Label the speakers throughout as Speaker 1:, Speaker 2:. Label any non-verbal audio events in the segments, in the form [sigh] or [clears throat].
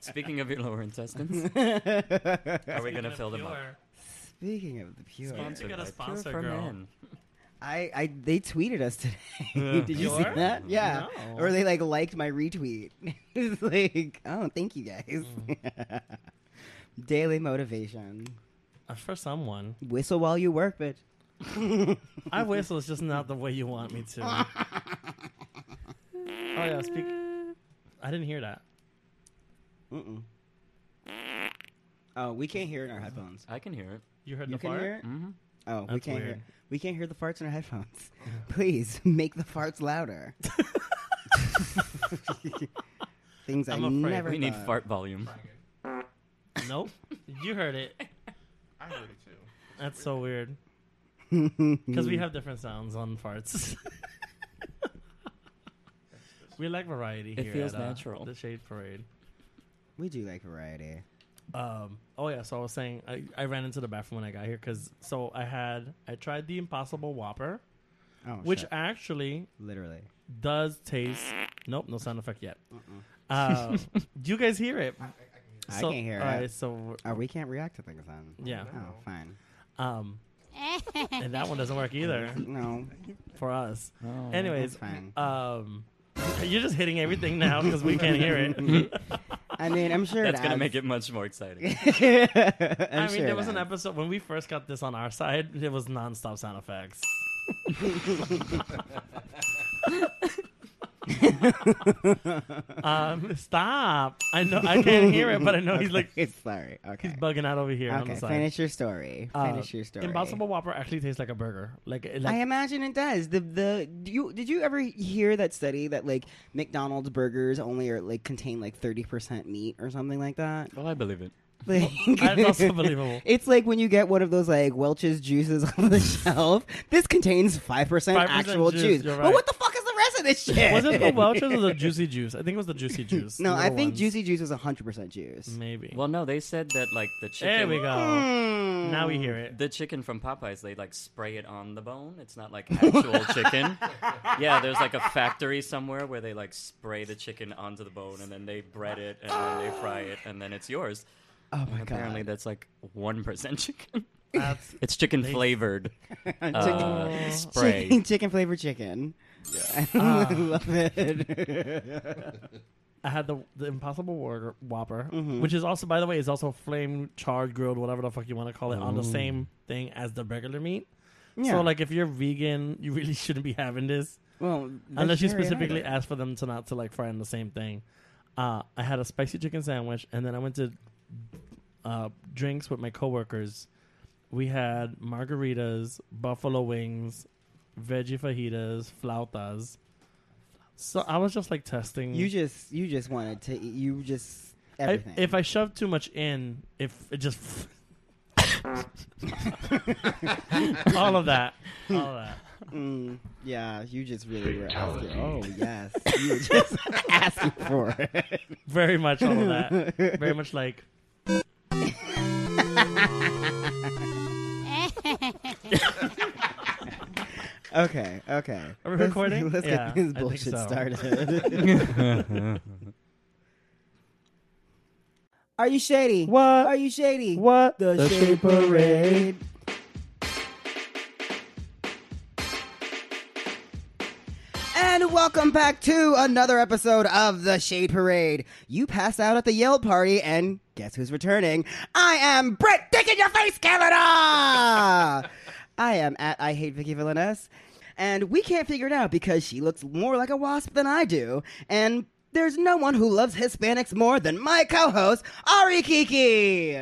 Speaker 1: Speaking of your lower intestines, are we gonna fill them up?
Speaker 2: [laughs] Speaking of the pure,
Speaker 1: Sponsored
Speaker 3: You got a
Speaker 1: by Pure
Speaker 3: sponsor,
Speaker 1: for
Speaker 3: girl.
Speaker 1: Men.
Speaker 2: I, I they tweeted us today. [laughs] Did you see
Speaker 3: Pure?
Speaker 2: that? Yeah,
Speaker 3: No.
Speaker 2: or they like liked my retweet. [laughs] it's like, oh, thank you guys.
Speaker 3: Hmm.
Speaker 2: [laughs] Daily motivation.
Speaker 3: Uh, For
Speaker 1: [laughs]
Speaker 3: someone.
Speaker 2: Whistle while you
Speaker 3: [laughs]
Speaker 2: work, bitch. [laughs]
Speaker 3: I whistle is just not the way you want me
Speaker 1: [laughs]
Speaker 3: to. oh yeah, speak. I didn't hear that.
Speaker 2: Mm-mm. Oh, we can't hear it in our headphones.
Speaker 1: I can hear it.
Speaker 3: You heard
Speaker 2: You
Speaker 3: the
Speaker 2: can
Speaker 3: fart?
Speaker 2: hear it.
Speaker 1: hmm
Speaker 2: Oh, we
Speaker 3: That's
Speaker 2: can't
Speaker 3: weird.
Speaker 2: hear. We can't hear the farts in
Speaker 3: [laughs]
Speaker 2: our headphones. [laughs] Please make the farts louder. Things i
Speaker 3: I'm afraid
Speaker 2: never.
Speaker 1: We need
Speaker 2: thought.
Speaker 1: fart volume.
Speaker 3: Nope. [laughs] You heard it.
Speaker 4: I heard [laughs] it too.
Speaker 3: That's so weird. Because
Speaker 2: [laughs]
Speaker 3: we have different sounds on farts. [laughs] we like variety
Speaker 1: It
Speaker 3: here.
Speaker 1: feels
Speaker 3: at, uh,
Speaker 1: natural.
Speaker 3: the Shade Parade.
Speaker 2: We do like variety.
Speaker 3: Um, oh yeah, so I was saying I, I ran into the bathroom when I got here because so I had I tried the Impossible Whopper,
Speaker 2: Oh,
Speaker 3: which
Speaker 2: shit.
Speaker 3: actually
Speaker 2: literally.
Speaker 3: does taste. Nope, no sound effect yet.
Speaker 2: [laughs]
Speaker 3: Uh, do you guys hear it?
Speaker 2: I
Speaker 3: So-
Speaker 2: can't hear
Speaker 3: all
Speaker 2: it.
Speaker 3: right, so
Speaker 2: Oh, we can't react to things then.
Speaker 3: Yeah.
Speaker 2: Oh, fine.
Speaker 3: um, and that one doesn't work
Speaker 2: [laughs]
Speaker 3: either [laughs]
Speaker 2: No,
Speaker 3: for us.
Speaker 1: Oh.
Speaker 3: Anyways,
Speaker 2: it's fine.
Speaker 3: um, you're just hitting everything now because we can't hear
Speaker 2: [laughs]
Speaker 3: it.
Speaker 2: I mean, I'm sure
Speaker 1: That's
Speaker 2: it
Speaker 1: gonna
Speaker 2: adds- [laughs]
Speaker 1: make it much more exciting.
Speaker 2: I'm
Speaker 3: [laughs] I mean,
Speaker 2: sure
Speaker 3: there
Speaker 2: it
Speaker 3: was an
Speaker 2: adds.
Speaker 3: episode when we first got this on our side. It was nonstop sound effects.
Speaker 2: [laughs]
Speaker 3: [laughs] um, stop! I know I can't hear it, but I know he's like
Speaker 2: [laughs] Okay, sorry. Okay.
Speaker 3: he's bugging out over here on
Speaker 2: okay.
Speaker 3: the side.
Speaker 2: Finish your story.
Speaker 3: Uh,
Speaker 2: Finish your story.
Speaker 3: Impossible Whopper actually tastes like a burger. Like, it- like
Speaker 2: I imagine it does. The the do you did you ever hear that study that like McDonald's burgers only are like contain like thirty percent meat or something like that? [laughs]
Speaker 1: well, I believe it.
Speaker 2: Like,
Speaker 3: that's
Speaker 2: [laughs]
Speaker 3: also believable.
Speaker 2: It's like when you get one of those like Welch's juices [laughs] on the shelf. This contains five percent
Speaker 3: 5%
Speaker 2: actual
Speaker 3: juice,
Speaker 2: juice.
Speaker 3: you're
Speaker 2: But
Speaker 3: right.
Speaker 2: what the fuck is the rest of this shit?
Speaker 3: was
Speaker 2: [laughs]
Speaker 3: it the Welch's or the Juicy Juice? I think it was the Juicy Juice.
Speaker 2: No,
Speaker 3: the
Speaker 2: I
Speaker 3: little
Speaker 2: think
Speaker 3: ones.
Speaker 2: Juicy Juice is 100% juice.
Speaker 3: Maybe.
Speaker 1: Well, no, they said that like the chicken.
Speaker 3: there we go.
Speaker 2: Mm.
Speaker 3: Now we hear it.
Speaker 1: The chicken from Popeyes, they like spray it on the bone. It's not like
Speaker 2: [laughs]
Speaker 1: actual chicken. Yeah, there's like a factory somewhere where they like spray the chicken onto the bone and then they bread it and then they fry it and then it's yours.
Speaker 2: Oh my
Speaker 1: Apparently,
Speaker 2: god.
Speaker 1: that's like 1% chicken.
Speaker 3: That's
Speaker 1: It's chicken
Speaker 2: [laughs]
Speaker 1: flavored uh, spray.
Speaker 2: Chicken, chicken flavored chicken. [laughs]
Speaker 3: Ah.
Speaker 2: I love it.
Speaker 3: I had the the Impossible Warger, Whopper,
Speaker 2: Mm-hmm.
Speaker 3: which is also, by the way, is also flame charred, grilled, whatever the fuck you want to call it, on the same thing as the regular meat.
Speaker 2: Mm. yeah.
Speaker 3: So, like, if you're vegan, you really [laughs] shouldn't be having this
Speaker 2: well,
Speaker 3: unless you
Speaker 2: vegetarian
Speaker 3: specifically
Speaker 2: either.
Speaker 3: ask for them to not to like fry in the same thing. Uh, I had a spicy chicken sandwich, and then I went to uh, drinks with my coworkers. We had margaritas, buffalo wings, veggie fajitas, flautas. So I was just like testing.
Speaker 2: You just you just wanted to eat. You just
Speaker 3: I,
Speaker 2: everything. [laughs]
Speaker 3: if I shove too much in, if it just [laughs] all of that, all of that.
Speaker 2: Mm, yeah, you just really were asking. Oh yes, you were just [laughs] asking for it.
Speaker 3: Very much all of that. Very much like.
Speaker 2: Okay, okay.
Speaker 3: Are we
Speaker 2: Let's-
Speaker 3: recording?
Speaker 2: Let's
Speaker 3: Yeah,
Speaker 2: get this
Speaker 3: I think
Speaker 2: bullshit
Speaker 3: so.
Speaker 2: started. [laughs] Are you shady? Are
Speaker 3: What?
Speaker 2: you shady?
Speaker 3: What?
Speaker 2: The, Shade Parade. And welcome back to another episode of The Shade Parade. You passed out at the Yale party, and guess who's returning? I am Brett Dick in your face, Canada! I am at I Hate Vicky Villaness, and we can't figure it out because she looks more like a wasp than I do, and there's no one who loves Hispanics more than my co-host, Ari Kiki!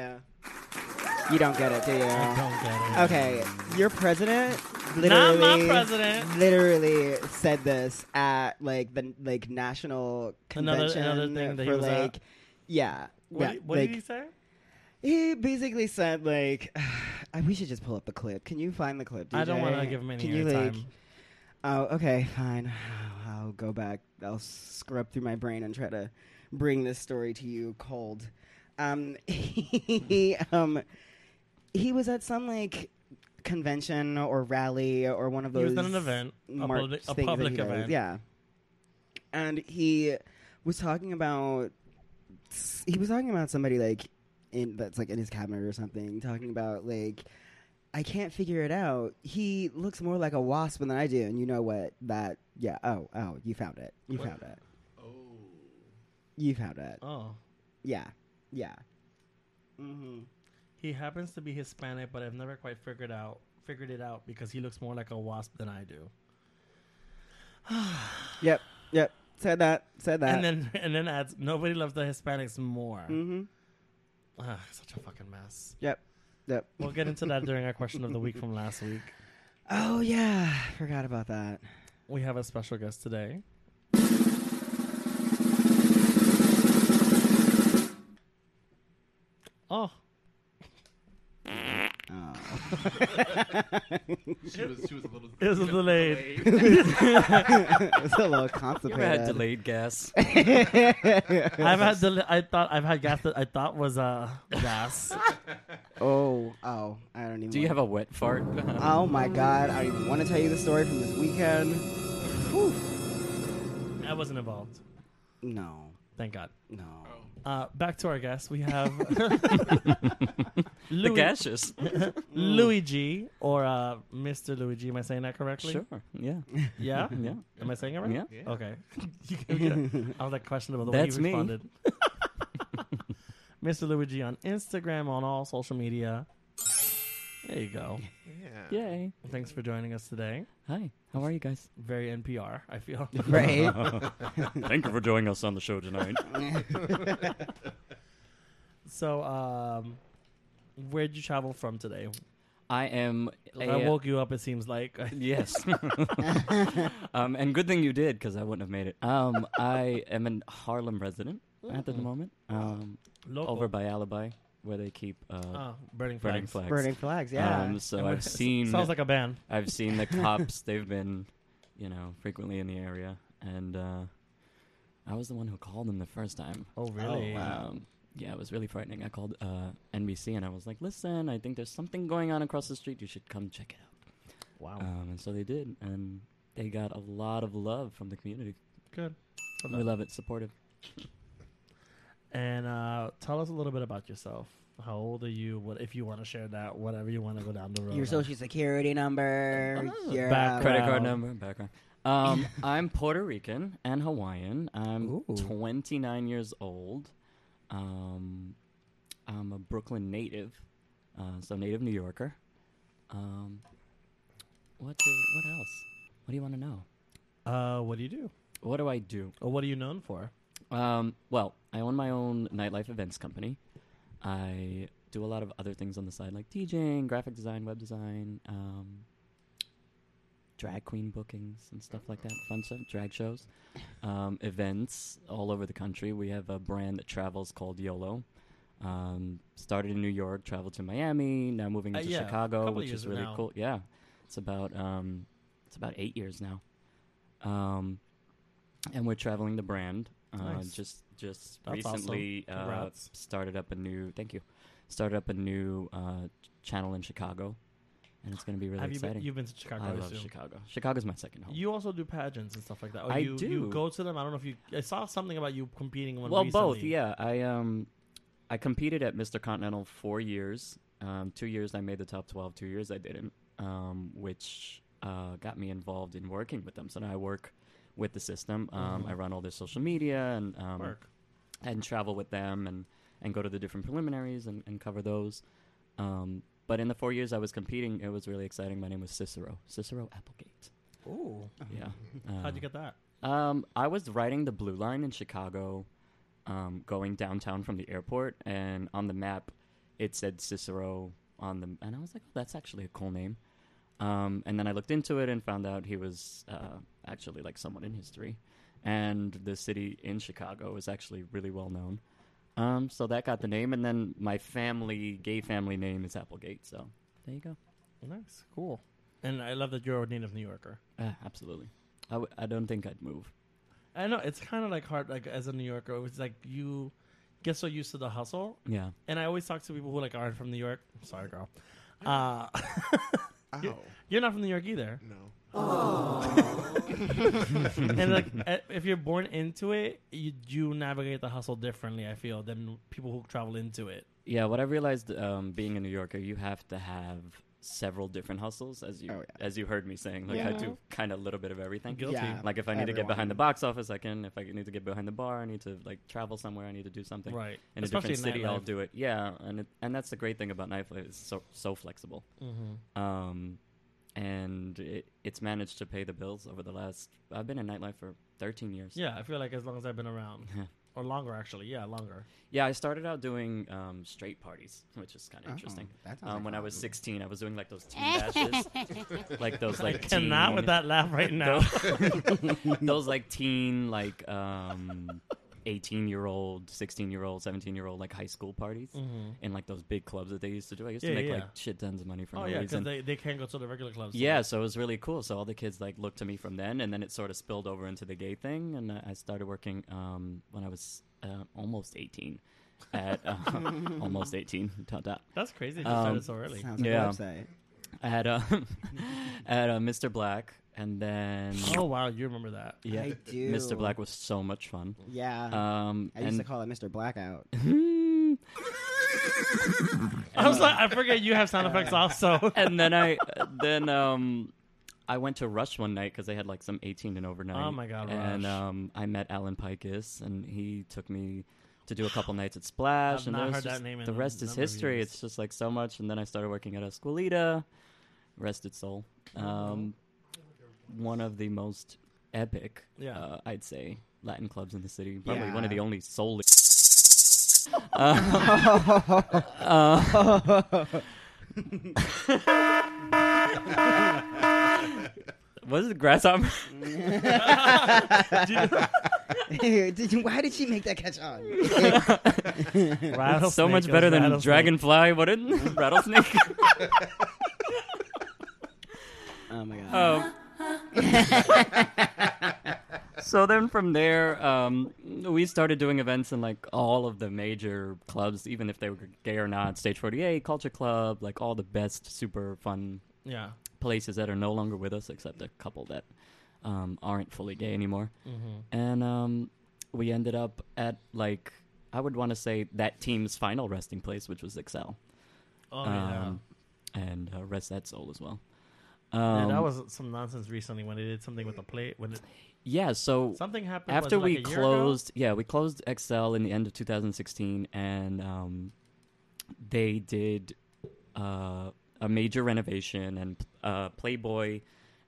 Speaker 2: You don't get it, do you?
Speaker 3: Don't get it.
Speaker 2: Okay, your president
Speaker 3: Not
Speaker 2: literally,
Speaker 3: my president.
Speaker 2: literally said this at like the like national
Speaker 3: Another- another
Speaker 2: convention
Speaker 3: thing that he
Speaker 2: for
Speaker 3: was at?
Speaker 2: like yeah.
Speaker 3: What,
Speaker 2: yeah,
Speaker 3: did- what
Speaker 2: like,
Speaker 3: did he say?
Speaker 2: he basically said like [sighs] I- we should just pull up the clip. Can you find the clip? DJ?
Speaker 3: I don't want to give him any
Speaker 2: Can you,
Speaker 3: airtime.
Speaker 2: like- oh, okay, fine. I'll go back. I'll scrub through my brain and try to bring this story to you cold. Um, [laughs] he um, he was at some like convention or rally or one of
Speaker 3: He
Speaker 2: those
Speaker 3: was at an event, a
Speaker 2: march
Speaker 3: public- a
Speaker 2: things that
Speaker 3: public
Speaker 2: he does.
Speaker 3: event.
Speaker 2: Yeah. And he was talking about he was talking about somebody like in that's like in his cabinet or something, talking about like I can't figure it out. He looks more like a wasp than I do, and you know what? That yeah. Oh oh, you found it. You
Speaker 4: What?
Speaker 2: found it.
Speaker 4: Oh.
Speaker 2: You found it.
Speaker 1: Uh.
Speaker 3: Oh,
Speaker 2: Yeah yeah. Mm-hmm.
Speaker 3: he happens to be Hispanic, but I've never quite figured out figured it out because he looks more like a wasp than I do.
Speaker 2: Yep yep. Said that. Said that.
Speaker 3: and then [laughs] and then adds nobody loves the Hispanics more.
Speaker 2: Mm-hmm.
Speaker 3: Ugh, such a fucking mess.
Speaker 2: Yep. Yep.
Speaker 3: We'll get into that during our question of the week from last week.
Speaker 2: Oh yeah, forgot about
Speaker 1: [laughs]
Speaker 2: that.
Speaker 3: We have a special guest today. Oh,
Speaker 2: Oh.
Speaker 4: She was, she was a little.
Speaker 3: it was delayed.
Speaker 2: [laughs] it's a little
Speaker 1: You
Speaker 2: constipated.
Speaker 1: ever
Speaker 2: [laughs]
Speaker 1: had
Speaker 3: [laughs]
Speaker 1: delayed gas?
Speaker 3: I've had del- I thought I've had gas that I thought was uh gas.
Speaker 2: Oh, oh, I don't even.
Speaker 1: Do you
Speaker 2: wanna-
Speaker 1: have a wet fart?
Speaker 3: Uh,
Speaker 1: Uh-huh.
Speaker 2: Oh my god, I don't even want to tell you the story from this weekend. Whew.
Speaker 3: I wasn't involved.
Speaker 2: No,
Speaker 3: Thank God.
Speaker 2: no.
Speaker 4: [laughs] Oh.
Speaker 3: Uh, back to our guest. We have [laughs]
Speaker 1: [laughs] the
Speaker 3: Louis,
Speaker 1: gaseous.
Speaker 3: [laughs] Luigi or uh, Mr. Luigi. Am I saying that correctly?
Speaker 1: sure. Yeah.
Speaker 3: Yeah.
Speaker 1: [laughs] Yeah.
Speaker 3: Am I saying it right?
Speaker 1: Yeah.
Speaker 4: Yeah.
Speaker 3: Okay. [laughs] You can
Speaker 1: [laughs]
Speaker 3: get it. I was like questionable the
Speaker 1: That's
Speaker 3: way
Speaker 1: me.
Speaker 3: he responded.
Speaker 1: [laughs]
Speaker 3: [laughs] Mr. Luigi on Instagram on all social media. There you go.
Speaker 4: Yeah.
Speaker 1: Yay.
Speaker 3: Thanks for joining us today.
Speaker 1: Hi. How are
Speaker 3: [laughs]
Speaker 1: you guys?
Speaker 3: Very NPR, I
Speaker 1: [laughs]
Speaker 3: feel.
Speaker 2: Right?
Speaker 1: Thank you for joining us on the show tonight.
Speaker 3: [laughs] so, um, where'd you travel from today?
Speaker 1: I am. A,
Speaker 3: I woke you up. It seems like
Speaker 1: [laughs] Yes. um, and good thing you did, because I wouldn't have made it. Um, I am a Harlem resident at the moment, um,
Speaker 3: [laughs] local.
Speaker 1: over by Alibi, where they keep uh,
Speaker 3: Oh, burning flags.
Speaker 1: burning
Speaker 2: [laughs]
Speaker 1: flags.
Speaker 2: Burning flags, yeah.
Speaker 1: Um, so
Speaker 3: And
Speaker 1: I've
Speaker 3: it
Speaker 1: seen.
Speaker 3: Sounds like a band.
Speaker 1: I've seen the cops. They've been, you know, frequently in the area, and uh, I was the one who called them the first time.
Speaker 3: Oh,
Speaker 2: really? wow.
Speaker 1: Um, yeah, it was really frightening. I called uh, NBC and I was like, "Listen, I think there's something going on across the street. You should come check it out."
Speaker 3: Wow.
Speaker 1: Um, and so they did, and they got a lot of love from the community.
Speaker 3: Good.
Speaker 1: We love it, supportive.
Speaker 3: And uh, tell us a little bit about yourself. How old are you? What if you want to share that? Whatever you want to go down the road.
Speaker 2: Your
Speaker 3: on.
Speaker 2: social security number.
Speaker 1: Oh,
Speaker 2: your
Speaker 3: back
Speaker 2: um,
Speaker 1: Credit card
Speaker 3: Wow.
Speaker 1: number, background.
Speaker 3: [laughs]
Speaker 1: Um, I'm Puerto Rican and Hawaiian. I'm
Speaker 3: Ooh.
Speaker 1: 29 years old. Um, I'm a Brooklyn native, uh, so native New Yorker. Um, what do, What else? What do you want to know?
Speaker 3: Uh, what do you do?
Speaker 1: What do I do?
Speaker 3: Or what are you known for?
Speaker 1: Um, well, I own my own nightlife events company. I do a lot of other things on the side, like DJing, graphic design, web design, um, drag queen bookings, and stuff like that. Fun stuff, drag shows, um, events all over the country. We have a brand that travels called YOLO. Um, started in New York, traveled to Miami, now moving
Speaker 3: Uh,
Speaker 1: to
Speaker 3: yeah,
Speaker 1: Chicago,
Speaker 3: couple
Speaker 1: which
Speaker 3: years
Speaker 1: is really
Speaker 3: now.
Speaker 1: cool. Yeah, it's about um, it's about eight years now. Um, and we're traveling the brand. Uh,
Speaker 3: Nice.
Speaker 1: Just just
Speaker 3: That's awesome.
Speaker 1: recently uh,
Speaker 3: Congrats.
Speaker 1: started up a new. Thank you. Started up a new uh, ch- channel in Chicago, and it's going to be really
Speaker 3: Have you
Speaker 1: exciting.
Speaker 3: been? You've been to Chicago.
Speaker 1: I
Speaker 3: I
Speaker 1: love
Speaker 3: assume.
Speaker 1: Chicago. Chicago's my second home.
Speaker 3: You also do pageants and stuff like that. Or
Speaker 1: I
Speaker 3: you, You
Speaker 1: do.
Speaker 3: go to them. I don't know if you. I saw something about you competing in one.
Speaker 1: well, both.
Speaker 3: recently.
Speaker 1: Yeah, I um, I competed at Mr. Continental four years. Um, two years I made the top twelve. Two years I didn't, um, which uh, got me involved in working with them. So now I work with the system. Um,
Speaker 3: Mm-hmm.
Speaker 1: I run all their social media and um,
Speaker 3: Work.
Speaker 1: and travel with them and, and go to the different preliminaries and, and cover those. Um, but in the four years I was competing, it was really exciting. My name was Cicero, Cicero Applegate.
Speaker 3: Ooh.
Speaker 1: Yeah.
Speaker 3: Uh-huh.
Speaker 1: Uh-huh.
Speaker 3: How'd you get that?
Speaker 1: Um, I was riding the Blue Line in Chicago, um, going downtown from the airport, and on the map, it said Cicero on the, and I was like, oh, that's actually a cool name. Um, and then I looked into it and found out he was uh, actually like someone in history, and the city in Chicago is actually really well known. Um, so that got the name, and then my family, gay family name is Applegate. So there you go.
Speaker 3: Nice. Cool. And I love that you're a native New Yorker.
Speaker 1: Uh, absolutely. I, w- I don't think I'd move.
Speaker 3: I know it's kind of like hard, like as a New Yorker, it's like you get so used to the hustle.
Speaker 1: Yeah.
Speaker 3: And I always talk to people who like aren't from New York. Sorry, girl. Uh, [laughs]
Speaker 4: Ow. [laughs]
Speaker 1: [laughs]
Speaker 3: you're not from New York either.
Speaker 4: Oh, No.
Speaker 3: and like eh, if you're born into it, you do navigate the hustle differently. I feel than people who travel into it.
Speaker 1: Yeah, what I realized um, being a New Yorker, you have to have several different hustles, as you
Speaker 2: Oh, yeah.
Speaker 1: as you heard me saying. Like I do kind of a little bit of everything.
Speaker 3: Guilty.
Speaker 2: Yeah.
Speaker 1: Like if I need to get
Speaker 2: Everyone.
Speaker 1: behind the box office, I can. If I need to get behind the bar, I need to like travel somewhere. I need to do something.
Speaker 3: Right.
Speaker 1: In a
Speaker 3: Especially
Speaker 1: different city, I'll
Speaker 3: nightlife.
Speaker 1: do it. Yeah, and it, and that's the great thing about nightlife. It's so so flexible.
Speaker 3: Mm-hmm.
Speaker 1: Um, and it, it's managed to pay the bills over the last. I've been in nightlife for 13 years.
Speaker 3: Yeah, I feel like as long as I've been around, or longer actually. Yeah, longer.
Speaker 1: Yeah, I started out doing um, straight parties, which is
Speaker 3: Oh,
Speaker 1: kind of interesting.
Speaker 2: that sounds
Speaker 1: Um,
Speaker 2: like
Speaker 1: when I
Speaker 2: fun.
Speaker 1: was 16, I was doing like those teen bashes, like
Speaker 3: [laughs]
Speaker 1: those like teen,
Speaker 3: And not
Speaker 1: [laughs]
Speaker 3: with that laugh right now.
Speaker 1: those like teen like um, 18 year old, 16 year old, 17 year old like high school parties,
Speaker 3: Mm-hmm.
Speaker 1: and like those big clubs that they used to do. I used
Speaker 3: Mm. Yeah,
Speaker 1: to make
Speaker 3: yeah.
Speaker 1: like shit tons of money for
Speaker 3: oh
Speaker 1: no
Speaker 3: yeah, because
Speaker 1: reason.
Speaker 3: they, they can't go to the regular clubs.
Speaker 1: yeah, so it was really cool. So all the kids like looked to me from then, and then it sort of spilled over into the gay thing. And I I started working um, when I was uh, almost eighteen, at uh, [laughs] almost eighteen. Dot dot.
Speaker 3: that's crazy. They
Speaker 1: Um,
Speaker 3: started so early.
Speaker 2: Sounds like
Speaker 1: Yeah.
Speaker 2: a website.
Speaker 1: I had uh, [laughs] at uh, Mr. Black, and then
Speaker 3: Oh wow, you remember that?
Speaker 1: yeah,
Speaker 2: I do.
Speaker 1: Mr. Black was so much fun.
Speaker 2: Yeah.
Speaker 1: Um,
Speaker 2: I used
Speaker 1: and
Speaker 2: to call it Mr.
Speaker 1: [laughs]
Speaker 2: Blackout. [laughs]
Speaker 3: I was
Speaker 1: [laughs]
Speaker 3: like, I forget you have sound effects also. [laughs]
Speaker 1: and then I then um I went to Rush one night because they had like some eighteen and overnight.
Speaker 3: Oh my God,
Speaker 1: And
Speaker 3: Rush.
Speaker 1: um, I met Alan Pikes, and he took me to do a couple nights at Splash.
Speaker 3: I've
Speaker 1: and
Speaker 3: not
Speaker 1: there was
Speaker 3: heard that
Speaker 1: just-
Speaker 3: name in
Speaker 1: The
Speaker 3: a
Speaker 1: rest is
Speaker 3: number of
Speaker 1: history.
Speaker 3: years.
Speaker 1: It's just like so much. And then I started working at Esquilita, rested soul.
Speaker 3: Oh.
Speaker 1: Um, one of the most epic,
Speaker 3: Yeah.
Speaker 1: uh, I'd say, Latin clubs in the city. Probably one of
Speaker 2: Yeah.
Speaker 1: the only soul.
Speaker 3: Uh,
Speaker 1: [laughs] Was it Grasshopper? [laughs]
Speaker 2: Did you- why did she make that catch
Speaker 1: [laughs]
Speaker 2: on?
Speaker 1: so
Speaker 3: Rattlesnake
Speaker 1: much
Speaker 3: is
Speaker 1: better than
Speaker 3: rattlesnake.
Speaker 1: Dragonfly,
Speaker 3: [laughs]
Speaker 1: wouldn't Rattlesnake?
Speaker 2: oh my god.
Speaker 1: Um, [laughs] so then from there, um, we started doing events in like all of the major clubs, even if they were gay or not. Stage 48, Culture Club, like all the best, super fun
Speaker 3: Yeah.
Speaker 1: places that are no longer with us, except a couple that um, aren't fully gay anymore.
Speaker 3: Mm-hmm.
Speaker 1: And um, we ended up at like, I would want to say that team's final resting place, which was Excel.
Speaker 3: Oh
Speaker 1: Um, And uh, Rest That Soul as well.
Speaker 3: yeah.
Speaker 1: Um,
Speaker 3: Dude, that was some nonsense recently when they did something with the plate when it,
Speaker 1: yeah, so
Speaker 3: something happened was it
Speaker 1: after
Speaker 3: like
Speaker 1: we
Speaker 3: a year ago?
Speaker 1: closed yeah we closed excel in the end of 2016 and um, they did uh, a major renovation and uh, playboy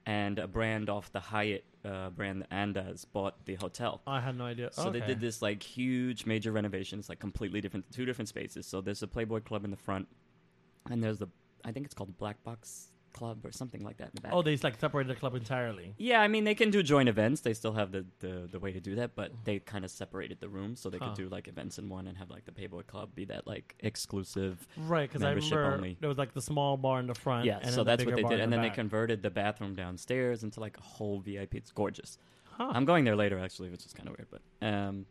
Speaker 1: and a brand off the hyatt uh, brand andas bought the hotel
Speaker 3: Oh, I had no idea.
Speaker 1: so they
Speaker 3: Okay.
Speaker 1: did this like huge major renovation. It's like completely different, two different spaces. So there's a Playboy Club in the front, and there's the I think it's called Black Box Club or something like that in the back.
Speaker 3: Oh, they like separated the club entirely.
Speaker 1: Yeah, I mean they can do joint events. They still have the, the, the way to do that, but they kind of separated the rooms so they could
Speaker 3: Huh.
Speaker 1: do like events in one and have like the Payboy Club be that like exclusive.
Speaker 3: Right, because I
Speaker 1: Membership
Speaker 3: remember
Speaker 1: only.
Speaker 3: there was like the small bar in the front.
Speaker 1: Yeah,
Speaker 3: and
Speaker 1: so that's what they did, and then they
Speaker 3: can.
Speaker 1: converted the bathroom downstairs into like a whole VIP. It's gorgeous.
Speaker 3: Huh. Oh,
Speaker 1: I'm going there later actually, which is kind of weird, but um,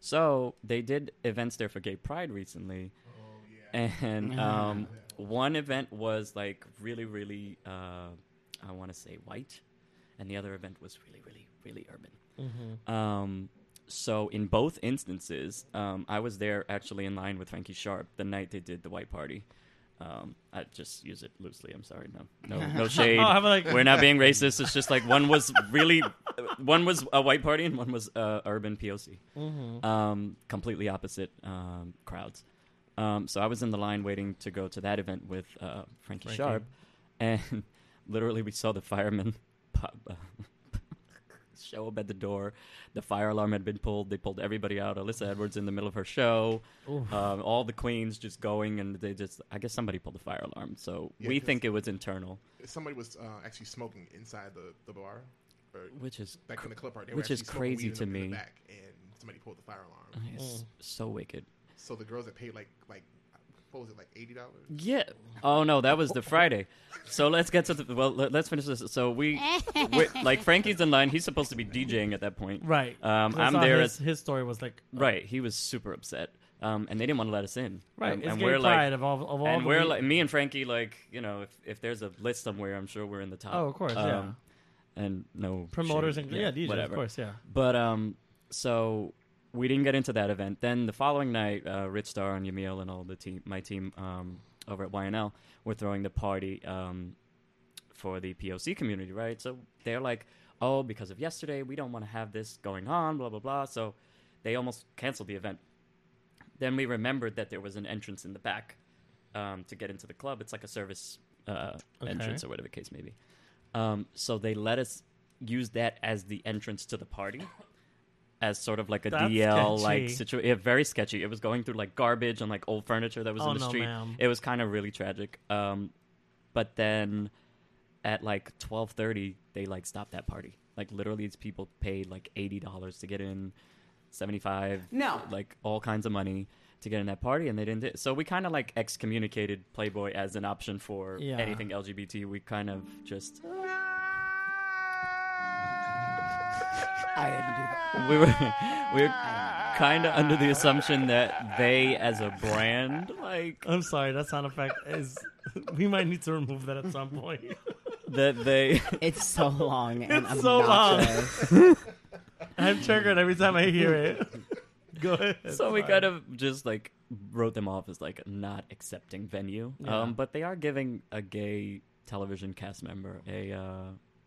Speaker 1: so they did events there for Gay Pride recently, and um, one event was like really really uh, I want to say white, and the other event was really really really urban. Um, so in both instances, um, I was there actually in line with Frankie Sharp the night they did the white party. Um, I just use it loosely. I'm sorry. No, no, no shade.
Speaker 3: Oh, I'm like-
Speaker 1: We're not being racist. It's just like one was really, one was a white party and one was uh, urban POC. Um, completely opposite um, crowds. Um, so I was in the line waiting to go to that event with uh, Frankie,
Speaker 3: Frankie.
Speaker 1: Sharp, and [laughs] literally we saw the firemen [laughs] pop, uh, show up at the door. The fire alarm had been pulled. They pulled everybody out. Alyssa Edwards in the middle of her show. Um, all the queens just going, and they just, I guess somebody pulled the fire alarm. So
Speaker 4: Yeah,
Speaker 1: we
Speaker 4: 'cause-
Speaker 1: think it was internal,
Speaker 4: [laughs] Somebody was uh, actually smoking inside the, the bar, or
Speaker 1: which is
Speaker 4: back in the club part. They
Speaker 1: which
Speaker 4: were
Speaker 1: is
Speaker 4: actually smoking
Speaker 1: crazy
Speaker 4: weed in the-
Speaker 1: to
Speaker 4: in the
Speaker 1: me.
Speaker 4: back, and somebody pulled the fire alarm.
Speaker 3: Mm.
Speaker 1: it's so wicked.
Speaker 4: So the girls that paid like like what was it like
Speaker 1: [laughs]
Speaker 4: eighty dollars?
Speaker 1: Yeah. Oh no, that was
Speaker 3: [laughs]
Speaker 1: the Friday. So let's get to the well. Let, us finish this. So we,
Speaker 3: [laughs]
Speaker 1: we, like Frankie's in line. He's supposed to be DJing at that point.
Speaker 3: Right.
Speaker 1: Um,
Speaker 3: 'Cause I
Speaker 1: I'm
Speaker 3: saw
Speaker 1: there
Speaker 3: His,
Speaker 1: as
Speaker 3: his story was like
Speaker 1: right. He was super upset. Um, and they didn't want to let us in.
Speaker 3: right.
Speaker 1: And,
Speaker 3: it's
Speaker 1: and
Speaker 3: um, gay
Speaker 1: we're
Speaker 3: pride
Speaker 1: like,
Speaker 3: of all of all.
Speaker 1: and
Speaker 3: the
Speaker 1: we're
Speaker 3: week-
Speaker 1: like, me and Frankie, like you know, if if there's a list somewhere, I'm sure we're in the top. Um,
Speaker 3: Oh, of course, yeah.
Speaker 1: and no
Speaker 3: promoters
Speaker 1: shade.
Speaker 3: and yeah, DJs,
Speaker 1: whatever.
Speaker 3: of course, yeah.
Speaker 1: But um, so we didn't get into that event. Then the following night, uh, Rich Star and Yamil and all the team, my team um, over at YNL, were throwing the party um, for the POC community, right? So they're like, oh, because of yesterday, we don't want to have this going on, blah blah blah. So they almost canceled the event. Then we remembered that there was an entrance in the back um, to get into the club. It's like a service uh,
Speaker 3: Okay.
Speaker 1: entrance or whatever the case may be. Um, so they let us use that as the entrance to the party, as sort of like a
Speaker 3: That's
Speaker 1: DL like
Speaker 3: sketchy.
Speaker 1: situation. Yeah, very sketchy. It was going through like garbage and like old furniture that was
Speaker 3: Oh,
Speaker 1: in the
Speaker 3: no,
Speaker 1: street.
Speaker 3: ma'am.
Speaker 1: It was kind of really tragic. Um, but then at like twelve thirty, they like stopped that party. Like literally, these people paid like eighty dollars to get in, seventy five.
Speaker 2: No.
Speaker 1: like all kinds of money to get in that party, and they didn't. do it. So we kind of like excommunicated Playboy as an option for
Speaker 3: Yeah.
Speaker 1: anything LGBT. We kind of just
Speaker 2: I had to do that.
Speaker 1: we were
Speaker 3: [laughs]
Speaker 1: we were
Speaker 3: Ah.
Speaker 1: kind of under the assumption that they as a brand like
Speaker 3: I'm sorry, that sound effect is. [laughs] We might need to remove that at some point. [laughs]
Speaker 1: that they [laughs]
Speaker 2: It's so long. And
Speaker 3: It's so long.
Speaker 2: obnoxious.
Speaker 3: I'm triggered every time I hear it. [laughs] Go ahead.
Speaker 1: so we kind of just like wrote them off as like not accepting venue
Speaker 3: Yeah.
Speaker 1: um but they are giving a gay television cast member a uh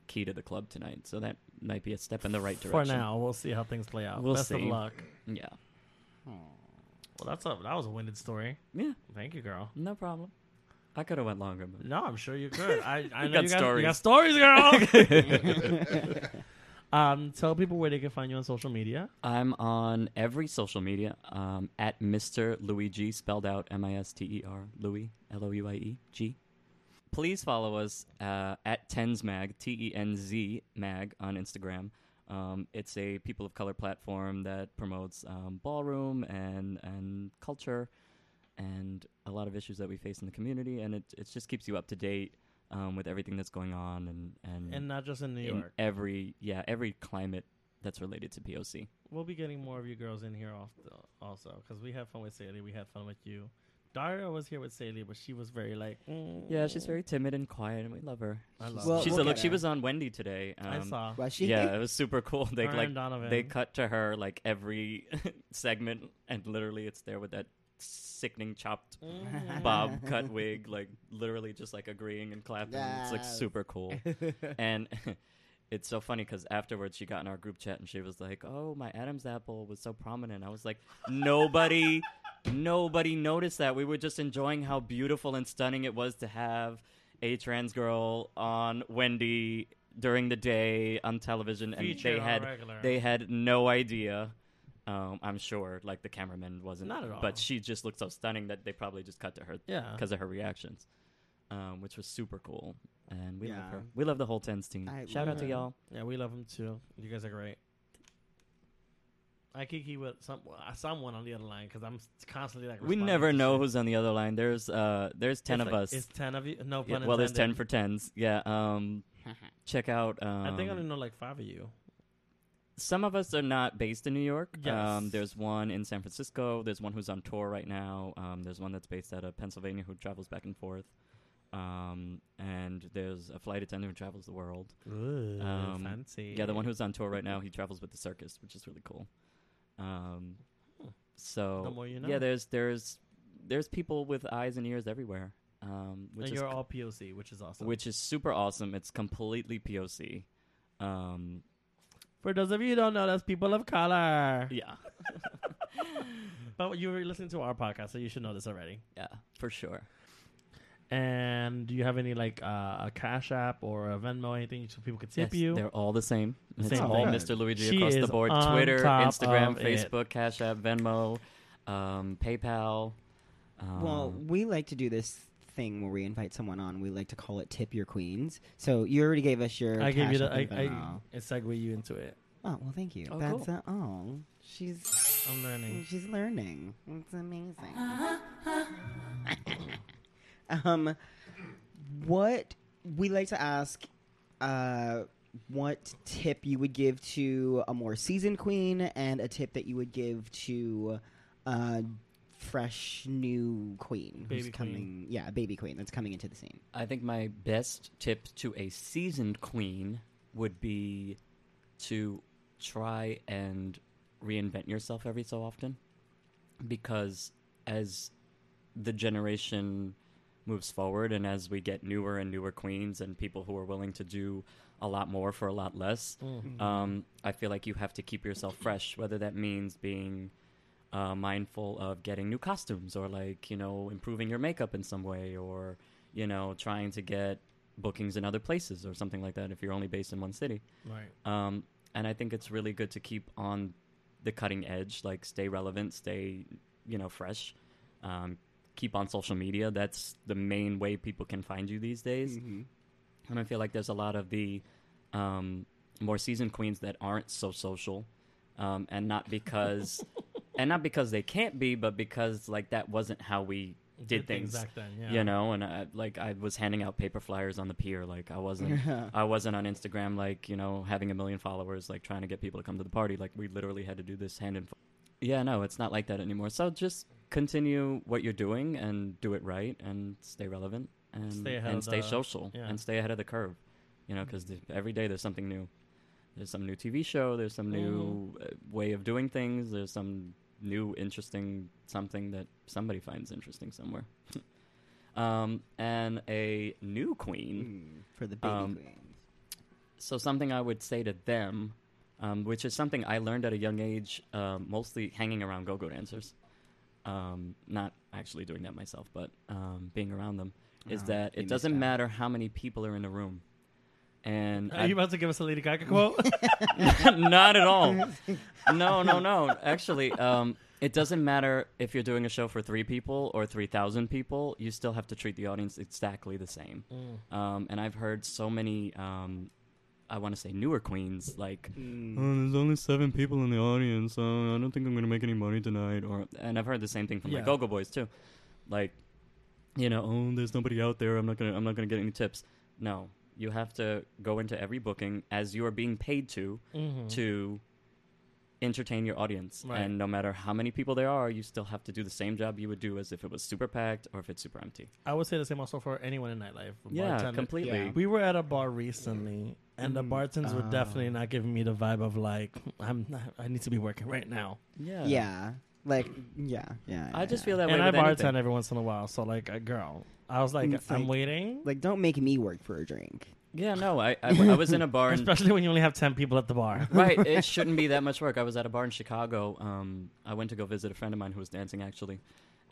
Speaker 1: key to the club tonight so that might be a step in the right
Speaker 3: For
Speaker 1: direction
Speaker 3: now, we'll see how things play out.
Speaker 1: We'll
Speaker 3: Best of
Speaker 1: see.
Speaker 3: luck.
Speaker 1: yeah
Speaker 3: Well, that's a that was a winded story.
Speaker 1: yeah
Speaker 3: Thank you, girl.
Speaker 1: no problem i could have went longer but
Speaker 3: No, I'm sure you could.
Speaker 1: [laughs]
Speaker 3: I, I know
Speaker 1: got
Speaker 3: you
Speaker 1: stories.
Speaker 3: Got, you got stories,
Speaker 1: [laughs]
Speaker 3: girl. [laughs] um, tell people where they can find you on social media.
Speaker 1: i'm on every social media um at mr luigi spelled out m-i-s-t-e-r E louis l-o-u-i-e-g E, please follow us uh, at tensmag t-e-n-z mag on instagram um, it's a people of color platform that promotes um, ballroom and and culture and a lot of issues that we face in the community and it, it just keeps you up to date um, with everything that's going on and and,
Speaker 3: And not just in New
Speaker 1: in
Speaker 3: York.
Speaker 1: every yeah every climate that's related to poc
Speaker 3: We'll be getting more of you girls in here off the, also because we had fun with Sadie. We had fun with you. Daria was here with Sadie, but she was very like, mm.
Speaker 1: yeah she's very timid and quiet and we love her
Speaker 3: I love
Speaker 2: Well,
Speaker 3: her.
Speaker 1: she's
Speaker 2: we'll
Speaker 1: a look
Speaker 2: get
Speaker 1: she
Speaker 2: her.
Speaker 1: was on wendy today um,
Speaker 3: I saw.
Speaker 2: Was she?
Speaker 1: yeah, it was super cool. [laughs] They
Speaker 3: Her
Speaker 1: like
Speaker 3: and Donovan.
Speaker 1: they cut to her like every [laughs] segment, and literally it's there with that sickening chopped
Speaker 3: Mm-hmm. Uh-huh.
Speaker 1: bob cut wig, like literally just like agreeing and clapping. It's like
Speaker 2: Yes.
Speaker 1: super cool, and [laughs] it's so funny because afterwards she got in our group chat and she was like, "Oh, my Adam's apple was so prominent." I was like, "Nobody." Nobody noticed that. We were just enjoying how beautiful and stunning it was to have a trans girl on Wendy during the day on television, and
Speaker 3: Featured
Speaker 1: they
Speaker 3: on
Speaker 1: had
Speaker 3: regular.
Speaker 1: they had no idea. Um, I'm sure, like the cameraman wasn't,
Speaker 3: Not at all.
Speaker 1: but she just looked so stunning that they probably just cut to her
Speaker 3: Yeah.
Speaker 1: because of her reactions, um, which was super cool. And we
Speaker 2: Yeah.
Speaker 1: love her. We love the whole tens team.
Speaker 2: I
Speaker 1: Shout
Speaker 2: love
Speaker 1: out to
Speaker 3: her.
Speaker 1: y'all.
Speaker 3: Yeah, we love him too. You guys are great. I kiki with some uh, someone on the other line because I'm s- constantly like.
Speaker 1: We
Speaker 3: responding
Speaker 1: never
Speaker 3: to
Speaker 1: know
Speaker 3: shit.
Speaker 1: who's on the other line. There's uh, there's ten
Speaker 3: It's
Speaker 1: of
Speaker 3: like-
Speaker 1: us.
Speaker 3: It's ten of you. No
Speaker 1: Yeah,
Speaker 3: pun
Speaker 1: well, there's ten
Speaker 3: intended.
Speaker 1: for tens. Yeah.
Speaker 3: [laughs]
Speaker 1: Um, check out. Um,
Speaker 3: I think I only know like five of you.
Speaker 1: some of us are not based in New York.
Speaker 3: Yes.
Speaker 1: Um, there's one in San Francisco. There's one who's on tour right now. Um, there's one that's based out of Pennsylvania who travels back and forth. Um, and there's a flight attendant who travels the world.
Speaker 3: Ooh,
Speaker 1: Um,
Speaker 3: fancy.
Speaker 1: Yeah, the one who's on tour right now, he travels with the circus, which is really cool. Um,
Speaker 3: Hmm.
Speaker 1: so
Speaker 3: The more you know.
Speaker 1: yeah, there's there's there's people with eyes and ears everywhere. Um, which
Speaker 3: and
Speaker 1: is
Speaker 3: you're
Speaker 1: c-
Speaker 3: all POC, which is awesome.
Speaker 1: which is super awesome. It's completely POC. Um,
Speaker 3: for those of you who don't know, that's people of color.
Speaker 1: yeah,
Speaker 3: [laughs] But you were listening to our podcast, so you should know this already.
Speaker 1: yeah, for sure.
Speaker 3: And do you have any like uh, a Cash App or a Venmo, anything so people could tip
Speaker 1: Yes,
Speaker 3: you?
Speaker 1: They're all the same. It's
Speaker 3: Same
Speaker 1: all
Speaker 4: thing.
Speaker 1: Mr. Luigi
Speaker 3: She
Speaker 1: across the
Speaker 3: is
Speaker 1: board.
Speaker 3: on
Speaker 1: Twitter,
Speaker 3: top
Speaker 1: Instagram,
Speaker 3: of it.
Speaker 1: Facebook, Cash App, Venmo, um, PayPal. Um,
Speaker 2: Well, we like to do this thing where we invite someone on. We like to call it tip your queens. So you already gave us your.
Speaker 3: I gave
Speaker 2: Cash
Speaker 3: you the.
Speaker 2: App
Speaker 3: I,
Speaker 2: and
Speaker 3: I,
Speaker 2: Venmo.
Speaker 3: I segue you into it.
Speaker 2: Oh well, thank you.
Speaker 1: Oh,
Speaker 2: That's
Speaker 1: cool.
Speaker 2: uh, oh, she's
Speaker 3: I'm learning.
Speaker 2: she's learning. It's amazing. [laughs] um, what we like to ask, uh, what tip you would give to a more seasoned queen, and a tip that you would give to a fresh new queen
Speaker 3: Baby
Speaker 2: who's
Speaker 3: queen.
Speaker 2: coming. Yeah, a baby queen that's coming into the scene.
Speaker 1: I think my best tip to a seasoned queen would be to try and reinvent yourself every so often because as the generation moves forward and as we get newer and newer queens and people who are willing to do a lot more for a lot less um, i feel like you have to keep yourself fresh whether that means being uh, mindful of getting new costumes or like you know improving your makeup in some way or you know trying to get bookings in other places or something like that if you're only based in one city
Speaker 3: Right.
Speaker 1: um, and I think it's really good to keep on the cutting edge, like stay relevant, stay you know fresh, um, keep on social media. That's the main way people can find you these days.
Speaker 2: [laughs]
Speaker 3: Mm-hmm.
Speaker 1: And I feel like there's a lot of the um, more seasoned queens that aren't so social, um, and
Speaker 3: [laughs]
Speaker 1: not because and not because they can't be, but because like that wasn't how we
Speaker 3: Did
Speaker 1: did,
Speaker 3: things back then, yeah.
Speaker 1: you know and I, like i was handing out paper flyers on the pier like i wasn't i wasn't on instagram like you know having a million followers like trying to get people to come to the party like we literally had to do this hand in yeah no it's not like that anymore so just continue what you're doing and do it right and stay relevant and
Speaker 3: Stay ahead
Speaker 1: and
Speaker 3: of
Speaker 1: stay
Speaker 3: the-
Speaker 1: social
Speaker 3: yeah.
Speaker 1: and stay ahead of the curve you know because every day there's something new there's some new tv show there's some
Speaker 3: Mm-hmm.
Speaker 1: new uh way of doing things there's some new interesting something that somebody finds interesting somewhere [laughs] um, and a new
Speaker 3: Hmm.
Speaker 1: queen.
Speaker 2: for the baby
Speaker 1: Um,
Speaker 2: queens.
Speaker 1: So something I would say to them, um, which is something I learned at a young age, um, mostly hanging around go-go dancers, um, not actually doing that myself, but um, being around them, is
Speaker 2: Oh,
Speaker 1: Uh-huh. that
Speaker 2: you
Speaker 1: it
Speaker 2: missed
Speaker 1: doesn't
Speaker 2: out.
Speaker 1: matter how many people are in a room. [laughs] And
Speaker 3: Are you about to give us a Lady Gaga quote?
Speaker 1: not at [laughs] all. No, no, no. Actually, um, it doesn't matter if you're doing a show for three people or 3,000 people, you still have to treat the audience exactly the same. Um, and I've heard so many, um, I want to say newer queens, like, "Oh, there's only seven people in the audience, so I don't think I'm going to make any money tonight. Or And I've heard the same thing from
Speaker 3: Yeah.
Speaker 1: like Go-Go Boys, too. Like, you know, oh, there's nobody out there. I'm not gonna, I'm not gonna get any tips. No, you have to go into every booking as you are being paid to,
Speaker 3: Mm-hmm.
Speaker 1: to entertain your audience.
Speaker 3: Right.
Speaker 1: And no matter how many people there are, you still have to do the same job you would do as if it was super packed or if it's super empty.
Speaker 3: I would say the same also for anyone in nightlife. a
Speaker 1: Yeah,
Speaker 3: bartender.
Speaker 1: completely.
Speaker 2: Yeah.
Speaker 3: We were at a bar recently, and the bartenders were
Speaker 2: Ah.
Speaker 3: definitely not giving me the vibe of like I'm. Not, I need to be working right now.
Speaker 1: Yeah.
Speaker 2: yeah, like yeah, yeah.
Speaker 1: I just feel that way.
Speaker 3: and I
Speaker 1: with
Speaker 3: bartend
Speaker 1: anything.
Speaker 3: every once in a while, so like a girl, I was like,
Speaker 2: It's
Speaker 3: I'm
Speaker 2: like-
Speaker 3: waiting.
Speaker 2: like don't make me work for a drink.
Speaker 1: Yeah, no, I, I, I was in a
Speaker 3: [laughs]
Speaker 1: bar and
Speaker 3: Especially when you only have ten people at the bar.
Speaker 1: right. It shouldn't be that much work. I was at a bar in Chicago. Um, I went to go visit a friend of mine who was dancing actually,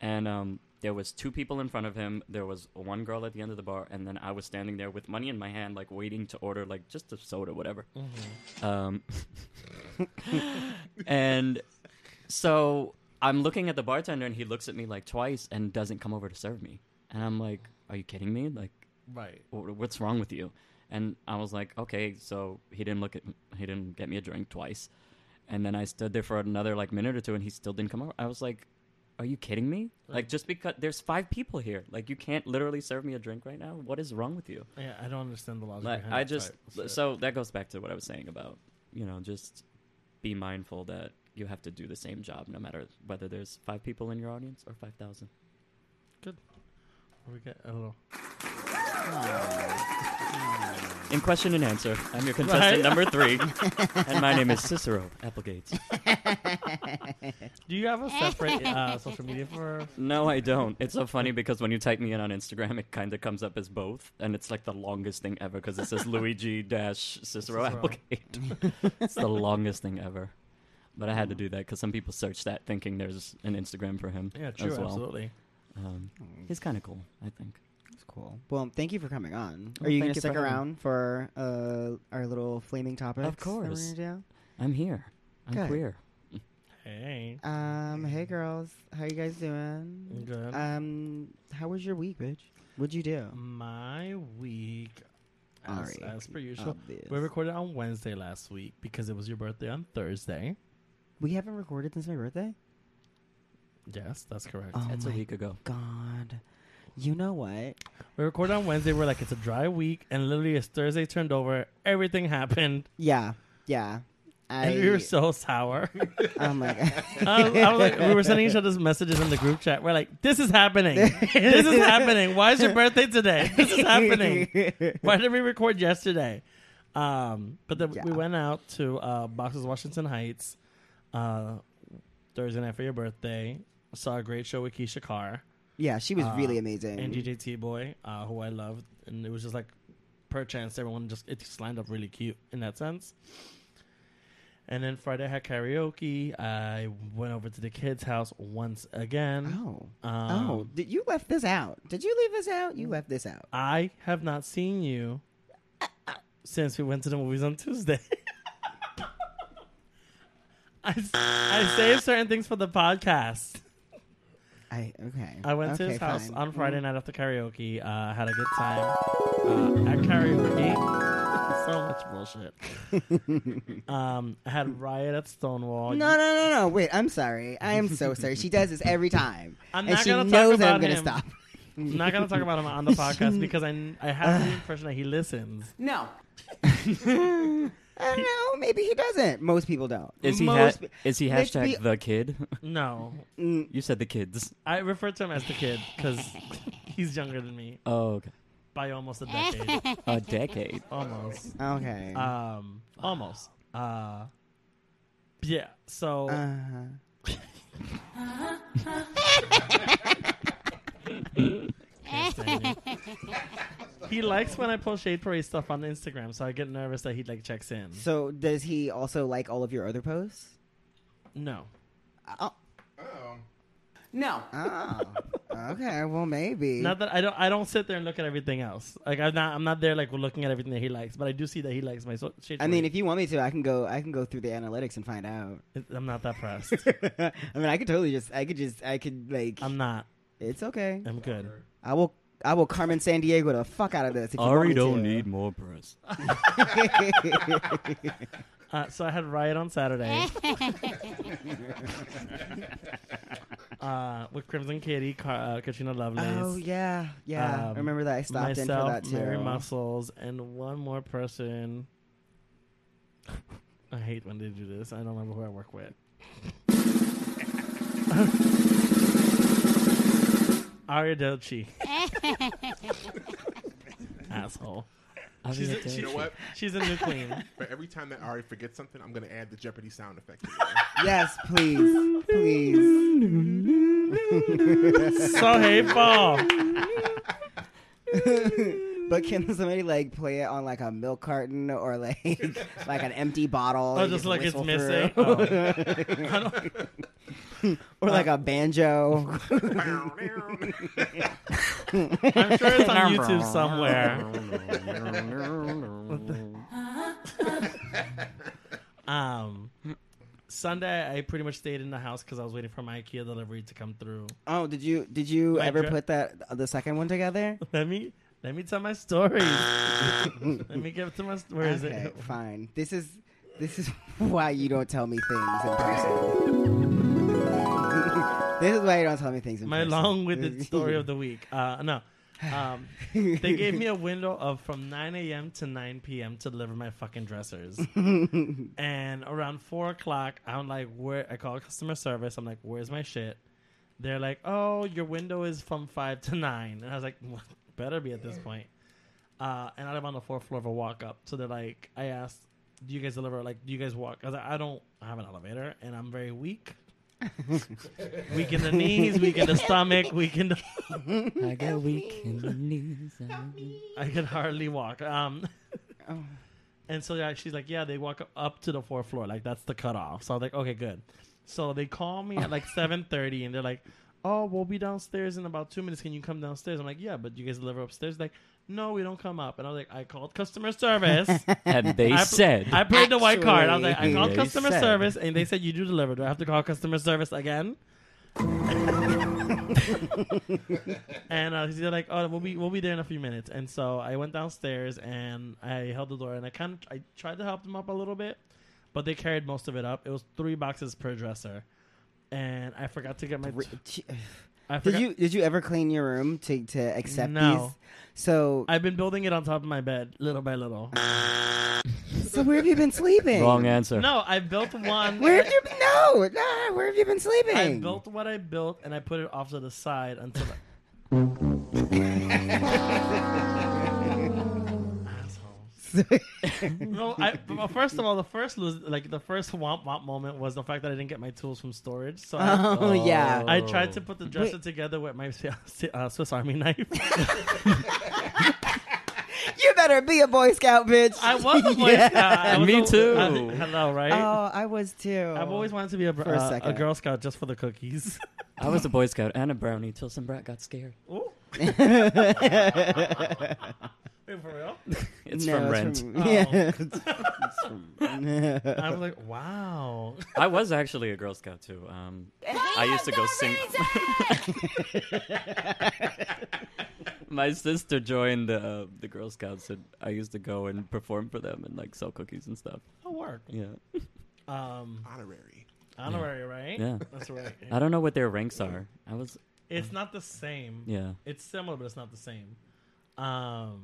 Speaker 1: and um, there was two people in front of him. There was one girl at the end of the bar, and then I was standing there with money in my hand, like waiting to order like just a soda, whatever. Um, [laughs] and so I'm looking at the bartender, and he looks at me like twice and doesn't come over to serve me. And I'm like, "Are you kidding me? Like,
Speaker 3: right.
Speaker 1: "Wh- what's wrong with you and i was like okay so he didn't look at he didn't get me a drink twice and then i stood there for another like minute or two and he still didn't come over i was like are you kidding me like just because there's five people here like you can't literally serve me a drink right now what is wrong with you
Speaker 3: Yeah, I don't understand the logic.
Speaker 1: like
Speaker 3: behind
Speaker 1: i
Speaker 3: that
Speaker 1: just
Speaker 3: type of shit.
Speaker 1: so that goes back to what i was saying about you know just be mindful that you have to do the same job no matter whether there's five people in your audience or 5000
Speaker 3: good. We get a little.
Speaker 1: In question and answer, I'm your contestant number [laughs] three, and my name is Cicero Applegate.
Speaker 3: Do you have a separate
Speaker 2: [laughs]
Speaker 3: uh, social media for?
Speaker 1: No, I don't. It's so funny because when you type me in on Instagram, it kind of comes up as both, and it's like the longest thing ever because it
Speaker 2: [laughs]
Speaker 1: says Luigi dash
Speaker 3: Cicero.
Speaker 1: Cicero Applegate. it's the longest thing ever. But I had
Speaker 2: Mm.
Speaker 1: to do that because some people search that thinking there's an Instagram for him
Speaker 3: Yeah, true,
Speaker 1: as well.
Speaker 3: absolutely.
Speaker 1: Um, he's kind of cool, I think.
Speaker 2: That's cool. Well, thank you for coming on.
Speaker 1: Oh,
Speaker 2: Are you gonna
Speaker 1: thank you
Speaker 2: stick
Speaker 1: for having
Speaker 2: around for uh, our little flaming topics?
Speaker 1: course.
Speaker 2: That we're gonna
Speaker 1: I'm here. I'm
Speaker 2: Good.
Speaker 1: queer.
Speaker 3: Hey,
Speaker 2: do? Um, hey girls, how you guys doing?
Speaker 3: good.
Speaker 2: Um, how was your week, bitch? What'd you do?
Speaker 3: My week, as,
Speaker 2: Ari,
Speaker 3: as per usual,
Speaker 2: obvious.
Speaker 3: we recorded on Wednesday last week because it was your birthday on Thursday.
Speaker 2: We haven't recorded since my birthday.
Speaker 3: Yes, that's correct.
Speaker 2: Oh
Speaker 1: That's a
Speaker 2: my
Speaker 1: week ago.
Speaker 2: god! You know what?
Speaker 3: We recorded on Wednesday. We're like, it's a dry week, and literally, as Thursday turned over, everything happened,
Speaker 2: Yeah, yeah. I,
Speaker 3: and we were so sour. [laughs]
Speaker 2: oh my god!
Speaker 3: Um, I was like, we were sending each other's messages in the group chat. We're like, this is happening. this
Speaker 2: [laughs]
Speaker 3: is happening. Why is your birthday today? This is happening. Why did we record yesterday? Um, but then
Speaker 2: Yeah.
Speaker 3: we went out to uh, Boxes Washington Heights uh, Thursday night for your birthday. Saw a great show with Keisha Carr
Speaker 2: Yeah, she was
Speaker 3: Uh,
Speaker 2: really amazing.
Speaker 3: and DJ T Boy, uh, who I loved, and it was just like per chance everyone just it just lined up really cute in that sense. And then Friday I had karaoke. I went over to the kids' house once again.
Speaker 2: oh.
Speaker 3: Um,
Speaker 2: Oh, did you left this out? Did you leave this out? You left this out.
Speaker 3: I have not seen you since we went to the movies on Tuesday. [laughs] I, s- I save certain things for the podcast.
Speaker 2: I okay.
Speaker 3: I went to
Speaker 2: Okay,
Speaker 3: his house
Speaker 2: fine.
Speaker 3: on Friday night after karaoke. Uh, had a good time uh, at karaoke. so much bullshit. um, I had riot at Stonewall.
Speaker 2: No, no, no, no. Wait, I'm sorry. I am so sorry. She does this every time,
Speaker 3: [laughs] I'm
Speaker 2: and
Speaker 3: not
Speaker 2: she
Speaker 3: gonna talk
Speaker 2: knows that
Speaker 3: about
Speaker 2: I'm gonna
Speaker 3: him. [laughs]
Speaker 2: stop.
Speaker 3: I'm not gonna talk about him on the podcast because I I have the impression that he listens.
Speaker 2: No. I don't know. Maybe he doesn't. Most people don't.
Speaker 1: Is he ha-
Speaker 2: Most pe-
Speaker 1: is he
Speaker 2: let's
Speaker 1: hashtag
Speaker 2: be-
Speaker 1: the kid? [laughs]
Speaker 3: No,
Speaker 1: you said the kids.
Speaker 3: I refer to him as the kid because [laughs] he's younger than me
Speaker 1: Oh, okay.
Speaker 3: by almost a decade.
Speaker 1: a decade.
Speaker 3: almost.
Speaker 2: Okay.
Speaker 3: Um, almost. Uh, yeah. So
Speaker 2: Uh-huh.
Speaker 3: he likes when I post Shade Parade stuff on Instagram, so I get nervous that he like checks in.
Speaker 2: So does he also like all of your other posts?
Speaker 3: No.
Speaker 2: Oh.
Speaker 4: Oh.
Speaker 2: No. Oh.
Speaker 3: [laughs]
Speaker 2: okay. Well, maybe.
Speaker 3: Not that I don't. I don't sit there and look at everything else. Like I'm not. I'm not there like looking at everything that he likes. But I do see that he likes my so- shade.
Speaker 2: I mean,
Speaker 3: Parade.
Speaker 2: if you want me to, I can go. I can go through the analytics and find out. [laughs]
Speaker 3: It- I'm not that pressed. [laughs]
Speaker 2: I mean, I could totally just. I could just. I could like.
Speaker 3: I'm not.
Speaker 2: it's okay.
Speaker 3: I'm good.
Speaker 2: I will. I will Carmen San Diego the fuck out of this. If you want
Speaker 1: Ari
Speaker 2: me
Speaker 1: don't
Speaker 2: to. uh,
Speaker 1: need more press.
Speaker 2: [laughs]
Speaker 3: Uh, so I had riot on Saturday.
Speaker 4: Oh.
Speaker 1: [laughs]
Speaker 3: uh, with Crimson Kitty, Car- uh, Katrina Lovelace.
Speaker 2: Oh yeah, yeah.
Speaker 3: Um,
Speaker 2: I remember that. I stopped
Speaker 3: myself,
Speaker 2: in for that too.
Speaker 3: Mary Muscles, and one more person. I hate when they do this. I don't remember who I work with. [laughs] Aria Delci. Asshole. She's a,
Speaker 4: You know
Speaker 3: she-
Speaker 4: what?
Speaker 3: she's a new queen.
Speaker 4: For every time that Ari forgets something, I'm gonna add the Jeopardy sound effect. to
Speaker 2: Yes, please,
Speaker 3: [laughs]
Speaker 2: please. [laughs]
Speaker 3: so hateful.
Speaker 2: but can somebody like play it on like a milk carton or like [laughs] like an empty bottle?
Speaker 3: Oh,
Speaker 2: and
Speaker 3: just like it's
Speaker 2: whistle through?
Speaker 3: missing. Oh.
Speaker 2: [laughs] or like
Speaker 3: [laughs]
Speaker 2: a banjo.
Speaker 4: it.
Speaker 2: [laughs]
Speaker 3: I'm sure it's on [laughs] YouTube somewhere. [laughs] Um, Sunday, I pretty much stayed in the house because I was waiting for my IKEA delivery to come through.
Speaker 2: Oh, did you did you
Speaker 3: Like
Speaker 2: ever
Speaker 3: dra-
Speaker 2: put that the second one together?
Speaker 3: Let me let me tell my story. [laughs] let me get to my st- where is [laughs]
Speaker 2: okay,
Speaker 3: it?
Speaker 2: fine. This is this is [laughs] why you don't tell me things in person. [laughs] this is why you don't tell me things in
Speaker 3: My
Speaker 2: person. [laughs]
Speaker 3: long-winded story of the week. Uh, no, um, they gave me a window of from 9 a.m. to 9 p.m. to deliver my fucking dressers. and around four o'clock, I'm like, where? I call customer service. I'm like, where's my shit? They're like, oh, your window is from five to nine. And I was like, what? better be at this point. Uh, and I live on the fourth floor of a walk up. So they're like, I asked, do you guys deliver? Like, do you guys walk? I was like, I don't have an elevator and I'm very weak. weak in the knees, weak in the stomach, weak in the.
Speaker 1: I got weak in the knees.
Speaker 3: I could hardly walk. Um,
Speaker 2: Oh.
Speaker 3: and so yeah, she's like, yeah, they walk up- up to the fourth floor, like that's the cutoff. So I was like, okay, good. So they call me at like seven thirty, and they're like, oh, we'll be downstairs in about two minutes. Can you come downstairs? I'm like, yeah, but you guys deliver upstairs. Like, no, we don't come up. And I was like, I called customer service.
Speaker 1: And they
Speaker 3: I pl-
Speaker 1: said,
Speaker 3: I played the white card. I was like, I
Speaker 2: Actually,
Speaker 3: called
Speaker 1: they
Speaker 3: customer
Speaker 1: said.
Speaker 3: service, and they said you do deliver. Do I have to call customer service
Speaker 1: [laughs]
Speaker 3: again? and uh, they're like, "Oh, we'll be we'll be there in a few minutes." And so I went downstairs and I held the door and I kind of I tried to help them up a little bit, but they carried most of it up. It was three boxes per dresser, and I forgot to get my.
Speaker 2: Re-
Speaker 3: t-
Speaker 2: gee-
Speaker 3: I
Speaker 2: [sighs] Did
Speaker 3: forgot.
Speaker 2: you did you ever clean your room to to accept
Speaker 3: No.
Speaker 2: these? So
Speaker 3: I've been building it on top of my bed, little by
Speaker 1: [laughs]
Speaker 3: little.
Speaker 2: so where have you been sleeping?
Speaker 1: wrong answer.
Speaker 3: no, I built one.
Speaker 2: [laughs] Where have you been? No, nah, where have you been sleeping?
Speaker 3: I built what I built and I put it off to the side until. [laughs] The- Assholes. No, I, well, first of all, the first lose, like the first womp womp moment was the fact that I didn't get my tools from storage. So I,
Speaker 2: [laughs] oh yeah.
Speaker 3: I tried to put the dresser
Speaker 2: Wait.
Speaker 3: together with my [laughs] uh, Swiss Army knife.
Speaker 2: You better be a Boy Scout, bitch.
Speaker 3: [laughs] I was a boy
Speaker 2: [laughs] Yeah.
Speaker 3: scout. I was
Speaker 1: Me
Speaker 3: a-
Speaker 1: too.
Speaker 3: I think- hello, right?
Speaker 2: Oh, I was too.
Speaker 3: I've always
Speaker 2: [laughs]
Speaker 3: wanted [laughs] to be a, br-
Speaker 2: For a
Speaker 3: uh, a,
Speaker 2: second.
Speaker 3: Girl Scout just for the cookies.
Speaker 1: I was a Boy Scout and a brownie till some brat got scared.
Speaker 3: [laughs] Ooh. Wait, for [laughs] real?
Speaker 1: It's
Speaker 2: No,
Speaker 1: from Rent.
Speaker 2: From, [laughs] Yeah.
Speaker 3: Oh.
Speaker 2: It's from-
Speaker 3: I was like, wow. [laughs]
Speaker 1: I was actually a Girl Scout too. Um, I used to go sing. [laughs] My sister joined the uh, the Girl Scouts, and I used to go and perform for them and like sell cookies and stuff.
Speaker 3: It'll work.
Speaker 1: Yeah,
Speaker 3: Um,
Speaker 4: Honorary.
Speaker 3: honorary, right?
Speaker 1: yeah.
Speaker 3: That's right.
Speaker 1: I don't know what their ranks are. I was
Speaker 3: It's not the same.
Speaker 1: yeah.
Speaker 3: It's similar, but it's not the same. Um,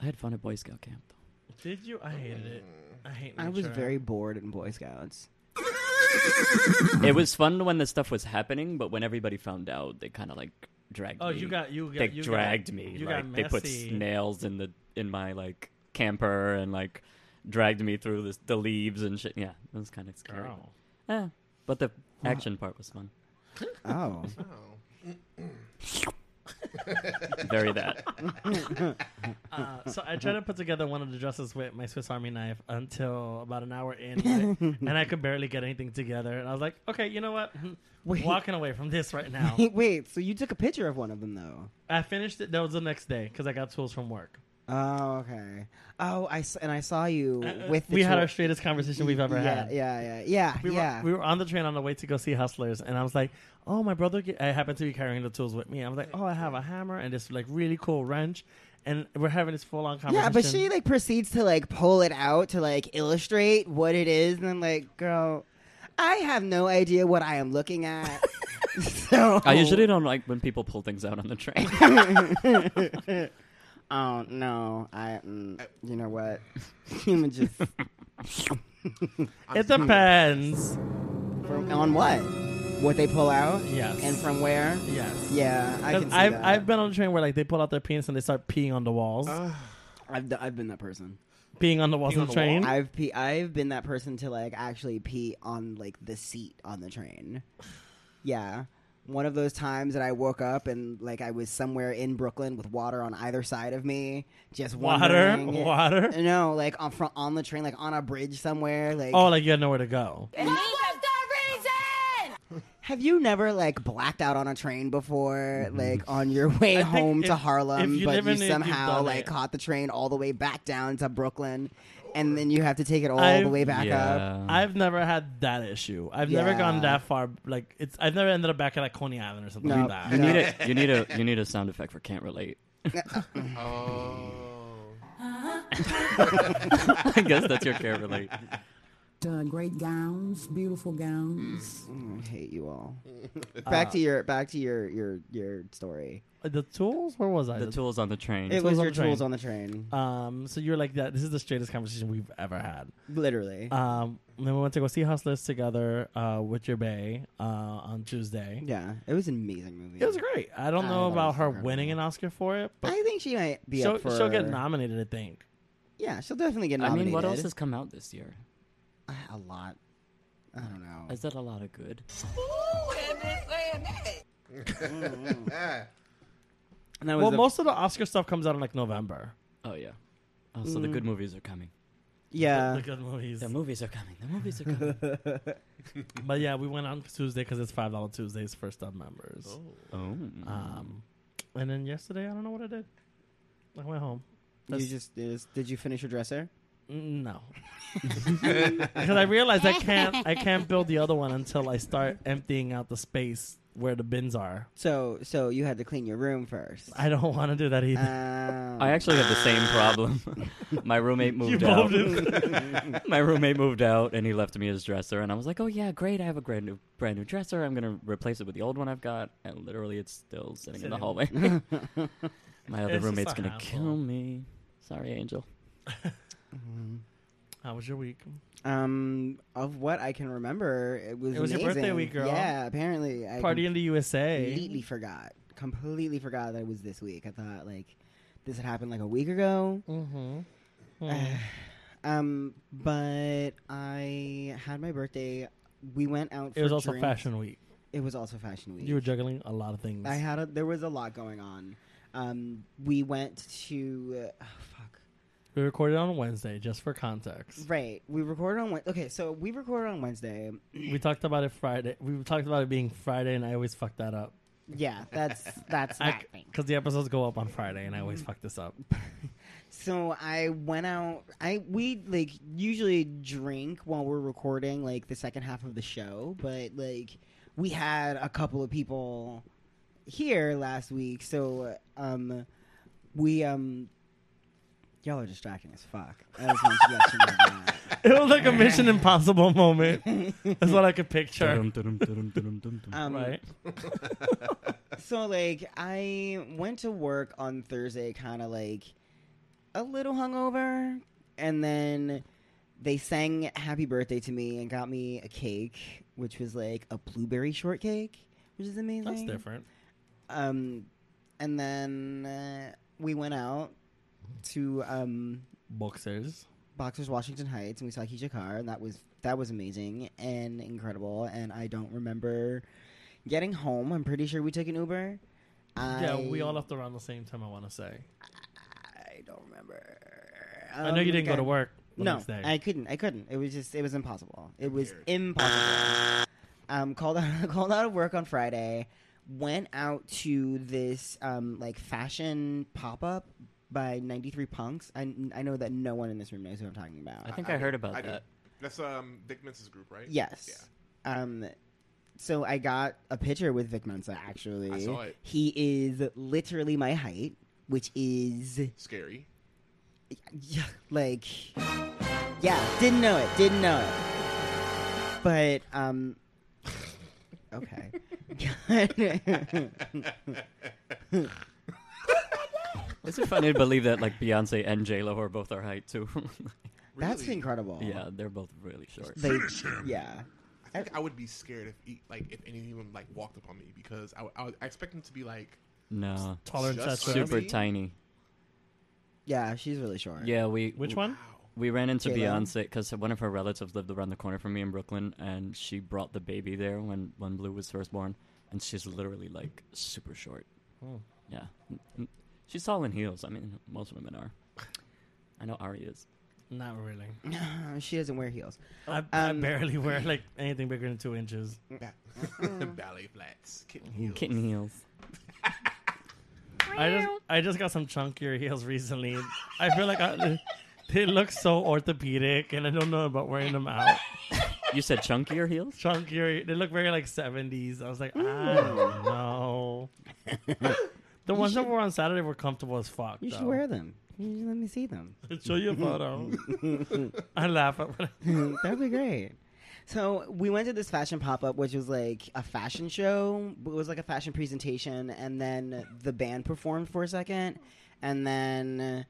Speaker 1: I had fun at Boy Scout camp. though.
Speaker 3: did you? I hated it. I hate.
Speaker 2: I was
Speaker 3: nature.
Speaker 2: very bored in Boy Scouts. Mm-hmm.
Speaker 1: It was fun when the stuff was happening, but when everybody found out, they kind of like dragged.
Speaker 3: Oh,
Speaker 1: me.
Speaker 3: you got you got
Speaker 1: They
Speaker 3: you got-
Speaker 1: dragged me.
Speaker 3: You
Speaker 1: like
Speaker 3: got
Speaker 1: they put
Speaker 3: messy.
Speaker 1: snails in the in my like camper and like dragged me through this, the leaves and shit. Yeah, it was kind of scary.
Speaker 3: Girl.
Speaker 1: Yeah, but the action part was fun.
Speaker 2: Oh.
Speaker 4: Oh.
Speaker 1: Very that.
Speaker 3: [laughs] Uh, so I tried to put together one of the dresses with my Swiss Army knife until about an hour in,
Speaker 2: [laughs]
Speaker 3: and I could barely get anything together. And I was like, okay, you know what?
Speaker 2: [laughs] Wait. [laughs]
Speaker 3: Walking away from this right now.
Speaker 2: Wait, so you took a picture of one of them though?
Speaker 3: I finished it. That was the next day because I got tools from work.
Speaker 2: Oh, okay. Oh, I s- and I saw you
Speaker 1: Uh,
Speaker 2: with the
Speaker 3: we had
Speaker 2: tool-
Speaker 3: our straightest conversation we've ever
Speaker 2: [laughs] yeah,
Speaker 3: had.
Speaker 2: Yeah, yeah, yeah,
Speaker 3: We were,
Speaker 2: yeah.
Speaker 3: we were on the train on the way to go see Hustlers, and I was like, "Oh, my brother! ge- I happened to be carrying the tools with me. I was like, "Oh, I have a hammer and this like really cool wrench," and we're having this full on conversation.
Speaker 2: yeah, but she like proceeds to like pull it out to like illustrate what it is, and I'm like, girl, I have no idea what I am
Speaker 3: [laughs]
Speaker 2: looking at. [laughs] so
Speaker 1: I usually don't like when people pull things out on the train.
Speaker 3: [laughs]
Speaker 2: [laughs] Oh no, I. Mm, you know what? [laughs] Human just
Speaker 3: it depends.
Speaker 2: from, on what? What they pull out?
Speaker 3: Yes.
Speaker 2: And from where?
Speaker 3: Yes.
Speaker 2: Yeah, I
Speaker 3: 'Cause
Speaker 2: can see
Speaker 3: I've
Speaker 2: that.
Speaker 3: I've been on a train where like they pull out their penis and they start peeing on the walls,
Speaker 2: Oh.
Speaker 4: Uh,
Speaker 2: I've, d- I've been that person.
Speaker 3: peeing on the walls
Speaker 4: peeing
Speaker 3: on
Speaker 4: on
Speaker 3: the
Speaker 4: the
Speaker 3: train.
Speaker 2: I've pe- I've been that person to like actually pee on like the seat on the train. Yeah. One of those times that I woke up and like I was somewhere in Brooklyn with water on either side of me, just
Speaker 3: water,
Speaker 2: wondering-
Speaker 3: water.
Speaker 2: No, like on fro- on the train, like on a bridge somewhere. Like,
Speaker 3: Oh, like you had nowhere to go.
Speaker 2: have you never like blacked out on a train before, like on your way
Speaker 3: Mm-hmm. I think
Speaker 2: home to
Speaker 3: if-
Speaker 2: Harlem,
Speaker 3: if you
Speaker 2: but
Speaker 3: live
Speaker 2: you
Speaker 3: in it, you've
Speaker 2: somehow
Speaker 3: done
Speaker 2: like
Speaker 3: it.
Speaker 2: caught the train all the way back down to Brooklyn, and then you have to take it all
Speaker 3: I've-
Speaker 2: the way back up.
Speaker 3: I've never had that issue. I've never
Speaker 2: Yeah.
Speaker 3: gone that far. Like it's, I've never ended up back at like Coney Island or something
Speaker 2: No.
Speaker 3: like that.
Speaker 1: you need a you need a you need a sound effect for can't relate. [laughs]
Speaker 2: [laughs]
Speaker 4: Oh.
Speaker 1: I guess that's your can't
Speaker 2: [laughs]
Speaker 1: relate.
Speaker 5: uh, great gowns, beautiful gowns.
Speaker 2: I hate you all.
Speaker 3: Uh,
Speaker 2: back to your back to your your your story.
Speaker 3: The tools? Where was I?
Speaker 1: The tools on the train.
Speaker 2: It
Speaker 3: tools
Speaker 2: was
Speaker 3: on
Speaker 2: your
Speaker 3: the train.
Speaker 2: tools on the train,
Speaker 3: Um, so you're like that. This is the straightest conversation we've ever had.
Speaker 2: literally.
Speaker 3: Um, and then we went to go see Hustlers together uh, with your bay uh, on Tuesday.
Speaker 2: yeah, it was an amazing movie.
Speaker 3: It was great. I don't
Speaker 2: I
Speaker 3: know
Speaker 2: thought it
Speaker 3: about
Speaker 2: was
Speaker 3: her
Speaker 2: incredible.
Speaker 3: winning an Oscar for it, but
Speaker 2: I think she might be
Speaker 3: she'll,
Speaker 2: up for.
Speaker 3: she'll get nominated. I think.
Speaker 2: Yeah, she'll definitely get
Speaker 1: I
Speaker 2: nominated. Ah,
Speaker 1: mean, what else has come out this year?
Speaker 2: a lot? I don't know.
Speaker 1: Is that a lot of good?
Speaker 4: Ah.
Speaker 2: And that was
Speaker 3: Well,
Speaker 2: the-
Speaker 3: most of the Oscar stuff comes out in like November.
Speaker 1: Oh yeah. Oh, so the good movies are coming.
Speaker 2: yeah.
Speaker 3: the good movies.
Speaker 1: The movies are coming. The movies are coming.
Speaker 3: But yeah, we went on Tuesday because it's five dollar Tuesdays for sub members.
Speaker 1: oh.
Speaker 3: Um, and then yesterday, I don't know what I did. I went home.
Speaker 2: you
Speaker 3: That's-
Speaker 2: just is, did you finish your dresser?
Speaker 3: Mm, No, because I realized I can't. I can't build the other one until I start emptying out the space where the bins are.
Speaker 2: So so you had to clean your room first.
Speaker 3: I don't want to do that either.
Speaker 2: Um,
Speaker 1: [laughs] [laughs] I actually had the same problem. [laughs] My roommate moved out. [laughs] My roommate moved out, and he left me his dresser. And I was like, "Oh yeah, great! I have a brand new, brand new dresser. I'm gonna replace it with the old one I've got." And literally, it's still sitting in the
Speaker 3: Sitting.
Speaker 1: hallway. [laughs] My
Speaker 3: It's
Speaker 1: other
Speaker 3: just
Speaker 1: roommate's
Speaker 3: a
Speaker 1: gonna
Speaker 3: hassle.
Speaker 1: kill me. Sorry, Angel.
Speaker 3: How was your week?
Speaker 2: [laughs] um of what I can remember, it was
Speaker 3: It was your birthday
Speaker 2: amazing.
Speaker 3: week, girl.
Speaker 2: Yeah, apparently I
Speaker 3: Party in the USA.
Speaker 2: completely forgot. Completely forgot that it was this week. I thought like this had happened like a week ago.
Speaker 3: Mm-hmm.
Speaker 2: [sighs] Uh, Um, but I had my birthday. We went out. For
Speaker 3: It was also
Speaker 2: drinks.
Speaker 3: Fashion Week.
Speaker 2: It was also fashion week.
Speaker 3: You were juggling a lot of things.
Speaker 2: I had a, there was a lot going on. Um, we went to uh, oh, fuck.
Speaker 3: we recorded on Wednesday, just for context.
Speaker 2: Right, we recorded on Wed- okay. So we recorded on Wednesday.
Speaker 3: We talked about it Friday. We talked about it being Friday, and I always fuck that up
Speaker 2: Yeah, that's that's that thing.
Speaker 3: because the episodes go up on Friday, and I always fuck this
Speaker 2: [laughs]
Speaker 3: up. [laughs]
Speaker 2: So I went out. I we like usually drink while we're recording like the second half of the show, but like we had a couple of people here last week, so um we um y'all are distracting as fuck. I just wanted to let you know that.
Speaker 3: It was like a Mission Impossible
Speaker 2: [laughs]
Speaker 3: moment. That's what I could picture.
Speaker 2: Um,
Speaker 3: Right?
Speaker 2: So like I went to work on Thursday kind of like a little hungover and then they sang happy birthday to me and got me a cake which was like a blueberry shortcake which is amazing.
Speaker 3: That's different.
Speaker 2: Um and then uh, we went out to um
Speaker 3: Boxers.
Speaker 2: Boxers Washington Heights and we saw Keisha Carr and that was that was amazing and incredible and I don't remember getting home. I'm pretty sure we took an Uber.
Speaker 3: Yeah,
Speaker 2: I-
Speaker 3: we all left around the same time. I want to say.
Speaker 2: I don't remember. Um,
Speaker 3: I know you didn't go to work. The
Speaker 2: No,
Speaker 3: next day.
Speaker 2: I couldn't. I couldn't. It was just. It was impossible. It was
Speaker 4: Weird.
Speaker 2: impossible. um, called out. [laughs] Called out of work on Friday. Went out to this um like fashion pop up by 93 Punks. I I know that no one in this room knows who I'm talking about.
Speaker 1: I think I, heard about
Speaker 4: I do.
Speaker 1: that.
Speaker 4: That's um Dick Mintz's group, right?
Speaker 2: Yes.
Speaker 4: Yeah.
Speaker 2: Um, so I got a picture with Vic Mensa. Actually,
Speaker 4: I saw it.
Speaker 2: He is literally my height, which is
Speaker 4: Scary.
Speaker 2: yeah, like yeah didn't know it didn't know it but um [laughs] okay [laughs]
Speaker 1: Is it funny to believe that [laughs] like Beyonce and J Lo are both our height too? [laughs]
Speaker 2: that's
Speaker 4: Really?
Speaker 2: incredible
Speaker 1: yeah, they're both really short.
Speaker 2: they yeah
Speaker 4: I think I would be scared if he, like if anyone like walked up on me because I, would- I, would- I expect him to be like
Speaker 1: No,
Speaker 3: Taller and
Speaker 4: Just
Speaker 3: faster.
Speaker 1: super
Speaker 4: Me?
Speaker 1: tiny.
Speaker 2: yeah she's really short
Speaker 1: Yeah, we
Speaker 3: Which one?
Speaker 1: We ran into
Speaker 2: J-Lo?
Speaker 1: Beyonce because one of her relatives lived around the corner from me in Brooklyn, and she brought the baby there when when Blue was first born, and she's literally like super short.
Speaker 3: Oh.
Speaker 1: Yeah, Mm, mm. she's tall in heels. I mean, most women are. I know Ari is.
Speaker 3: Not really.
Speaker 2: Uh, she doesn't wear heels
Speaker 3: I, I
Speaker 2: Um,
Speaker 3: barely wear like anything bigger than two inches.
Speaker 2: Mm.
Speaker 4: ba- [laughs] ballet flats, kitten
Speaker 1: Ooh,
Speaker 4: heels.
Speaker 1: Kitten heels.
Speaker 3: I just I just got some chunkier heels recently. I feel like I, [laughs] they look so orthopedic, and I don't know about wearing them out.
Speaker 1: You said chunkier heels.
Speaker 3: Chunkier, they look very like seventies. I was like, I don't
Speaker 2: [laughs]
Speaker 3: know. the ones that were on Saturday were comfortable as fuck.
Speaker 2: you should
Speaker 3: though.
Speaker 2: wear them you should let me see them [laughs]
Speaker 3: [laughs] Show you a photo. I laugh at what I,
Speaker 2: that'd be great so we went to this fashion pop-up which was like a fashion show but it was like a fashion presentation and then the band performed for a second and then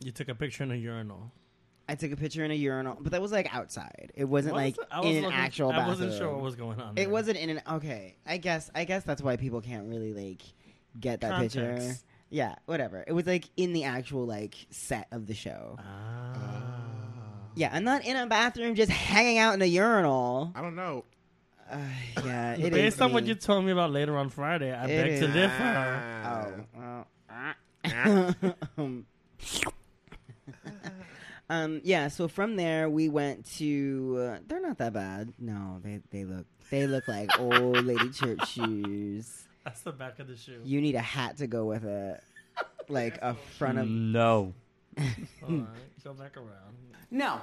Speaker 3: you took a picture in a urinal.
Speaker 2: I took a picture in a urinal, but that was like outside. It wasn't
Speaker 3: What
Speaker 2: like
Speaker 3: was- I was
Speaker 2: in an
Speaker 3: looking-
Speaker 2: actual bathroom.
Speaker 3: I wasn't sure what was going on.
Speaker 2: It
Speaker 3: there.
Speaker 2: wasn't in an okay. I guess I guess that's why people can't really like get that picture.
Speaker 3: Context.
Speaker 2: Yeah, whatever. It was like in the actual like set of the
Speaker 3: Oh.
Speaker 2: show.
Speaker 4: Uh,
Speaker 3: Ah.
Speaker 2: Yeah, I'm not in a bathroom just hanging out in
Speaker 3: [sighs]
Speaker 2: a urinal.
Speaker 4: I don't know.
Speaker 2: Uh, yeah, it is
Speaker 3: Based on what
Speaker 2: me.
Speaker 3: you told me about later on Friday, I
Speaker 2: It
Speaker 3: beg
Speaker 2: is.
Speaker 3: to differ.
Speaker 4: Uh,
Speaker 2: Oh. well, um, [laughs] um, yeah. So from there, we went to. Uh, they're not that bad. No, they they look they look like old lady church shoes.
Speaker 3: That's the back of the shoe.
Speaker 2: You need a hat to go with it, like a front
Speaker 1: Mm.
Speaker 2: of.
Speaker 1: No.
Speaker 3: All right, go back around.
Speaker 2: No.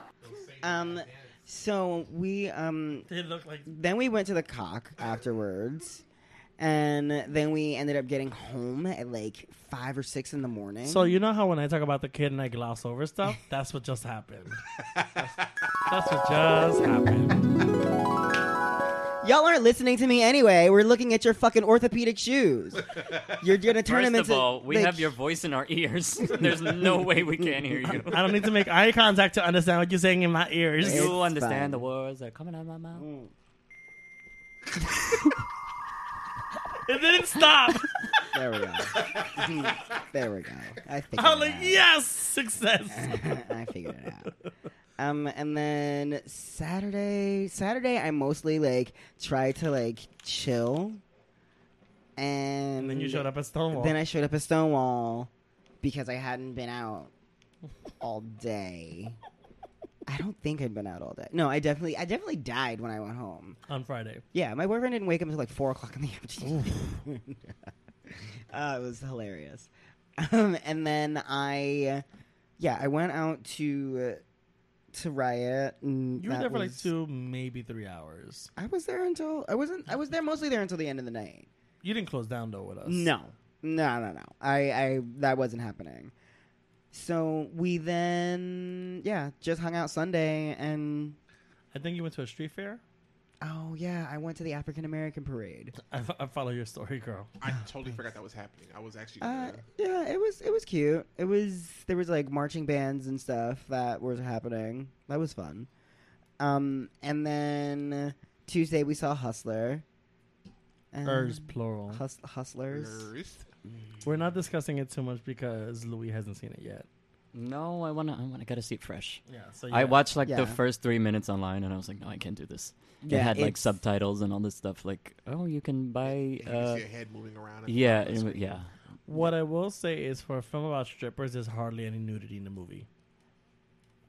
Speaker 2: Um. So we um
Speaker 3: They look like
Speaker 2: then we went to the cock afterwards. And then we ended up getting home at like five or six in the morning.
Speaker 3: So you know how when I talk about the kid and I gloss over [laughs] stuff, that's what just
Speaker 2: [laughs]
Speaker 3: happened. That's, that's what just happened.
Speaker 2: Y'all aren't listening to me anyway. We're looking at your fucking orthopedic shoes.
Speaker 3: [laughs]
Speaker 2: You're gonna turn
Speaker 1: First
Speaker 2: them
Speaker 1: of
Speaker 2: into.
Speaker 1: all, we
Speaker 2: like,
Speaker 1: have your voice in our [laughs] ears. There's no way we can hear you.
Speaker 3: I don't need to make eye contact to understand what you're saying in my ears.
Speaker 2: It's
Speaker 1: [laughs] You understand
Speaker 2: fine.
Speaker 1: the words that are coming out of my mouth.
Speaker 3: It didn't stop.
Speaker 2: There
Speaker 1: [laughs]
Speaker 2: we go. there we go. I figured
Speaker 3: I'm
Speaker 2: it
Speaker 3: like,
Speaker 2: out.
Speaker 3: yes, success.
Speaker 2: [laughs] I figured it out. Um, and then Saturday, Saturday, I mostly like try to like chill. And,
Speaker 3: And then you showed up at Stonewall.
Speaker 2: Then I showed up at Stonewall because I hadn't been out all day. I don't think I'd been out all day. No, I definitely, I definitely died when I went home.
Speaker 3: on Friday.
Speaker 2: Yeah, my boyfriend didn't wake up until like four o'clock in the [laughs] afternoon. [laughs] uh, it was hilarious. Um, and then I, yeah, I went out to uh, to riot. And
Speaker 3: You were
Speaker 2: that
Speaker 3: there for like
Speaker 2: was-
Speaker 3: two, maybe three hours.
Speaker 2: I was there until I wasn't. I was there mostly there until the end of the night.
Speaker 3: You didn't close down though with us.
Speaker 2: No, no, no, no. I, I that wasn't happening. So we then, yeah, just hung out Sunday and.
Speaker 3: I think you went to a street fair.
Speaker 2: Oh yeah, I went to the African American parade.
Speaker 3: I, fo- I follow your story, girl.
Speaker 4: I totally forgot that was happening. I was actually.
Speaker 2: Uh,
Speaker 4: there.
Speaker 2: yeah, it was it was cute. It was there was like marching bands and stuff that was happening. That was fun. Um, and then Tuesday we saw Hustler. And
Speaker 3: Ers plural.
Speaker 2: Hus- Hustlers.
Speaker 4: First.
Speaker 3: We're not discussing it too much because Louis hasn't seen it yet.
Speaker 1: No, I wanna. I wanna. Gotta see it fresh.
Speaker 3: Yeah. So
Speaker 1: I watched like
Speaker 2: Yeah.
Speaker 1: the first three minutes online, and I was like, no, I can't do this.
Speaker 2: Yeah,
Speaker 1: it had like
Speaker 2: it's-
Speaker 1: subtitles and all this stuff. Like, oh, you can buy.
Speaker 4: You
Speaker 1: Uh,
Speaker 4: see a head moving around.
Speaker 1: yeah,
Speaker 4: It's-
Speaker 1: it- yeah.
Speaker 3: What I will say is, for a film about strippers, there's hardly any nudity in the movie.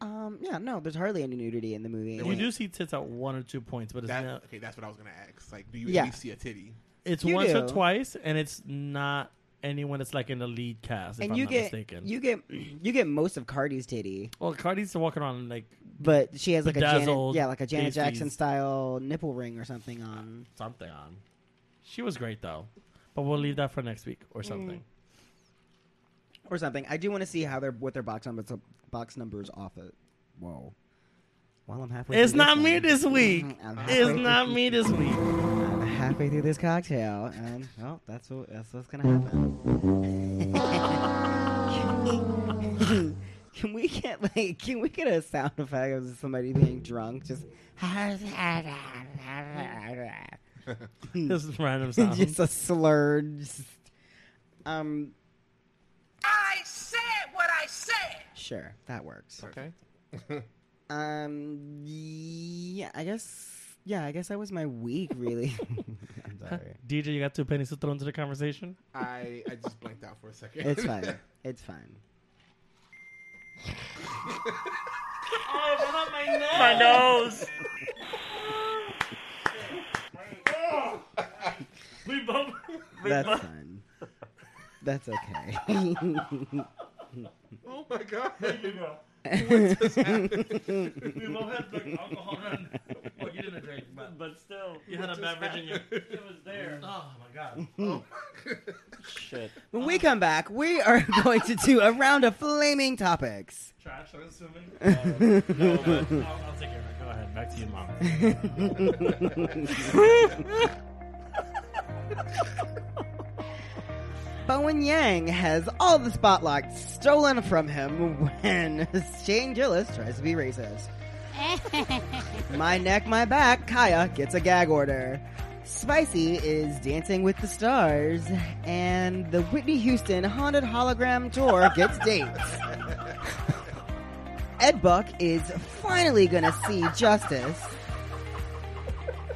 Speaker 2: Um, yeah, no, there's hardly any nudity in the movie.
Speaker 3: You do see tits at one or two points, but it's
Speaker 4: That,
Speaker 3: not,
Speaker 4: okay, that's what I was gonna ask. Like, do you
Speaker 2: Yeah.
Speaker 4: at least see a titty?
Speaker 3: it's
Speaker 2: You
Speaker 3: once or
Speaker 2: do.
Speaker 3: twice, and it's not anyone that's like in the lead cast. If
Speaker 2: and
Speaker 3: I'm
Speaker 2: you
Speaker 3: not
Speaker 2: get
Speaker 3: mistaken.
Speaker 2: you get [clears throat] you get most of Cardi's titty,
Speaker 3: well, Cardi's walking around like
Speaker 2: but she has like a Janet,
Speaker 3: Bedazzled
Speaker 2: yeah, like a Janet
Speaker 3: pasties.
Speaker 2: Jackson style nipple ring or something on.
Speaker 3: something on. She was great though, but we'll leave that for next week or something.
Speaker 2: or something. I do want to see how their what their box numbers box numbers off it. Whoa. Well, I'm halfway.
Speaker 3: It's
Speaker 2: through
Speaker 3: not
Speaker 2: one.
Speaker 3: me this week.
Speaker 2: [laughs] I'm halfway
Speaker 3: It's
Speaker 2: through-
Speaker 3: not me this week.
Speaker 2: I'm halfway through this cocktail, and well, that's what that's what's gonna happen. [laughs] can we [laughs] get like can we get a sound effect of somebody being drunk? Just [laughs]
Speaker 3: This is random sound.
Speaker 2: [laughs] just a slur. just- Um,
Speaker 6: I said what I said.
Speaker 2: sure, that works.
Speaker 4: Okay.
Speaker 2: [laughs] Um. Yeah, I guess. Yeah, I guess that was my week. Really. I'm sorry.
Speaker 3: DJ, you got two pennies to throw into the conversation.
Speaker 4: I I just blanked out for a second.
Speaker 2: It's fine. It's fine.
Speaker 3: My nose. [laughs] we both.
Speaker 2: That's fine. That's okay.
Speaker 4: [laughs]
Speaker 2: [laughs]
Speaker 4: oh my god.
Speaker 3: We both had like, alcohol run. Well, you didn't drink, but, but still, you had a beverage in your. [laughs] It was there. Oh my god!
Speaker 1: Shit.
Speaker 2: when we come back, we are [laughs] going to do a round of flaming topics.
Speaker 3: Trash, I'm assuming. Uh, [laughs] no, but I'll, I'll take care of it. Go ahead, back to you, mom.
Speaker 2: Bowen Yang has all the spotlight stolen from him when [laughs] Shane Gillis tries to be racist. my neck, my back, Kaya gets a gag order. Spicy is dancing with the stars, and the Whitney Houston haunted hologram tour gets dates. Ed Buck is finally gonna see justice.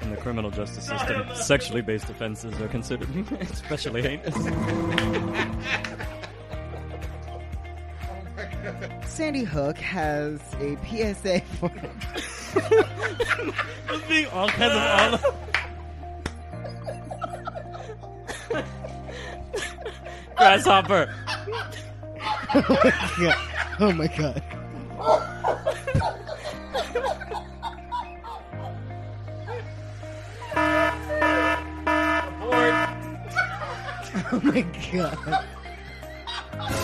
Speaker 1: In the criminal justice system, sexually based offenses are considered [laughs] especially heinous.
Speaker 2: Sandy Hook has a PSA for
Speaker 3: Just [laughs] being all kinds of all.
Speaker 1: Grasshopper.
Speaker 2: Oh my god. oh my god. Oh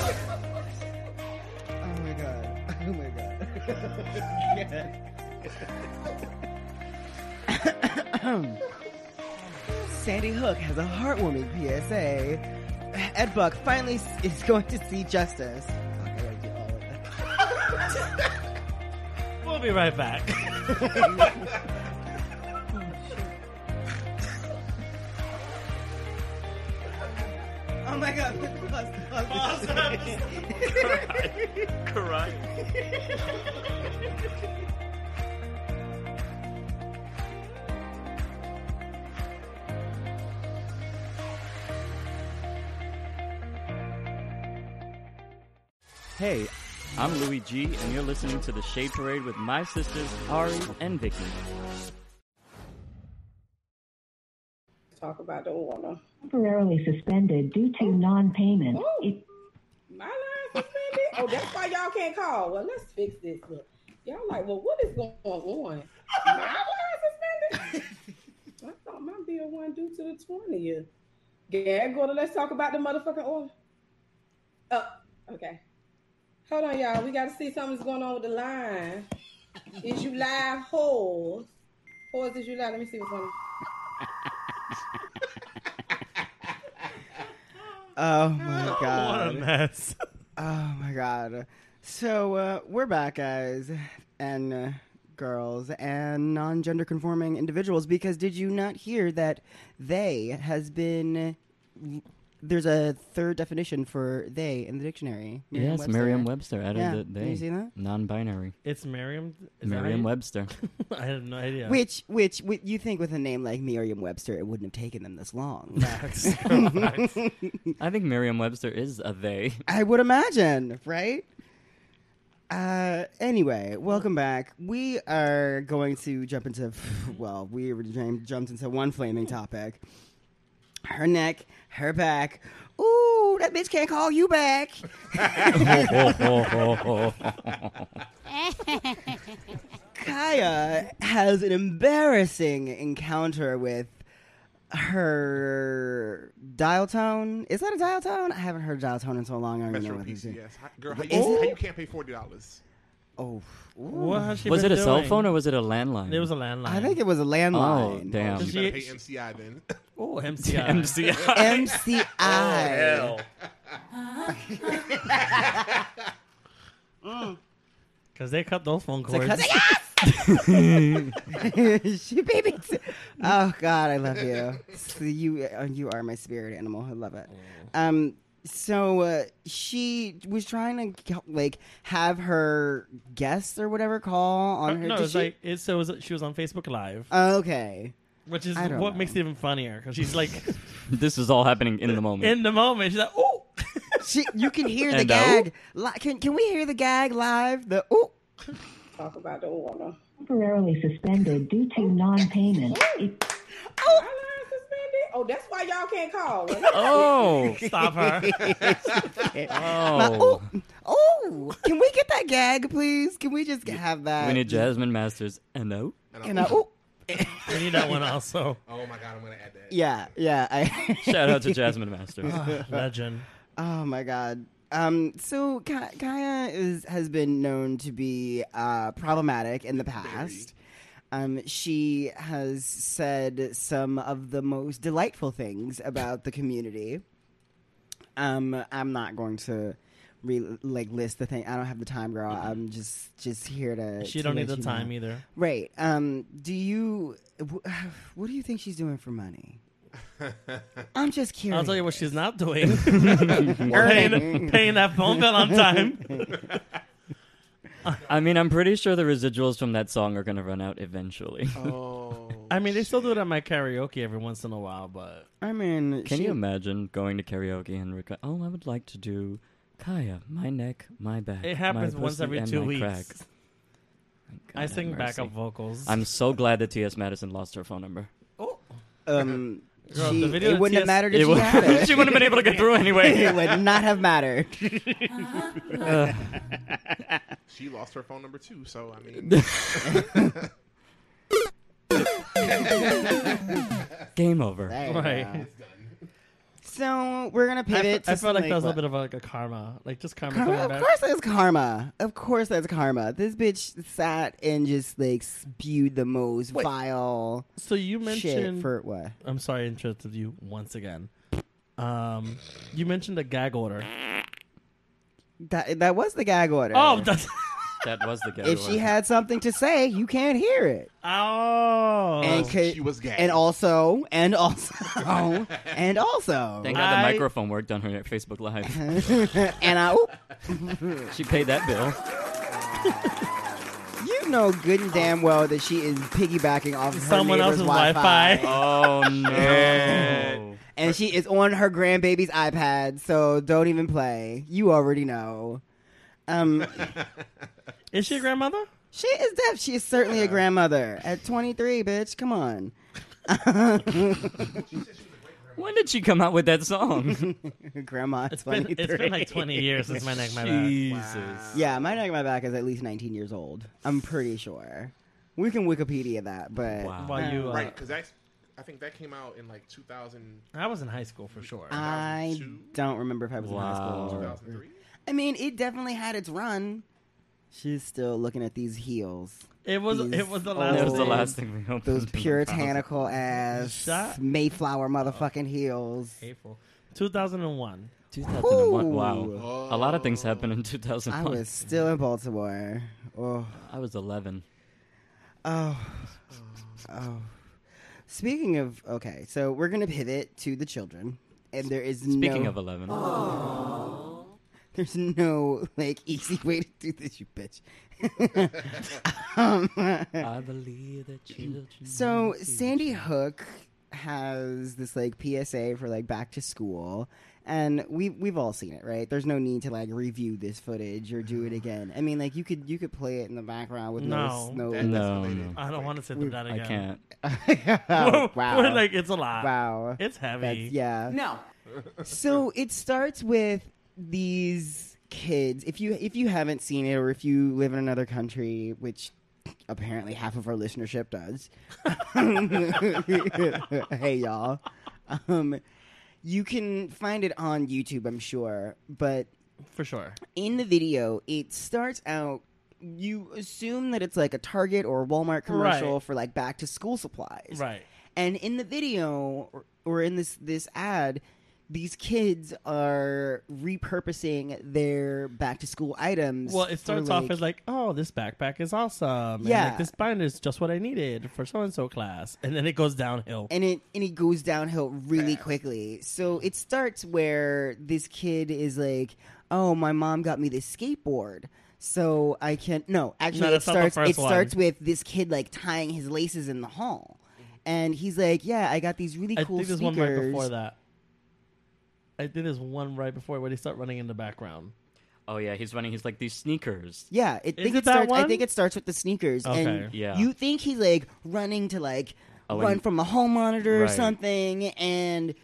Speaker 2: my god. Oh my god. Sandy Hook has a heartwarming PSA. Ed Buck finally s- is going to see justice. Fuck, I gotta do all of that.
Speaker 3: We'll be right back.
Speaker 2: Oh Oh my god. [laughs] Pause, pause.
Speaker 1: Hey, I'm Louis G, and you're listening to The Shade Parade with my sisters, Ari and Vicky.
Speaker 7: Talk about the order.
Speaker 8: temporarily suspended due to non-payment.
Speaker 7: Oh.
Speaker 8: It-
Speaker 7: My line suspended? Oh, that's why y'all can't call. Well, let's fix this. Look, Y'all like, well, what is going
Speaker 8: [laughs]
Speaker 7: on? My line suspended? I thought my bill wasn't due to the 20th. Gag order, let's talk about the motherfucking order. Oh, okay. Hold on, y'all. We got to see something's going on with the line. Is you live, whores? Whores, is you live? Let me see what's going on.
Speaker 2: Oh
Speaker 3: [laughs]
Speaker 2: my
Speaker 3: What
Speaker 1: Uh,
Speaker 3: a
Speaker 2: god.
Speaker 3: mess.
Speaker 2: Oh my god. So uh, we're back, guys, and uh, girls, and non-gender conforming individuals. Because did you not hear that they has been? There's a third definition for they in the dictionary. Merriam-Webster.
Speaker 1: Yes, Merriam-Webster added
Speaker 2: Yeah,
Speaker 1: the
Speaker 2: did
Speaker 1: they.
Speaker 2: you see that?
Speaker 1: Non-binary.
Speaker 3: It's Merriam. is that how you-
Speaker 2: [laughs]
Speaker 1: Merriam-Webster.
Speaker 3: [laughs] I have no idea.
Speaker 2: Which, which, which, you think with a name like Merriam-Webster, it wouldn't have taken them this long?
Speaker 3: Facts. Facts.
Speaker 1: I think Merriam-Webster is
Speaker 2: [laughs]
Speaker 1: a they.
Speaker 2: I would imagine, right? Uh, anyway, welcome back. We are going to jump into, [sighs] well, we already jam- jumped into one flaming topic. Her neck, her back. Ooh, that bitch can't call you back. Kaya has an embarrassing encounter with her dial tone. Is that a dial tone? I haven't heard dial tone in so long. I don't even know
Speaker 4: Metro
Speaker 2: what this is.
Speaker 4: PCS. How- Girl, how you,
Speaker 2: Is
Speaker 4: how
Speaker 2: it?
Speaker 4: you can't pay forty dollars?
Speaker 2: Oh, ooh.
Speaker 3: What has she
Speaker 1: [laughs] was it
Speaker 3: been
Speaker 1: a cell
Speaker 3: doing?
Speaker 1: phone or was it a landline?
Speaker 3: It was a landline.
Speaker 2: I think it was a landline.
Speaker 1: Oh, damn.
Speaker 4: You
Speaker 3: She-
Speaker 4: gotta pay MCI then.
Speaker 3: Oh,
Speaker 1: [laughs]
Speaker 3: MCI.
Speaker 1: MCI.
Speaker 2: MCI.
Speaker 3: [laughs] Because they cut those phone
Speaker 2: It's a
Speaker 3: cords.
Speaker 2: cousin- Yes! [laughs] she baby. T- oh God, I love you. So you uh, you are my spirit animal. I love it.
Speaker 3: Mm.
Speaker 2: Um. So uh, she was trying to g- like have her guests or whatever call
Speaker 3: Uh,
Speaker 2: on her.
Speaker 3: no,
Speaker 2: did
Speaker 3: it's
Speaker 2: she-
Speaker 3: like it's, so. It was, she was on Facebook Live,
Speaker 2: okay.
Speaker 3: which is
Speaker 2: I
Speaker 3: what
Speaker 2: don't know.
Speaker 3: makes it even funnier because she's
Speaker 2: [laughs]
Speaker 3: like
Speaker 1: [laughs] this is all happening in the moment.
Speaker 3: in the moment. She's like, [laughs] "Oh,
Speaker 2: She, you can hear the
Speaker 1: And a-
Speaker 2: gag. Li- can can we hear the gag live? The ooh.
Speaker 7: Talk about the order.
Speaker 8: temporarily suspended due to non-payment. It-
Speaker 7: My line suspended? Oh, that's why y'all can't call. Well,
Speaker 2: [laughs]
Speaker 1: oh.
Speaker 3: stop her!"
Speaker 1: Oh.
Speaker 2: Oh, can we get that gag, please? Can we just have that?
Speaker 1: We need Jasmine Masters. And no.
Speaker 4: [laughs] And I'm-
Speaker 2: And a, ooh.
Speaker 3: we need that one
Speaker 2: [laughs]
Speaker 3: also.
Speaker 4: oh my god, I'm gonna add that.
Speaker 2: Yeah, yeah. I,
Speaker 1: Shout out to Jasmine Masters.
Speaker 2: [laughs]
Speaker 3: Ah, Legend.
Speaker 2: Oh my god. Um, so Ka- Kaya is has been known to be uh, problematic in the past. Um, she has said some of the most delightful things about the community. Um, I'm not going to re- like list the thing. I don't have the time, girl. I'm just just here to.
Speaker 3: Mm-hmm. She
Speaker 2: to
Speaker 3: don't need
Speaker 2: let
Speaker 3: the
Speaker 2: you
Speaker 3: time e-
Speaker 2: know.
Speaker 3: either.
Speaker 2: Right. Um, do you? W- [sighs] what do you think she's doing for
Speaker 3: [laughs]
Speaker 2: money? I'm just curious.
Speaker 3: I'll tell you what she's not
Speaker 2: [laughs]
Speaker 3: doing: [laughs]
Speaker 2: Earning.
Speaker 3: paying, paying that phone bill on
Speaker 2: [laughs]
Speaker 3: time.
Speaker 1: I mean, I'm pretty sure the residuals from that song are going to run
Speaker 2: [laughs]
Speaker 1: out eventually.
Speaker 4: Oh.
Speaker 3: [laughs] I mean, they still do it at my karaoke every once in a while, but
Speaker 2: I mean,
Speaker 1: Can
Speaker 2: she,
Speaker 1: you imagine going to karaoke and reco- oh, I would like to do Kaya, my neck, my back.
Speaker 3: it happens
Speaker 1: my
Speaker 3: once
Speaker 1: pussy,
Speaker 3: every
Speaker 1: and
Speaker 3: two
Speaker 1: my
Speaker 3: weeks.
Speaker 1: crack." God
Speaker 3: I
Speaker 1: have
Speaker 3: sing backup
Speaker 1: mercy.
Speaker 3: vocals.
Speaker 1: I'm so glad that T.S. Madison lost her phone
Speaker 3: [laughs]
Speaker 1: number.
Speaker 2: um,
Speaker 3: Girl,
Speaker 2: she,
Speaker 3: the video
Speaker 2: it wouldn't
Speaker 3: TS
Speaker 2: have mattered if she
Speaker 3: [laughs]
Speaker 1: would-
Speaker 2: had it.
Speaker 1: she wouldn't have been able to get through [laughs] anyway.
Speaker 2: it would not have mattered.
Speaker 4: She lost her phone number too, so I mean,
Speaker 1: Game over.
Speaker 2: There you go.
Speaker 3: right.
Speaker 2: So we're gonna
Speaker 3: I,
Speaker 2: pivot.
Speaker 3: fe- I
Speaker 2: to
Speaker 3: felt like that was a
Speaker 2: what-
Speaker 3: little bit of like a karma, like just karma,
Speaker 2: Karma?
Speaker 3: coming
Speaker 2: Of
Speaker 3: back.
Speaker 2: course, that's karma. Of course, that's karma. This bitch sat and just like spewed the most vile
Speaker 3: So you
Speaker 2: shit
Speaker 3: mentioned
Speaker 2: for what?
Speaker 3: I'm sorry I interrupted you once again. Um, you mentioned a gag order.
Speaker 2: That that was the gag order.
Speaker 3: Oh, that's, [laughs]
Speaker 1: That was the ghetto.
Speaker 2: If she
Speaker 1: one.
Speaker 2: had something to say, you can't hear it.
Speaker 3: Oh.
Speaker 2: and ca-
Speaker 4: she was gay.
Speaker 2: and also,
Speaker 3: [laughs]
Speaker 2: and also, and also, [laughs]
Speaker 1: Thank God the
Speaker 3: I-
Speaker 1: microphone worked on her Facebook Live.
Speaker 2: and I. oop. [laughs]
Speaker 1: she paid that
Speaker 3: [laughs]
Speaker 1: bill.
Speaker 2: You know good and damn well that she is piggybacking off of her
Speaker 3: Someone
Speaker 2: neighbor's
Speaker 3: else's
Speaker 2: Wi-Fi,
Speaker 3: Wi-Fi. [laughs]
Speaker 1: Oh no.
Speaker 2: and she is on her grandbaby's iPad. So don't even play. You already know.
Speaker 1: [laughs]
Speaker 2: Um,
Speaker 3: Is she a grandmother?
Speaker 2: she is deaf. She is certainly a grandmother at 23. Bitch, come on. [laughs]
Speaker 1: When did she come out with that song?
Speaker 2: Grandma,
Speaker 3: It's been,
Speaker 2: 23.
Speaker 3: it's been like 20 years since my neck, [laughs] my back.
Speaker 1: Jesus.
Speaker 2: [laughs] Yeah, my neck, my back is at least 19 years old. I'm pretty sure. We can Wikipedia that, but um,
Speaker 1: Wow.
Speaker 3: While you, uh,
Speaker 4: right? Because that's I think that came out in like 2000,
Speaker 3: I was in high school for sure.
Speaker 2: Uh, I
Speaker 4: 2002?
Speaker 2: don't remember if I was in high
Speaker 4: Oh,
Speaker 1: Wow.
Speaker 2: school.
Speaker 4: 2003.
Speaker 2: I mean, it definitely had its run. She's still looking at these heels,
Speaker 3: It was
Speaker 2: These
Speaker 3: it was the
Speaker 2: old-
Speaker 3: last.
Speaker 1: That was the
Speaker 3: thing.
Speaker 1: last thing we opened.
Speaker 2: those
Speaker 1: in the
Speaker 2: puritanical ass
Speaker 3: Shot.
Speaker 2: Mayflower motherfucking heels.
Speaker 3: April, 2001.
Speaker 1: house. 2001.
Speaker 2: Ooh.
Speaker 1: Wow. A lot of things happened in
Speaker 2: I
Speaker 1: 2001.
Speaker 2: was still in Baltimore. Oh,
Speaker 1: I was 11.
Speaker 2: oh, oh. Speaking of, okay, so we're gonna pivot to the children, and there is
Speaker 1: Speaking
Speaker 2: no,
Speaker 1: of 11.
Speaker 2: [laughs] There's no like easy way to do this, you bitch. um,
Speaker 1: I believe that children.
Speaker 3: Mm,
Speaker 2: so Sandy Hook has this like PSA for like back to school, and we we've all seen it, right? There's no need to like review this footage
Speaker 3: [sighs]
Speaker 2: or do it again. I mean, like you could you could play it in the background with no
Speaker 3: No.
Speaker 2: no.
Speaker 4: That
Speaker 1: No, no.
Speaker 4: escalated
Speaker 3: I don't want to sit through that
Speaker 1: I
Speaker 3: again.
Speaker 2: [laughs]
Speaker 1: can't.
Speaker 2: wow,
Speaker 3: wow. [laughs] We're like it's a lot.
Speaker 2: wow.
Speaker 3: It's
Speaker 2: That's,
Speaker 3: heavy.
Speaker 2: yeah. No. so it starts with these kids. If you if you haven't seen it, or if you live in another country, which apparently half of our listenership does, [laughs] hey y'all, um, you can find it on YouTube, I'm sure. But
Speaker 3: for sure.
Speaker 2: in the video, it starts out. You assume that it's like a Target or a Walmart commercial
Speaker 3: Right.
Speaker 2: for like back to school supplies,
Speaker 3: Right.
Speaker 2: and in the video or, or in this this ad, these kids are repurposing their back to school items.
Speaker 3: Well, it
Speaker 2: for,
Speaker 3: starts off as like, oh, this backpack is awesome. Yeah. And
Speaker 2: Yeah.
Speaker 3: like, this binder is just what I needed for so and so class, and then it goes downhill.
Speaker 2: and it and it goes downhill really quickly. So it starts where this kid is like, "Oh, my mom got me this skateboard." So I can't. No, actually, it
Speaker 3: that's not the
Speaker 2: starts.
Speaker 3: first
Speaker 2: It
Speaker 3: one.
Speaker 2: starts with this kid like tying his laces in the hall, and he's like, "Yeah, I got these really
Speaker 3: I
Speaker 2: cool
Speaker 3: think there's
Speaker 2: sneakers."
Speaker 3: one right before that. I think there's one right before where they start running in the background.
Speaker 1: Oh, yeah, he's running. He's like, these sneakers.
Speaker 2: Yeah, it,
Speaker 3: Is
Speaker 2: think
Speaker 3: it
Speaker 2: it,
Speaker 3: that
Speaker 2: starts. I
Speaker 3: one?
Speaker 2: think it starts with the sneakers,
Speaker 3: Okay.
Speaker 2: and
Speaker 1: Yeah.
Speaker 2: you think he's like running to like
Speaker 1: Oh,
Speaker 2: run
Speaker 1: and-
Speaker 2: from a home monitor or
Speaker 1: Right.
Speaker 2: something, and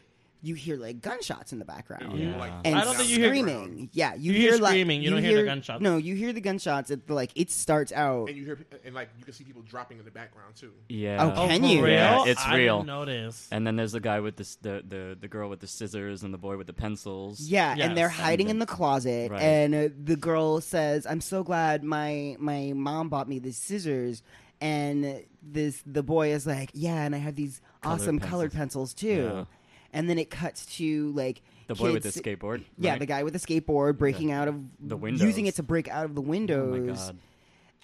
Speaker 2: you hear like gunshots in the background.
Speaker 4: You,
Speaker 1: Yeah.
Speaker 4: like,
Speaker 2: And
Speaker 3: I don't think you hear-
Speaker 2: screaming. yeah, you,
Speaker 3: You hear
Speaker 2: like,
Speaker 3: screaming, you don't hear the gunshots.
Speaker 2: No, you hear the gunshots. At the, like it starts out.
Speaker 4: and you hear and like you can see people dropping in the background too.
Speaker 1: Yeah.
Speaker 2: Okay. Can
Speaker 3: for
Speaker 2: you?
Speaker 3: Real?
Speaker 1: Yeah, it's
Speaker 3: I
Speaker 1: Oh, real.
Speaker 3: Didn't notice.
Speaker 1: And then there's the guy with the, s- the the the girl with the scissors and the boy with the pencils.
Speaker 2: Yeah,
Speaker 3: Yes,
Speaker 2: and they're
Speaker 3: and
Speaker 2: hiding in the closet,
Speaker 1: Right.
Speaker 2: and uh, the girl says, "I'm so glad my my mom bought me these scissors." And this the boy is like, "Yeah, and I have these
Speaker 1: Colored
Speaker 2: awesome colored pencils too."
Speaker 1: Yeah.
Speaker 2: And then it cuts to like
Speaker 1: The boy with the
Speaker 2: kids-
Speaker 1: skateboard.
Speaker 2: Yeah,
Speaker 1: right?
Speaker 2: the guy with the skateboard breaking out of
Speaker 1: The
Speaker 2: using
Speaker 1: windows.
Speaker 2: it to break out of the
Speaker 1: Oh my
Speaker 2: windows.
Speaker 1: god.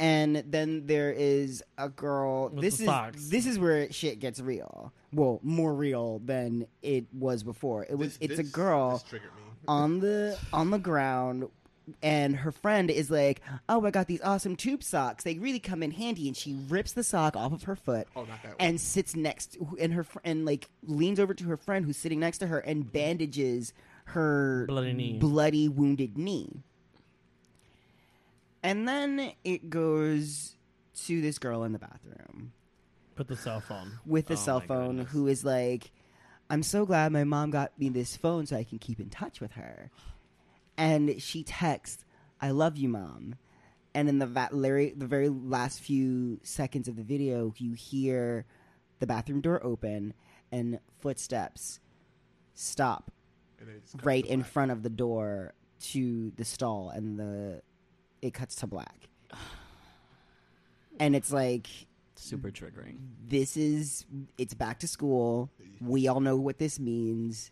Speaker 2: And then there is a girl.
Speaker 3: With
Speaker 2: this
Speaker 3: the
Speaker 2: is
Speaker 3: socks.
Speaker 2: this is where shit gets real. Well, more real than it was before. It was
Speaker 4: This-
Speaker 2: it's
Speaker 4: this-
Speaker 2: a girl
Speaker 4: This triggered me.
Speaker 2: on the on the ground and her friend is like, "Oh, I got these awesome tube socks. They really come in handy." And she rips the sock off of her foot
Speaker 4: Oh, not that one.
Speaker 2: and sits next and her fr- and like leans over to her friend who's sitting next to her and bandages her
Speaker 3: Bloody knee.
Speaker 2: bloody wounded knee. And then it goes to this girl in the bathroom
Speaker 3: Put the cell phone.
Speaker 2: with a
Speaker 1: Oh
Speaker 2: cell
Speaker 1: my
Speaker 2: phone
Speaker 1: goodness.
Speaker 2: who is like, I'm so glad my mom got me this phone so I can keep in touch with her. And she texts, I love you, mom. And in the, va- Larry, the very last few seconds of the video, you hear the bathroom door open and footsteps stop
Speaker 4: And then it just cuts
Speaker 2: right
Speaker 4: to
Speaker 2: in
Speaker 4: black.
Speaker 2: front of the door to the stall and the it cuts to
Speaker 1: [sighs]
Speaker 2: black. And it's like
Speaker 1: Super triggering.
Speaker 2: this is it's back to school. We all know what this means.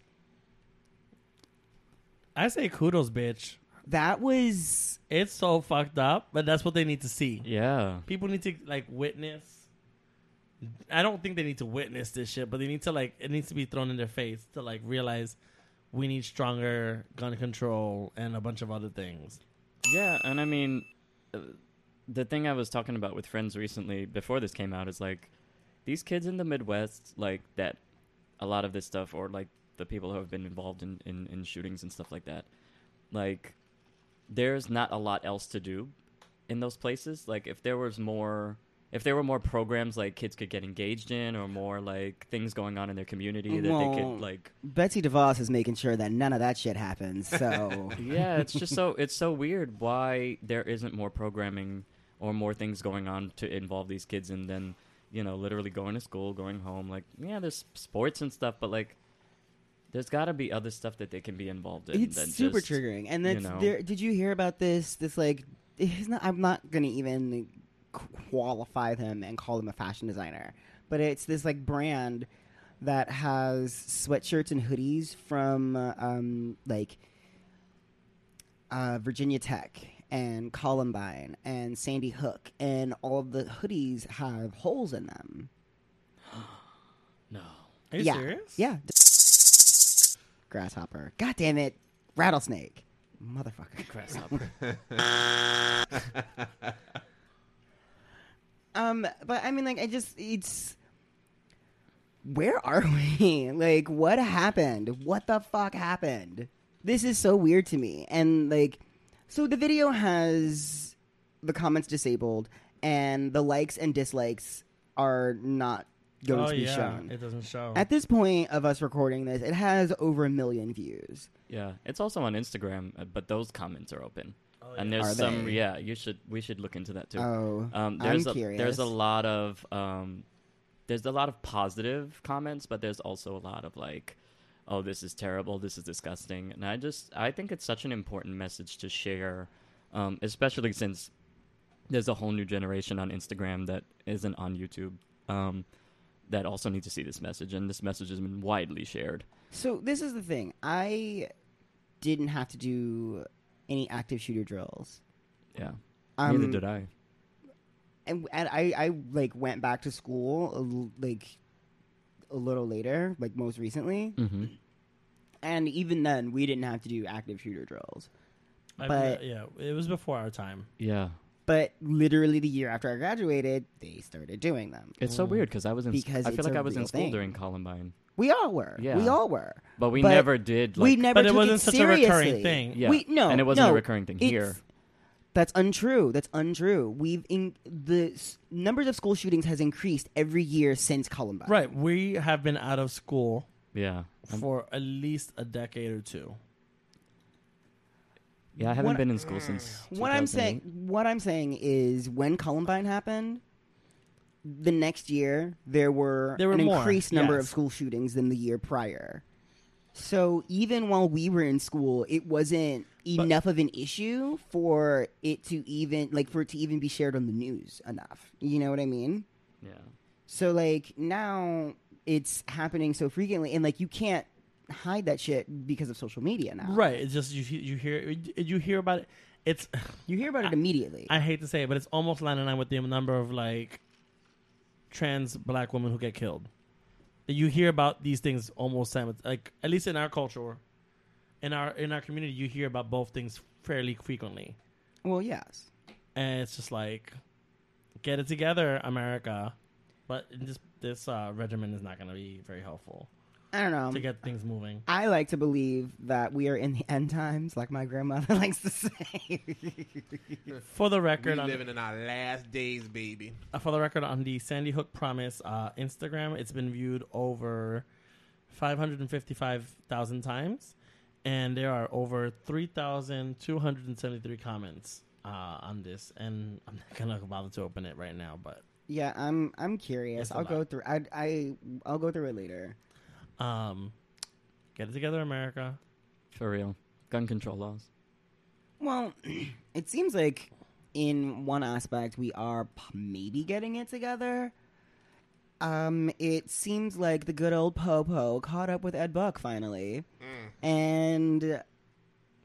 Speaker 3: I say kudos, bitch.
Speaker 2: That was
Speaker 3: It's so fucked up, but that's what they need to see.
Speaker 1: Yeah.
Speaker 3: People need to like witness. I don't think they need to witness this shit, but they need to like it needs to be thrown in their face to like realize we need stronger gun control and a bunch of other things.
Speaker 1: Yeah, and I mean, uh, the thing I was talking about with friends recently before this came out is like these kids in the Midwest, like that, a lot of this stuff, or like the people who have been involved in, in, in shootings and stuff like that, like there's not a lot else to do in those places. Like if there was more. If there were more programs like kids could get engaged in, or more like things going on in their community that they
Speaker 2: Well,
Speaker 1: could like
Speaker 2: Betsy DeVos is making sure that none of that shit happens. So
Speaker 1: yeah, it's just so it's so weird why there isn't more programming or more things going on to involve these kids and then you know literally going to school, going home. Like yeah, there's sports and stuff, but like there's got to be other stuff that they can be involved in.
Speaker 2: it's
Speaker 1: than
Speaker 2: super
Speaker 1: just,
Speaker 2: triggering. And that's,
Speaker 1: you know.
Speaker 2: there, did you hear about this? This like, it's not, I'm not gonna even qualify them and call them a fashion designer, but it's this like brand that has sweatshirts and hoodies from uh, um, like uh, Virginia Tech and Columbine and Sandy Hook, and all of the hoodies have holes in them.
Speaker 1: No.
Speaker 3: Are you
Speaker 2: yeah.
Speaker 3: serious?
Speaker 2: Yeah. Grasshopper. God damn it. Rattlesnake. Motherfucker. Grasshopper. um, but I mean, like, I just, it's. Where are [laughs] we? Like, what happened? What the fuck happened? This is so weird to me. And, like, so the video has the comments disabled, and the likes and dislikes are not going
Speaker 3: Oh
Speaker 2: to be
Speaker 3: yeah,
Speaker 2: shown.
Speaker 3: it doesn't show.
Speaker 2: At this point of us recording this, it has over a million views.
Speaker 1: Yeah, it's also on Instagram, uh, but those comments are open. And
Speaker 2: Are
Speaker 1: there's some
Speaker 2: they?
Speaker 1: yeah, you should we should look into that too.
Speaker 2: Oh,
Speaker 1: um,
Speaker 2: I'm
Speaker 1: there's a,
Speaker 2: curious.
Speaker 1: There's a lot of um, there's a lot of positive comments, but there's also a lot of like, oh, this is terrible, this is disgusting, and I just I think it's such an important message to share, um, especially since there's a whole new generation on Instagram that isn't on YouTube. Um, that also need to see this message, and this message has been widely shared.
Speaker 2: So this is the thing. I didn't have to do any active shooter drills.
Speaker 1: Yeah,
Speaker 2: Um,
Speaker 1: neither did I.
Speaker 2: And, and I, I like went back to school a l- like a little later, like most recently.
Speaker 1: hmm
Speaker 2: And even then, we didn't have to do active shooter drills.
Speaker 3: I-
Speaker 2: but-
Speaker 3: yeah, it was before our time.
Speaker 1: Yeah,
Speaker 2: But literally the year after I graduated, they started doing them.
Speaker 1: it's so weird because I was in. sc-
Speaker 2: oh. Because
Speaker 1: I feel
Speaker 2: it's
Speaker 1: like
Speaker 2: a
Speaker 1: I was in
Speaker 2: real
Speaker 1: school
Speaker 2: thing.
Speaker 1: during Columbine,
Speaker 2: We all were.
Speaker 1: Yeah.
Speaker 2: We all were.
Speaker 1: but we
Speaker 2: But
Speaker 1: never did. Like,
Speaker 2: we never
Speaker 3: But it
Speaker 2: took
Speaker 3: wasn't
Speaker 2: it
Speaker 3: such a
Speaker 2: seriously.
Speaker 3: recurring thing.
Speaker 1: Yeah.
Speaker 2: We- no,
Speaker 1: and it wasn't
Speaker 2: no,
Speaker 1: a recurring thing
Speaker 2: it's-
Speaker 1: here.
Speaker 2: That's untrue. That's untrue. We've in the s- numbers of school shootings has increased every year since Columbine.
Speaker 3: Right, we have been out of school
Speaker 1: Yeah, I'm-
Speaker 3: for at least a decade or two.
Speaker 1: yeah. I haven't
Speaker 2: What-
Speaker 1: been in school since.
Speaker 2: What I'm
Speaker 1: 2008.
Speaker 2: saying, what I'm saying is, when Columbine happened, the next year there were,
Speaker 3: There were
Speaker 2: an
Speaker 3: more,
Speaker 2: increased number of
Speaker 3: yes.
Speaker 2: school shootings than the year prior. So even while we were in school, it wasn't enough of an issue for it to even like for it to even be shared on the news enough. You know what I mean?
Speaker 1: Yeah,
Speaker 2: So like now it's happening so frequently, and like you can't hide that shit because of social media now.
Speaker 3: Right, it's just you he- you hear you hear about it. It's [sighs]
Speaker 2: You hear about it immediately.
Speaker 3: I hate to say it, but it's almost line in line with the number of like trans black women who get killed. That you hear about these things almost simul- like at least in our culture, in our in our community, you hear about both things fairly frequently,
Speaker 2: well, yes.
Speaker 3: and it's just like, get it together, America. But this this uh, regimen is not going to be very helpful
Speaker 2: I don't know.
Speaker 3: to
Speaker 4: Mm.
Speaker 3: get things moving.
Speaker 2: I like to believe that we are in the end times, like my grandmother [laughs] likes to say. [laughs]
Speaker 3: For the
Speaker 4: We
Speaker 3: record, on,
Speaker 4: living in our last days, baby.
Speaker 3: Uh, for the record, on the Sandy Hook Promise uh, Instagram, it's been viewed over 555,000 times, and there are over 3,273 comments uh, on this. And I'm not gonna bother to open it right now, but
Speaker 2: yeah, I'm. I'm curious.
Speaker 3: It's a
Speaker 2: I'll
Speaker 3: lot.
Speaker 2: go through. I. I. I'll go through it later.
Speaker 3: um, get it together, America.
Speaker 1: for real. Gun control laws.
Speaker 2: Well, it seems like in one aspect we are p- maybe getting it together. Um, it seems like
Speaker 1: Hmm.
Speaker 2: the good old Popo caught up with Ed Buck finally, and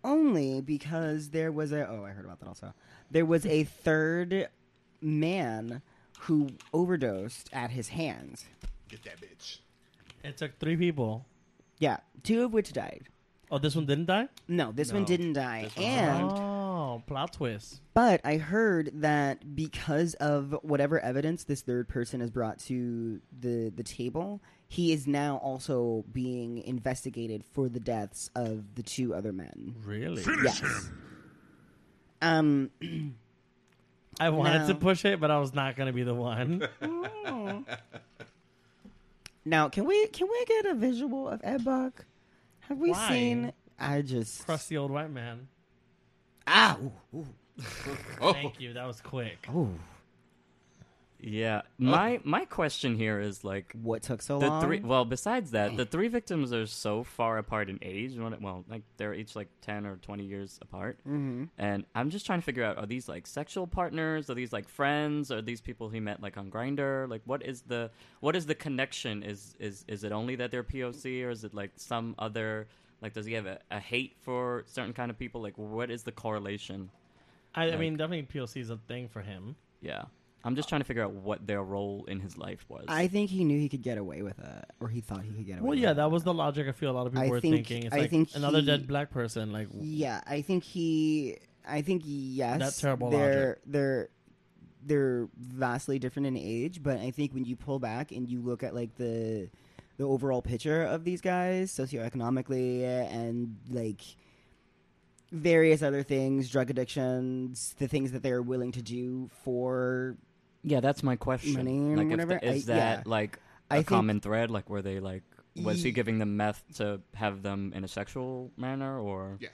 Speaker 2: only because there was a oh I heard about that also. There was a third man who overdosed at his hands.
Speaker 4: Get that bitch.
Speaker 3: It took three people.
Speaker 2: Yeah, two of which died.
Speaker 3: Oh, this one didn't die.
Speaker 2: No, this one
Speaker 1: No,
Speaker 2: didn't die.
Speaker 1: this one
Speaker 2: And
Speaker 3: Oh, plot twist.
Speaker 2: But I heard that because of whatever evidence this third person has brought to the the table, he is now also being investigated for the deaths of the two other men.
Speaker 3: Really?
Speaker 2: Yes. Um.
Speaker 3: I wanted to
Speaker 2: No.
Speaker 3: push it, but I was not gonna be the
Speaker 4: [laughs]
Speaker 3: one.
Speaker 2: Now, can we can we get a visual of Ed Buck? Have we
Speaker 3: Why?
Speaker 2: seen? I just
Speaker 3: Crusty old white man.
Speaker 2: ah ooh, ooh,
Speaker 4: Oh,
Speaker 3: Thank you. That was quick.
Speaker 2: ooh.
Speaker 1: Yeah. My my question here is like
Speaker 2: what took so
Speaker 1: the
Speaker 2: long?
Speaker 1: three well besides that the three victims are so far apart in age one- well like they're each like 10 or 20 years apart mm-hmm. and i'm just trying to figure out are these like sexual partners are these like friends are these people he met like on grinder like what is the what is the connection is is is it only that they're poc or is it like some other like does he have a, a hate for certain kind of people like what is the correlation
Speaker 3: I, I mean, definitely POC is a thing for him.
Speaker 1: yeah i'm just trying to figure out what their role in his life was
Speaker 2: I think he knew he could get away with it, or he thought he could get away.
Speaker 3: Well,
Speaker 2: with
Speaker 3: yeah,
Speaker 2: it.
Speaker 3: that was the logic. I feel a lot of people
Speaker 2: I
Speaker 3: were
Speaker 2: think-
Speaker 3: thinking. It's
Speaker 2: I
Speaker 3: like
Speaker 2: think
Speaker 3: another
Speaker 2: he-
Speaker 3: dead black person. Like,
Speaker 2: Yeah, I think he. I think yes.
Speaker 3: That terrible
Speaker 2: They're
Speaker 3: logic.
Speaker 2: they're they're vastly different in age, but I think when you pull back and you look at like the the overall picture of these guys socioeconomically and like various other things, drug addictions, the things that they're willing to do for.
Speaker 1: Yeah, that's my question.
Speaker 2: Money and
Speaker 1: like, if
Speaker 2: whatever,
Speaker 1: the- is
Speaker 2: I- yeah.
Speaker 1: that like a
Speaker 2: I think-
Speaker 1: common thread? Like, were they like, was he
Speaker 2: Ye-
Speaker 1: giving them meth to have them in a sexual manner, or
Speaker 4: Yeah.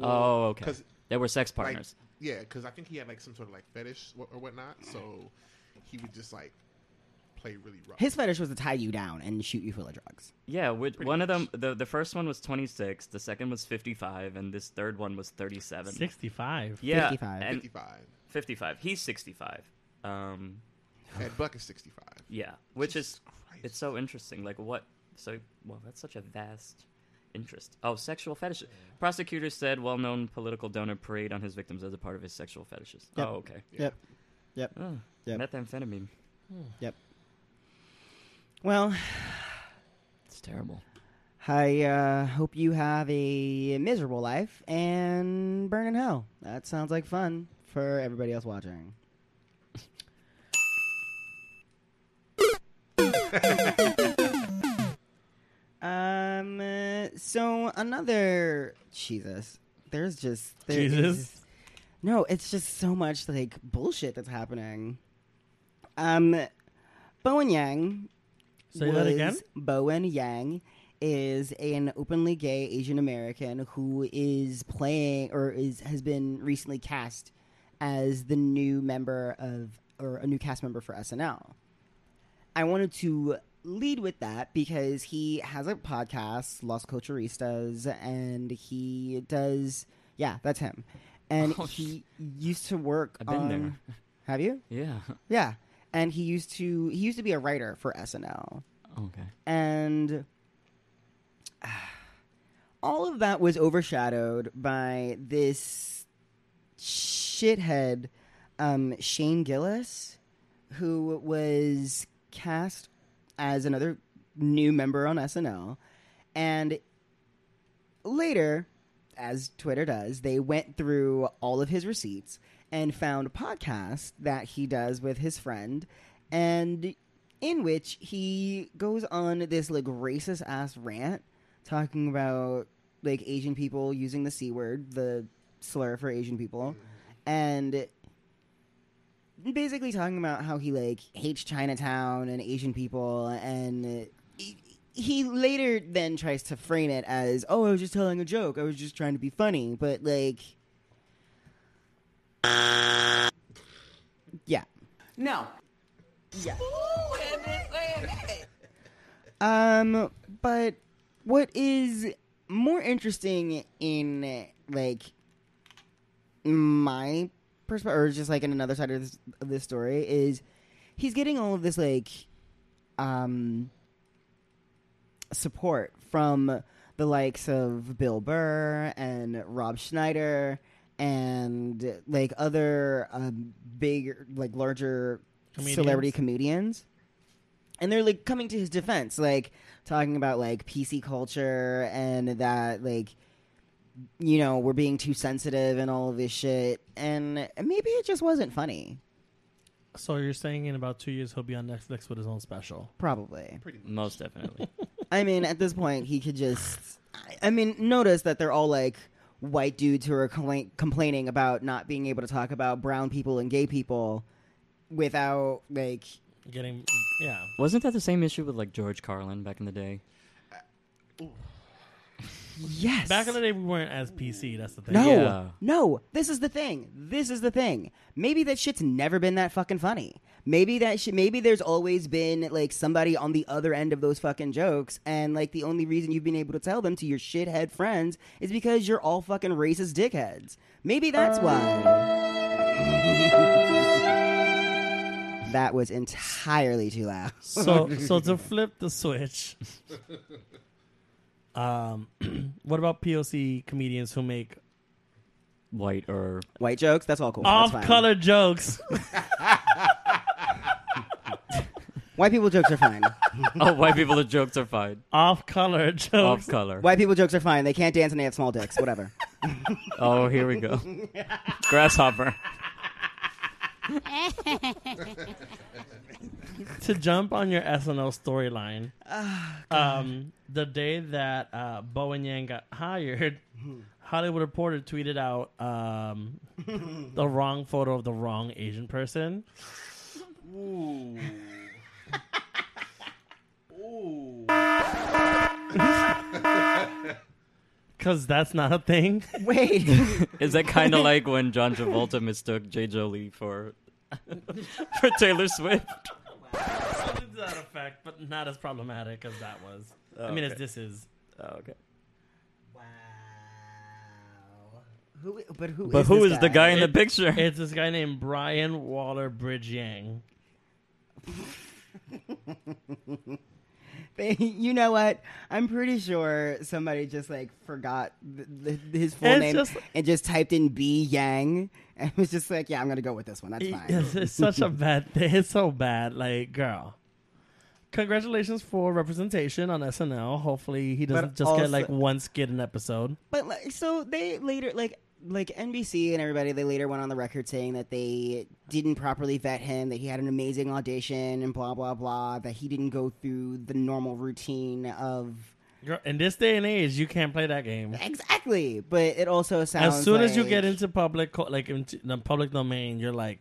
Speaker 1: oh, okay,
Speaker 4: 'cause,
Speaker 1: they were sex
Speaker 4: like,
Speaker 1: partners.
Speaker 4: yeah, because I think he had like some sort of like fetish wha- or whatnot.
Speaker 2: Mm.
Speaker 4: So he would just like play really rough.
Speaker 2: His fetish was to tie you down and shoot you full of drugs.
Speaker 1: yeah, which, one of them, the the first one was twenty six, the second was fifty five, and this third one was thirty seven.
Speaker 3: sixty-five.
Speaker 1: Yeah,
Speaker 2: 55.
Speaker 1: and
Speaker 4: fifty-five.
Speaker 1: fifty five. He's sixty five. Um,
Speaker 4: Ed Buck is sixty-five.
Speaker 1: yeah, which
Speaker 4: Jesus
Speaker 1: is
Speaker 4: Christ.
Speaker 1: it's so interesting. Like, what? So, well, that's such a vast interest. Oh, sexual fetishes. Prosecutors said well-known political donor preyed on his victims as a part of his sexual fetishes.
Speaker 2: Yep.
Speaker 1: Oh, okay.
Speaker 2: Yep. Yep.
Speaker 1: Oh,
Speaker 2: Yep.
Speaker 1: Methamphetamine.
Speaker 2: Yep. Well,
Speaker 1: It's terrible.
Speaker 2: I uh, hope you have a miserable life and burn in hell. That sounds like fun for everybody else watching. um. uh, So another Jesus. There's just there is
Speaker 3: Jesus?
Speaker 2: just- no, it's just so much like bullshit that's happening. Um, Bowen Yang
Speaker 3: Say that again.
Speaker 2: was Bowen Yang is an openly gay Asian American who is playing or is has been recently cast as the new member of or a new cast member for SNL. I wanted to lead with that because he has a podcast, Los Culturistas, and he does yeah, that's him. And
Speaker 1: Oh,
Speaker 2: he used to work
Speaker 1: I've been
Speaker 2: on-
Speaker 1: there.
Speaker 2: Have you?
Speaker 1: Yeah. [laughs]
Speaker 2: Yeah. And he used to he used to be a writer for SNL
Speaker 1: Okay.
Speaker 2: and [sighs] ah, all of that was overshadowed by this shithead um, Shane Gillis, who was cast as another new member on SNL, and later, as Twitter does, they went through all of his receipts and found podcasts that he does with his friend, and in which he goes on this like racist ass rant talking about like Asian people using the C word, the slur for Asian people, and basically talking about how he like hates Chinatown and Asian people and he, he later then tries to frame it as oh I was just telling a joke I was just trying to be funny but like yeah no yeah um, but what is more interesting in like my perspective, or just like in another side of this, of this story, is he's getting all of this like um support from the likes of Bill Burr and Rob Schneider and like other um, big, like larger
Speaker 3: Comedians.
Speaker 2: celebrity comedians. And they're like coming to his defense, like talking about like PC culture and that like you know we're being too sensitive and all of this shit. And maybe it just wasn't funny.
Speaker 3: So you're saying in about two years he'll be on Netflix with his own special?
Speaker 2: Probably.
Speaker 4: Pretty much.
Speaker 1: Most definitely.
Speaker 2: I mean, at this point, he could just. I- I mean, notice that they're all like white dudes who are compla- complaining about not being able to talk about brown people and gay people without like.
Speaker 3: Getting yeah.
Speaker 1: [laughs] Wasn't that the same issue with like George Carlin back in the day?
Speaker 2: Yes.
Speaker 3: Back in the day, we weren't as PC. That's the thing.
Speaker 2: no,
Speaker 1: Yeah.
Speaker 2: no. This is the thing. This is the thing. Maybe that shit's never been that fucking funny. Maybe that shit. Maybe there's always been like somebody on the other end of those fucking jokes, and like the only reason you've been able to tell them to your shithead friends is because you're all fucking racist dickheads. Maybe that's why. [laughs] that was entirely too loud. [laughs]
Speaker 3: So so to flip the switch. Um, [clears throat] what about POC comedians who make
Speaker 1: White or [laughs]
Speaker 2: White jokes. That's all cool. That's fine.
Speaker 3: off-color jokes? [laughs]
Speaker 2: White people jokes are fine.
Speaker 1: oh, white people the jokes are fine.
Speaker 3: off-color jokes.
Speaker 1: Off color.
Speaker 2: White people jokes are fine. They can't dance and they have small dicks. Whatever.
Speaker 1: Oh, here we go. Grasshopper.
Speaker 3: to jump on your SNL storyline, um, the day that uh, Bowen Yang got hired, Hollywood Reporter tweeted out [laughs] um, the wrong photo of the wrong Asian person.
Speaker 4: [laughs]
Speaker 3: Because that's not a [laughs] thing.
Speaker 2: Wait.
Speaker 1: Is
Speaker 2: [laughs]
Speaker 1: that kind of like when John Travolta mistook J. Jolie for [laughs] for Taylor Swift?
Speaker 3: Something to that effect, but not as problematic as that was. I mean, as
Speaker 1: okay.
Speaker 3: this is.
Speaker 1: Oh, okay.
Speaker 2: Wow. Who, but who?
Speaker 1: But
Speaker 2: is
Speaker 1: who
Speaker 2: this
Speaker 1: is the guy in the
Speaker 3: It-
Speaker 1: picture?
Speaker 3: It's this guy named Brian Waller Bridge Yang.
Speaker 2: They- [laughs] you know what? I'm pretty sure somebody just like forgot th- th- his full
Speaker 3: It's
Speaker 2: name
Speaker 3: just-
Speaker 2: and just typed in B Yang and was just like, "Yeah, I'm gonna go with this one. That's fine."
Speaker 3: Yes, [laughs] it's such a bad thing. It's so bad. Like, girl. Congratulations for representation on SNL. Hopefully, he doesn't
Speaker 2: But
Speaker 3: just get like
Speaker 2: also-
Speaker 3: one skit an episode.
Speaker 2: But like, so they later like like NBC and everybody they later went on the record saying that they didn't properly vet him, that he had an amazing audition and blah blah blah, that he didn't go through the normal routine of
Speaker 3: Girl, in this day and age, you can't play that game.
Speaker 2: exactly. But it also sounds
Speaker 3: As soon as you
Speaker 2: like-
Speaker 3: get into public, co- like into the public domain, you're like,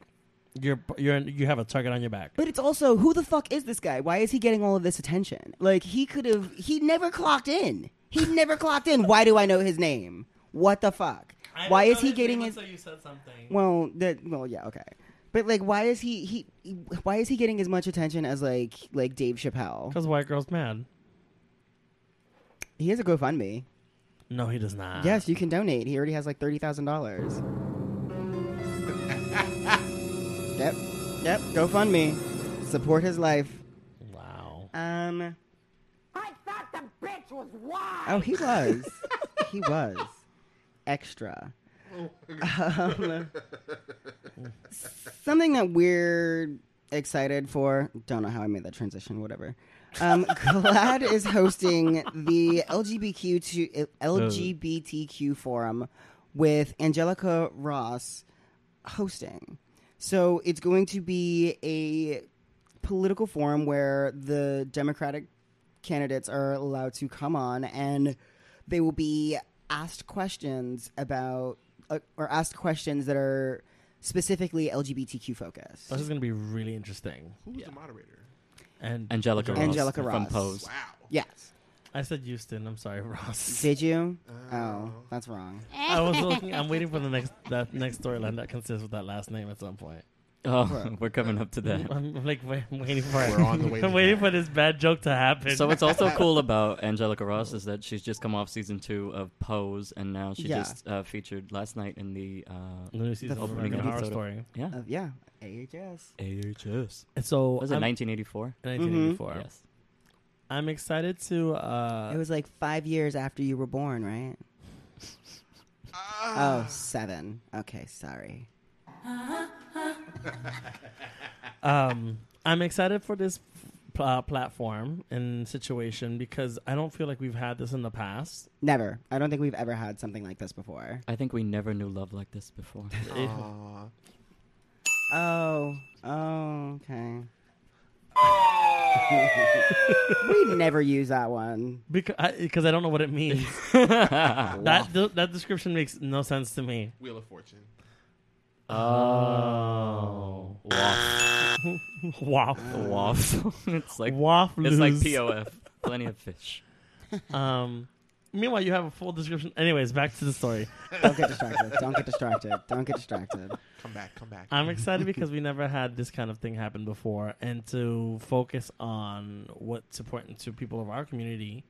Speaker 3: you're you're you have a target on your back.
Speaker 2: But it's also who the fuck is this guy? Why is he getting all of this attention? Like he could have he never clocked in. He never clocked in. Why do I know his name? What the fuck? Why is he getting his
Speaker 3: you said something.
Speaker 2: Well, that well, yeah, okay. But like why is he he why is he getting as much attention as like like Dave Chappelle?
Speaker 3: Because white girl's mad.
Speaker 2: He has a GoFundMe.
Speaker 3: No, he does not.
Speaker 2: Yes, you can donate. He already has like thirty thousand dollars. [laughs] yep. Yep, GoFundMe. Support his life.
Speaker 3: Wow.
Speaker 2: Um
Speaker 6: I thought the bitch was wild.
Speaker 2: Oh, he
Speaker 6: [laughs]
Speaker 2: was. he was extra. Um, something that we're excited for. Don't know how I made that transition. Whatever.
Speaker 6: [laughs]
Speaker 2: Um, Glad is hosting the LGBTQ to, LGBTQ forum with Angelica Ross hosting. So it's going to be a political forum where the Democratic candidates are allowed to come on and they will be asked questions about uh, or asked questions that are specifically LGBTQ focused.
Speaker 3: This is going to be really interesting.
Speaker 4: Who's the moderator?
Speaker 3: And
Speaker 1: Angelica Ross
Speaker 2: Angelica
Speaker 1: from
Speaker 2: Ross.
Speaker 1: Pose.
Speaker 4: Wow.
Speaker 2: Yes.
Speaker 3: I said Houston. I'm sorry, [laughs] Ross.
Speaker 2: Did you? Oh, that's wrong.
Speaker 3: I was looking. I'm waiting for the next that next storyline that consists of that last name at some point.
Speaker 1: Oh, [laughs] we're coming up to that.
Speaker 2: [laughs]
Speaker 3: I'm like wait, I'm waiting for it.
Speaker 4: We're on the
Speaker 3: [laughs]
Speaker 4: way. to
Speaker 3: I'm waiting
Speaker 4: that.
Speaker 3: for this bad joke to happen. [laughs]
Speaker 1: So
Speaker 2: [laughs]
Speaker 1: what's also cool about Angelica Ross is that she's just come off season two of Pose, and now she
Speaker 2: Yeah.
Speaker 1: just uh, featured last night in the
Speaker 3: the
Speaker 1: uh,
Speaker 3: new season of
Speaker 1: opening
Speaker 3: American Horror
Speaker 1: episode.
Speaker 3: Story.
Speaker 1: yeah
Speaker 2: Uh, yeah, AHS.
Speaker 1: AHS.
Speaker 3: And so
Speaker 1: Was it
Speaker 2: Um,
Speaker 3: I'm-
Speaker 1: 1984?
Speaker 3: 1984.
Speaker 1: Yes.
Speaker 3: I'm excited to. Uh,
Speaker 2: It was like five years after you were born, right? oh, seven. Okay, sorry.
Speaker 3: um, I'm excited for this pl- uh, platform and situation because I don't feel like we've had this in the past.
Speaker 2: Never. I don't think we've ever had something like this before.
Speaker 1: I think we never knew love like this
Speaker 2: [laughs]
Speaker 1: before. [laughs]
Speaker 4: Aw.
Speaker 2: Oh, oh, okay.
Speaker 3: [laughs]
Speaker 2: we never use that one.
Speaker 3: Because I, because I don't know what it means. that that description makes no sense to me.
Speaker 4: [laughs] Wheel of Fortune.
Speaker 1: oh, waff,
Speaker 3: Wow.
Speaker 1: waff. it's like
Speaker 3: Waffle.
Speaker 1: it's like pof. Plenty of fish.
Speaker 3: Um, meanwhile, you have a full description. Anyways, back to the story.
Speaker 2: Don't get distracted. Don't get distracted. Don't get distracted.
Speaker 4: Come back, come
Speaker 1: Uh,
Speaker 4: back.
Speaker 3: I'm
Speaker 2: [laughs]
Speaker 3: excited because we never had this kind of thing happen before, and to focus on what's important to people of our community,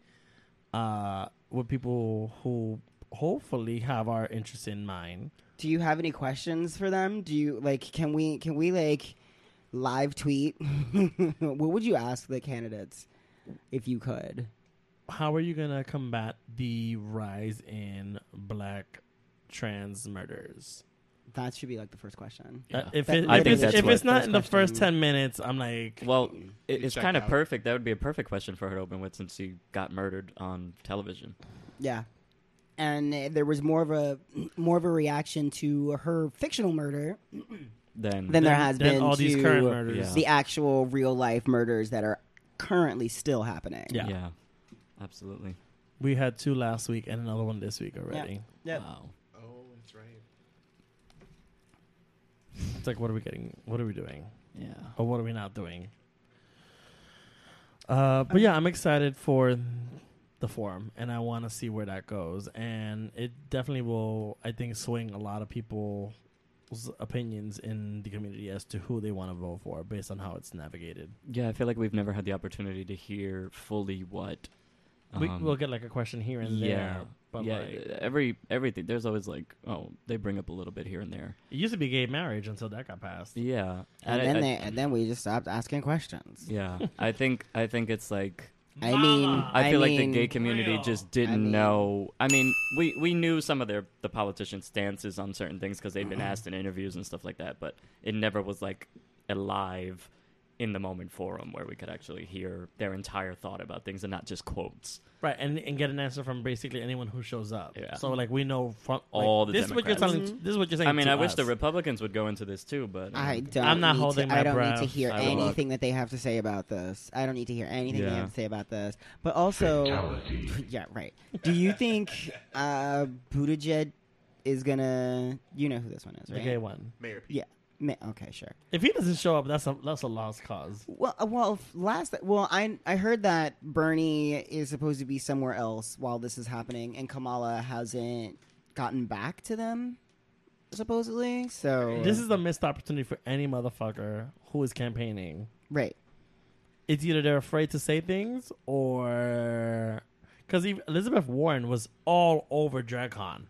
Speaker 3: uh, with people who hopefully have our interests in mind.
Speaker 2: Do you have any questions for them? Do you like? Can we? Can we like live tweet? [laughs] what would you ask the candidates if you could?
Speaker 3: How are you gonna combat the rise in black trans murders?
Speaker 2: That should be like the first question.
Speaker 3: Uh, if
Speaker 2: That-
Speaker 3: it,
Speaker 2: I
Speaker 3: if,
Speaker 2: think
Speaker 3: it's,
Speaker 2: that's
Speaker 3: if
Speaker 2: what-
Speaker 3: it's not
Speaker 2: first
Speaker 3: in the first
Speaker 2: question.
Speaker 3: ten minutes, I'm like,
Speaker 1: Well, it, it's
Speaker 4: check
Speaker 1: kind of
Speaker 4: out.
Speaker 1: perfect. That would be a perfect question for her to open with, since she got murdered on television.
Speaker 2: Yeah. And uh, there was more of a more of a reaction to her fictional murder
Speaker 1: Then,
Speaker 2: than there has
Speaker 3: then
Speaker 2: been
Speaker 3: all
Speaker 2: to
Speaker 3: these current murders.
Speaker 2: the actual real life murders that are currently still happening.
Speaker 3: Yeah.
Speaker 1: yeah, absolutely.
Speaker 3: We had two last week and another one this week already.
Speaker 1: Wow.
Speaker 4: Oh, that's right.
Speaker 3: It's like, what are we getting? What are we doing?
Speaker 1: Yeah.
Speaker 3: Or what are we not doing? Uh, but yeah, I'm excited for the forum, and I want to see where that goes. And it definitely will, I think, swing a lot of people's opinions in the community as to who they want to vote for based on how it's navigated.
Speaker 1: Yeah, I feel like we've never had the opportunity to hear fully what.
Speaker 3: we,
Speaker 1: um,
Speaker 3: we'll get like a question here and there. But
Speaker 1: yeah.
Speaker 3: like,
Speaker 1: every everything. There's always like, oh, they bring up a little bit here and there.
Speaker 3: it used to be gay marriage until that got passed.
Speaker 1: Yeah,
Speaker 2: And,
Speaker 1: I-
Speaker 2: then
Speaker 1: I-
Speaker 2: they, and then we just stopped asking questions.
Speaker 1: yeah. I think I think it's like
Speaker 2: I mean,
Speaker 1: I feel like the
Speaker 2: mean,
Speaker 1: gay community
Speaker 3: real.
Speaker 1: just didn't
Speaker 2: I mean-
Speaker 1: know. I mean, we we knew some of their the politicians' stances on certain things because they'd been
Speaker 2: Mm-hmm.
Speaker 1: asked in interviews and stuff like that, but it never was like a live in the moment forum where we could actually hear their entire thought about things and not just quotes.
Speaker 3: Right, and, and get an answer from basically anyone who shows up.
Speaker 1: Yeah.
Speaker 3: So like we know from like,
Speaker 1: All the
Speaker 3: this is what you're
Speaker 1: Democrats. Mm-hmm.
Speaker 3: telling. This is what you're saying.
Speaker 1: I mean,
Speaker 3: to
Speaker 1: I wish
Speaker 3: us.
Speaker 1: the Republicans would go into this too, but um,
Speaker 2: I don't.
Speaker 3: I'm not
Speaker 2: need
Speaker 3: holding
Speaker 2: to,
Speaker 3: my
Speaker 2: I don't need
Speaker 3: breath.
Speaker 2: to hear
Speaker 1: I will.
Speaker 2: anything that they have to say about this. I don't need to hear anything they
Speaker 1: Yeah.
Speaker 2: have to say about this. But also, [laughs] yeah, right. Do you think uh, Buttigieg is gonna? You know who this one is,
Speaker 3: the
Speaker 2: right?
Speaker 3: gay one.
Speaker 4: Mayor Pete.
Speaker 2: Yeah. Ma- Okay, sure.
Speaker 3: If he doesn't show up, that's a that's a lost cause.
Speaker 2: Well, uh, well, if last well, I I heard that Bernie is supposed to be somewhere else while this is happening, and Kamala hasn't gotten back to them, supposedly. So
Speaker 3: This is a missed opportunity for any motherfucker who is campaigning.
Speaker 2: right.
Speaker 3: It's either they're afraid to say things or because Elizabeth Warren was all over DragCon.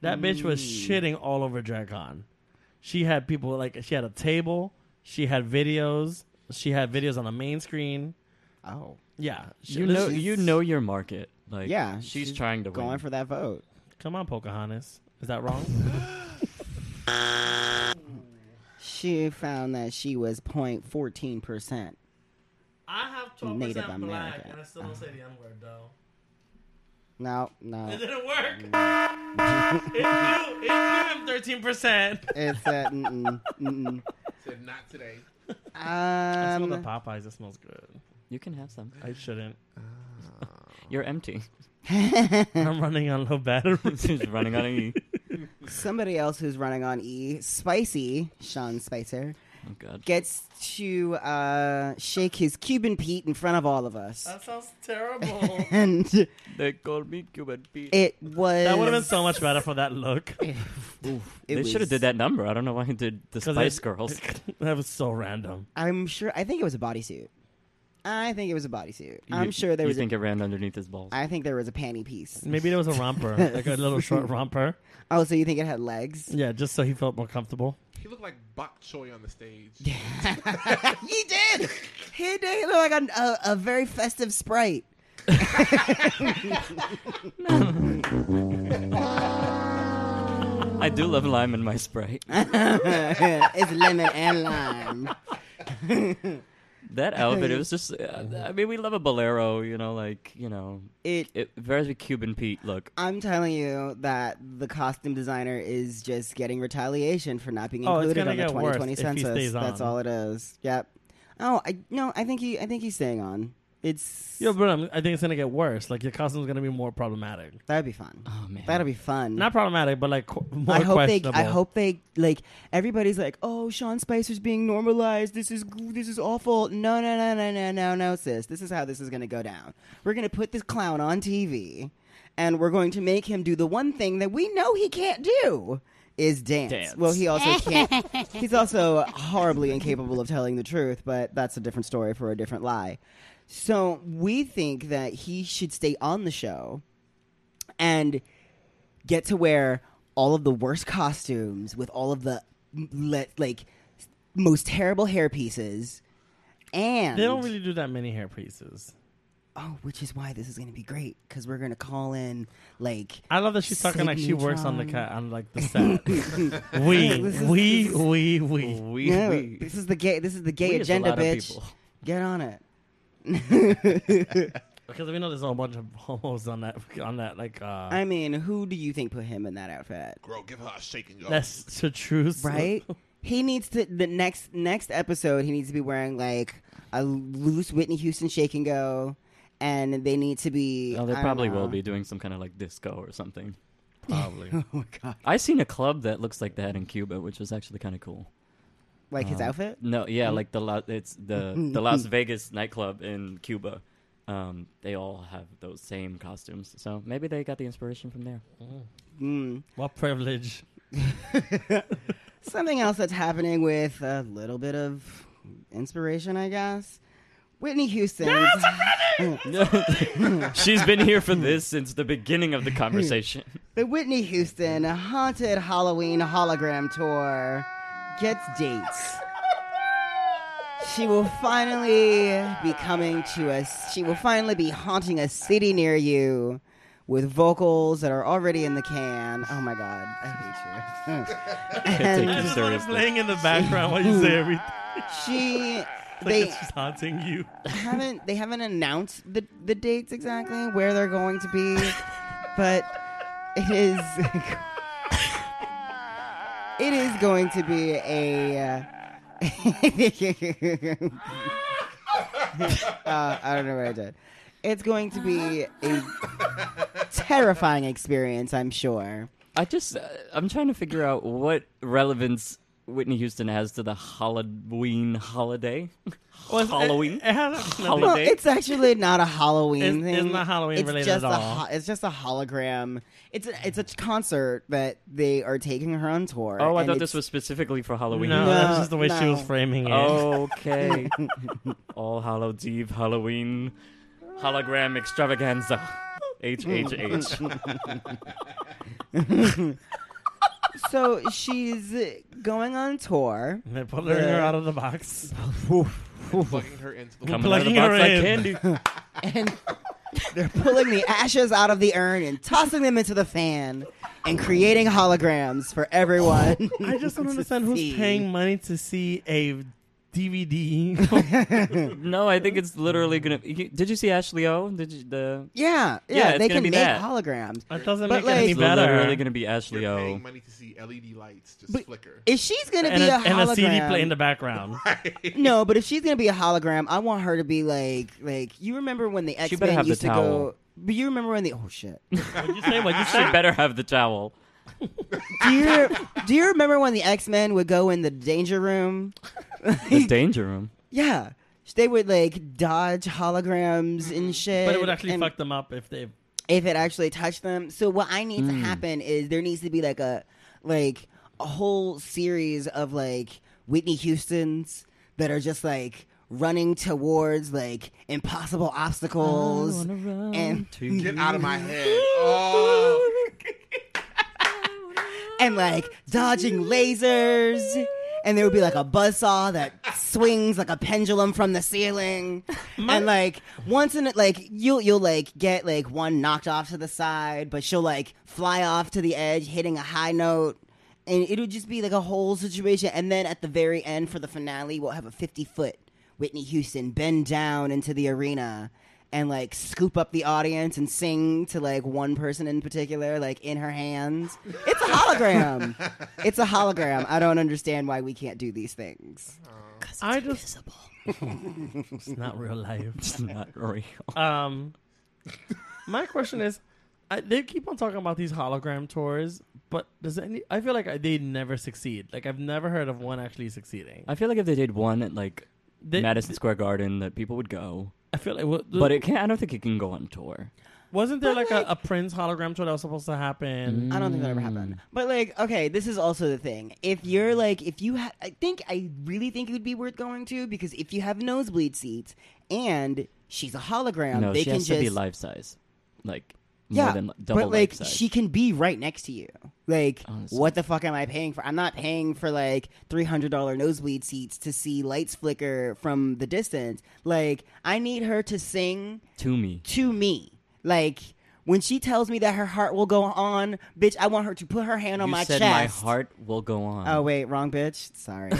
Speaker 3: That bitch was
Speaker 1: Mm.
Speaker 3: shitting all over DragCon. She had people like she had a table. She had videos. She had videos on the main screen.
Speaker 2: Oh,
Speaker 3: Yeah, she-
Speaker 1: you know
Speaker 3: listen-
Speaker 1: you know your market. Like
Speaker 2: yeah.
Speaker 1: she's, trying to
Speaker 2: going
Speaker 1: win.
Speaker 2: for that vote.
Speaker 3: Come on, Pocahontas. Is that wrong?
Speaker 2: She found that she was 0.14 percent.
Speaker 3: I have
Speaker 2: 12% Native black, American. and I
Speaker 3: still don't say the N word [laughs] though.
Speaker 2: No, no,
Speaker 3: didn't [laughs] work. it knew, it knew him [laughs] 13%.
Speaker 2: it's a mm-mm, mm-mm.
Speaker 4: Said not today.
Speaker 3: I smell the
Speaker 2: um.
Speaker 3: Popeyes. It smells good.
Speaker 1: you can have some.
Speaker 3: I shouldn't.
Speaker 1: You're empty. [laughs]
Speaker 3: I'm running on low battery. [laughs]
Speaker 1: She's running on a E.
Speaker 2: Somebody else who's running on E, Spicy Sean Spicer.
Speaker 1: [laughs] Oh God.
Speaker 2: gets to uh, shake his Cuban Pete in front of all of us.
Speaker 3: sounds terrible.
Speaker 2: And
Speaker 1: They call me Cuban Pete.
Speaker 2: it was.
Speaker 3: [laughs] that would have been so much better for that look.
Speaker 2: it
Speaker 1: they
Speaker 2: was-
Speaker 1: should have did that number. I don't know why he did the
Speaker 3: 'Cause [laughs]
Speaker 2: [laughs]
Speaker 1: Spice
Speaker 3: it-
Speaker 1: Girls.
Speaker 3: that was so random.
Speaker 2: I'm sure. I think it was a bodysuit. I think it was a bodysuit. I'm sure there
Speaker 1: you
Speaker 2: was.
Speaker 1: think
Speaker 2: a,
Speaker 1: it ran underneath his balls.
Speaker 2: I think there was a panty piece.
Speaker 3: Maybe there was a romper, like a little short romper.
Speaker 2: Oh, so you think it had legs?
Speaker 3: Yeah, just so he felt more comfortable.
Speaker 4: He looked like Bok Choy on the stage.
Speaker 2: he did. He did. He looked like a, a, a very festive sprite.
Speaker 3: [laughs]
Speaker 2: [laughs]
Speaker 1: I do love lime in my
Speaker 2: [laughs]
Speaker 1: Sprite.
Speaker 2: it's lemon and lime.
Speaker 1: That outfit, it was just, uh, I mean, we love a bolero, you know, like, you know,
Speaker 2: It.
Speaker 1: it very Cuban Pete look.
Speaker 2: I'm telling you that the costume designer is just getting retaliation for not being
Speaker 3: Oh, it's
Speaker 2: included
Speaker 3: gonna
Speaker 2: on the
Speaker 3: get worse
Speaker 2: 2020
Speaker 3: if he
Speaker 2: census.
Speaker 3: stays
Speaker 2: That's
Speaker 3: on.
Speaker 2: all it is. Yep. Oh, I no. I think he. I think he's staying on. It's.
Speaker 3: Yeah, but um, I think it's gonna get worse. Like your costume's gonna be more problematic.
Speaker 2: that'd be fun.
Speaker 1: Oh, man.
Speaker 2: That'd be fun.
Speaker 3: Not problematic, but like qu- more
Speaker 2: I hope they.
Speaker 3: questionable.
Speaker 2: I hope they like. Everybody's like, "Oh, Sean Spicer's being normalized. This is this is awful." No, no, no, no, no, no, no, sis. This is how this is going to go down. We're going to put this clown on TV, and we're going to make him do the one thing that we know he can't do is dance.
Speaker 1: Dance.
Speaker 2: Well, he also can't. he's also horribly incapable of telling the truth, but that's a different story for a different lie. So we think that he should stay on the show and get to wear all of the worst costumes with all of the le- like most terrible hair pieces and
Speaker 3: They don't really do that many hair pieces.
Speaker 2: oh which is why this is going to be great cuz we're going to call in
Speaker 1: [laughs]
Speaker 2: like
Speaker 3: I love that she's talking like she
Speaker 2: Sydney
Speaker 3: works on the
Speaker 2: Tron.
Speaker 3: cat on like
Speaker 2: [laughs]
Speaker 3: the set. we,
Speaker 2: This is-
Speaker 3: we, we, we.
Speaker 1: We,
Speaker 2: no,
Speaker 1: we,
Speaker 2: this is the gay this is the gay
Speaker 1: we is a
Speaker 2: agenda
Speaker 1: lot of
Speaker 2: bitch
Speaker 1: people.
Speaker 2: get on it
Speaker 1: [laughs]
Speaker 3: Because we know there's a whole bunch of homos on that on that like uh
Speaker 2: [laughs] i mean who do you think put him in that outfit
Speaker 4: Girl, give her a shake and go.
Speaker 3: that's the truth.
Speaker 2: right he needs to the next next episode he needs to be wearing like a loose whitney houston shake and go and they need to be
Speaker 1: Oh, they
Speaker 2: I don't
Speaker 1: probably
Speaker 2: know.
Speaker 1: will be doing some kind of like disco or something.
Speaker 3: Probably.
Speaker 2: [laughs] oh my god
Speaker 1: I seen a club that looks like that in Cuba, which was actually kind of cool.
Speaker 2: like
Speaker 1: Uh-huh.
Speaker 2: his outfit.
Speaker 1: No, yeah, like the La- it's the
Speaker 2: [laughs]
Speaker 1: the Las Vegas nightclub in Cuba. Um, they all have those same costumes, so maybe they got the inspiration from there.
Speaker 3: [laughs] what
Speaker 1: [laughs]
Speaker 3: privilege.
Speaker 2: Something else that's happening with a little bit of inspiration, I guess. Whitney Houston.
Speaker 1: [laughs] She's been here for this since the beginning of the conversation.
Speaker 2: the Whitney Houston Haunted Halloween Hologram Tour gets dates. She will finally be coming to us. She will finally be haunting a city near you with vocals that are already in the can. Oh my god, I hate you. [laughs]
Speaker 1: Take
Speaker 2: And
Speaker 1: you seriously.
Speaker 3: Playing in the background while you say everything.
Speaker 2: she
Speaker 3: Like
Speaker 2: they
Speaker 3: it's just haunting you.
Speaker 2: haven't they haven't announced the the dates exactly where they're going to be, but it is it is going to be a. uh, [laughs] uh, I don't know what I did. It's going to be a terrifying experience, I'm sure.
Speaker 1: [laughs] I just uh, I'm trying to figure out what relevance Whitney Houston has to the Halloween holiday. [laughs]
Speaker 3: uh,
Speaker 1: Halloween.
Speaker 3: It, it has nothing-
Speaker 1: Halloween.
Speaker 2: Well,
Speaker 1: holiday?
Speaker 2: it's actually not a Halloween
Speaker 3: It's-
Speaker 2: thing.
Speaker 3: it's not Halloween
Speaker 2: It's
Speaker 3: related
Speaker 2: just
Speaker 3: at
Speaker 2: a
Speaker 3: all.
Speaker 2: ho- it's just a hologram. It's a, it's a concert that they are taking her on tour.
Speaker 1: Oh, I
Speaker 2: and
Speaker 1: thought
Speaker 2: it's-
Speaker 1: this was specifically for Halloween.
Speaker 3: No,
Speaker 2: No,
Speaker 3: that's just the way she
Speaker 2: no.
Speaker 3: was framing it.
Speaker 1: Oh. Okay. [laughs] All Hallow Eve, Halloween, hologram extravaganza. H H H.
Speaker 2: so she's going on tour.
Speaker 3: And They're pulling her out of the box.
Speaker 4: Plugging her into
Speaker 1: [laughs]
Speaker 4: the
Speaker 1: Coming out of the
Speaker 3: Plugging
Speaker 1: box
Speaker 3: her
Speaker 1: like
Speaker 3: in.
Speaker 1: candy.
Speaker 2: and they're pulling the ashes out of the urn and tossing them into the fan and creating holograms for everyone.
Speaker 3: [laughs] I just don't
Speaker 2: [laughs] to
Speaker 3: understand who's
Speaker 2: see.
Speaker 3: paying money to see a DVD.
Speaker 1: No, I think it's literally gonna. you- Did you see Ashley O? Did you the?
Speaker 2: Yeah, yeah,
Speaker 1: Yeah, it's
Speaker 2: they
Speaker 1: gonna
Speaker 2: can
Speaker 1: be
Speaker 2: make
Speaker 1: that.
Speaker 2: holograms.
Speaker 3: that doesn't
Speaker 2: But
Speaker 3: make it any
Speaker 1: It's
Speaker 2: like-
Speaker 3: better.
Speaker 1: literally gonna be Ashley
Speaker 4: You're
Speaker 1: O.
Speaker 4: paying money to see LED lights just
Speaker 2: But-
Speaker 4: flicker.
Speaker 2: If she's gonna
Speaker 3: and
Speaker 2: be
Speaker 3: a,
Speaker 2: a,
Speaker 3: and
Speaker 2: hologram,
Speaker 3: a CD play in the background.
Speaker 2: no, but if she's gonna be a hologram, I want her to be like, like you remember when the X
Speaker 1: better
Speaker 2: Men
Speaker 1: have the
Speaker 2: used to
Speaker 1: towel.
Speaker 2: go. But you remember when the oh shit.
Speaker 3: you say what you
Speaker 1: She
Speaker 3: say.
Speaker 1: better have the towel.
Speaker 2: Do you do you remember when the X Men would go in the danger room?
Speaker 1: The danger room.
Speaker 2: Yeah, they would like dodge holograms and shit.
Speaker 3: [laughs] Mm. But it would actually
Speaker 2: and-
Speaker 3: fuck them up if they.
Speaker 2: if it actually touched them. So what I need to
Speaker 1: Mm.
Speaker 2: happen is there needs to be like a like a whole series of like Whitney Houston's that are just like running towards like impossible obstacles and
Speaker 4: Get out
Speaker 1: [laughs]
Speaker 4: of my head. Oh,
Speaker 2: and like dodging lasers. And there would be like a buzzsaw that swings like a pendulum from the ceiling. and like once in it like you'll you'll like get like one knocked off to the side, but she'll like fly off to the edge, hitting a high note. And it would just be like a whole situation. And then at the very end for the finale, we'll have a fifty foot Whitney Houston bend down into the arena and like scoop up the audience and sing to like one person in particular, like in her hands. It's a hologram. it's a hologram. I don't understand why we can't do these things.
Speaker 3: I just [laughs] it's not real life. [laughs]
Speaker 1: It's not real.
Speaker 3: Um, my question is, I, they keep on talking about these hologram tours, but does any? I feel like I, they never succeed. Like I've never heard of one actually succeeding.
Speaker 1: I feel like if they did one at like
Speaker 3: They-
Speaker 1: Madison Square Garden, that people would go.
Speaker 3: I feel like, wa-
Speaker 1: But it can, I don't think it can go on tour.
Speaker 3: wasn't there like, a, a Prince hologram tour that was supposed to happen.
Speaker 2: I don't think that ever happened. But like, okay, this is also the thing. If you're like, if you, ha- I think I really think it would be worth going to because if you have nosebleed seats and she's a hologram,
Speaker 1: no,
Speaker 2: they
Speaker 1: she
Speaker 2: can
Speaker 1: has
Speaker 2: just
Speaker 1: to be life size, like
Speaker 2: yeah,
Speaker 1: more than double
Speaker 2: but like
Speaker 1: life size.
Speaker 2: she can be right next to you. Like,
Speaker 1: Honestly.
Speaker 2: what the fuck am I paying for? I'm not paying for like three hundred dollar nosebleed seats to see lights flicker from the distance. Like, I need her to sing
Speaker 1: to me.
Speaker 2: to me. Like, when she tells me that her heart will go on, bitch, I want her to put her hand on
Speaker 1: you
Speaker 2: my
Speaker 1: said
Speaker 2: chest.
Speaker 1: my heart will go on.
Speaker 2: Oh wait, wrong bitch.
Speaker 1: [laughs]
Speaker 2: Sorry. Uh,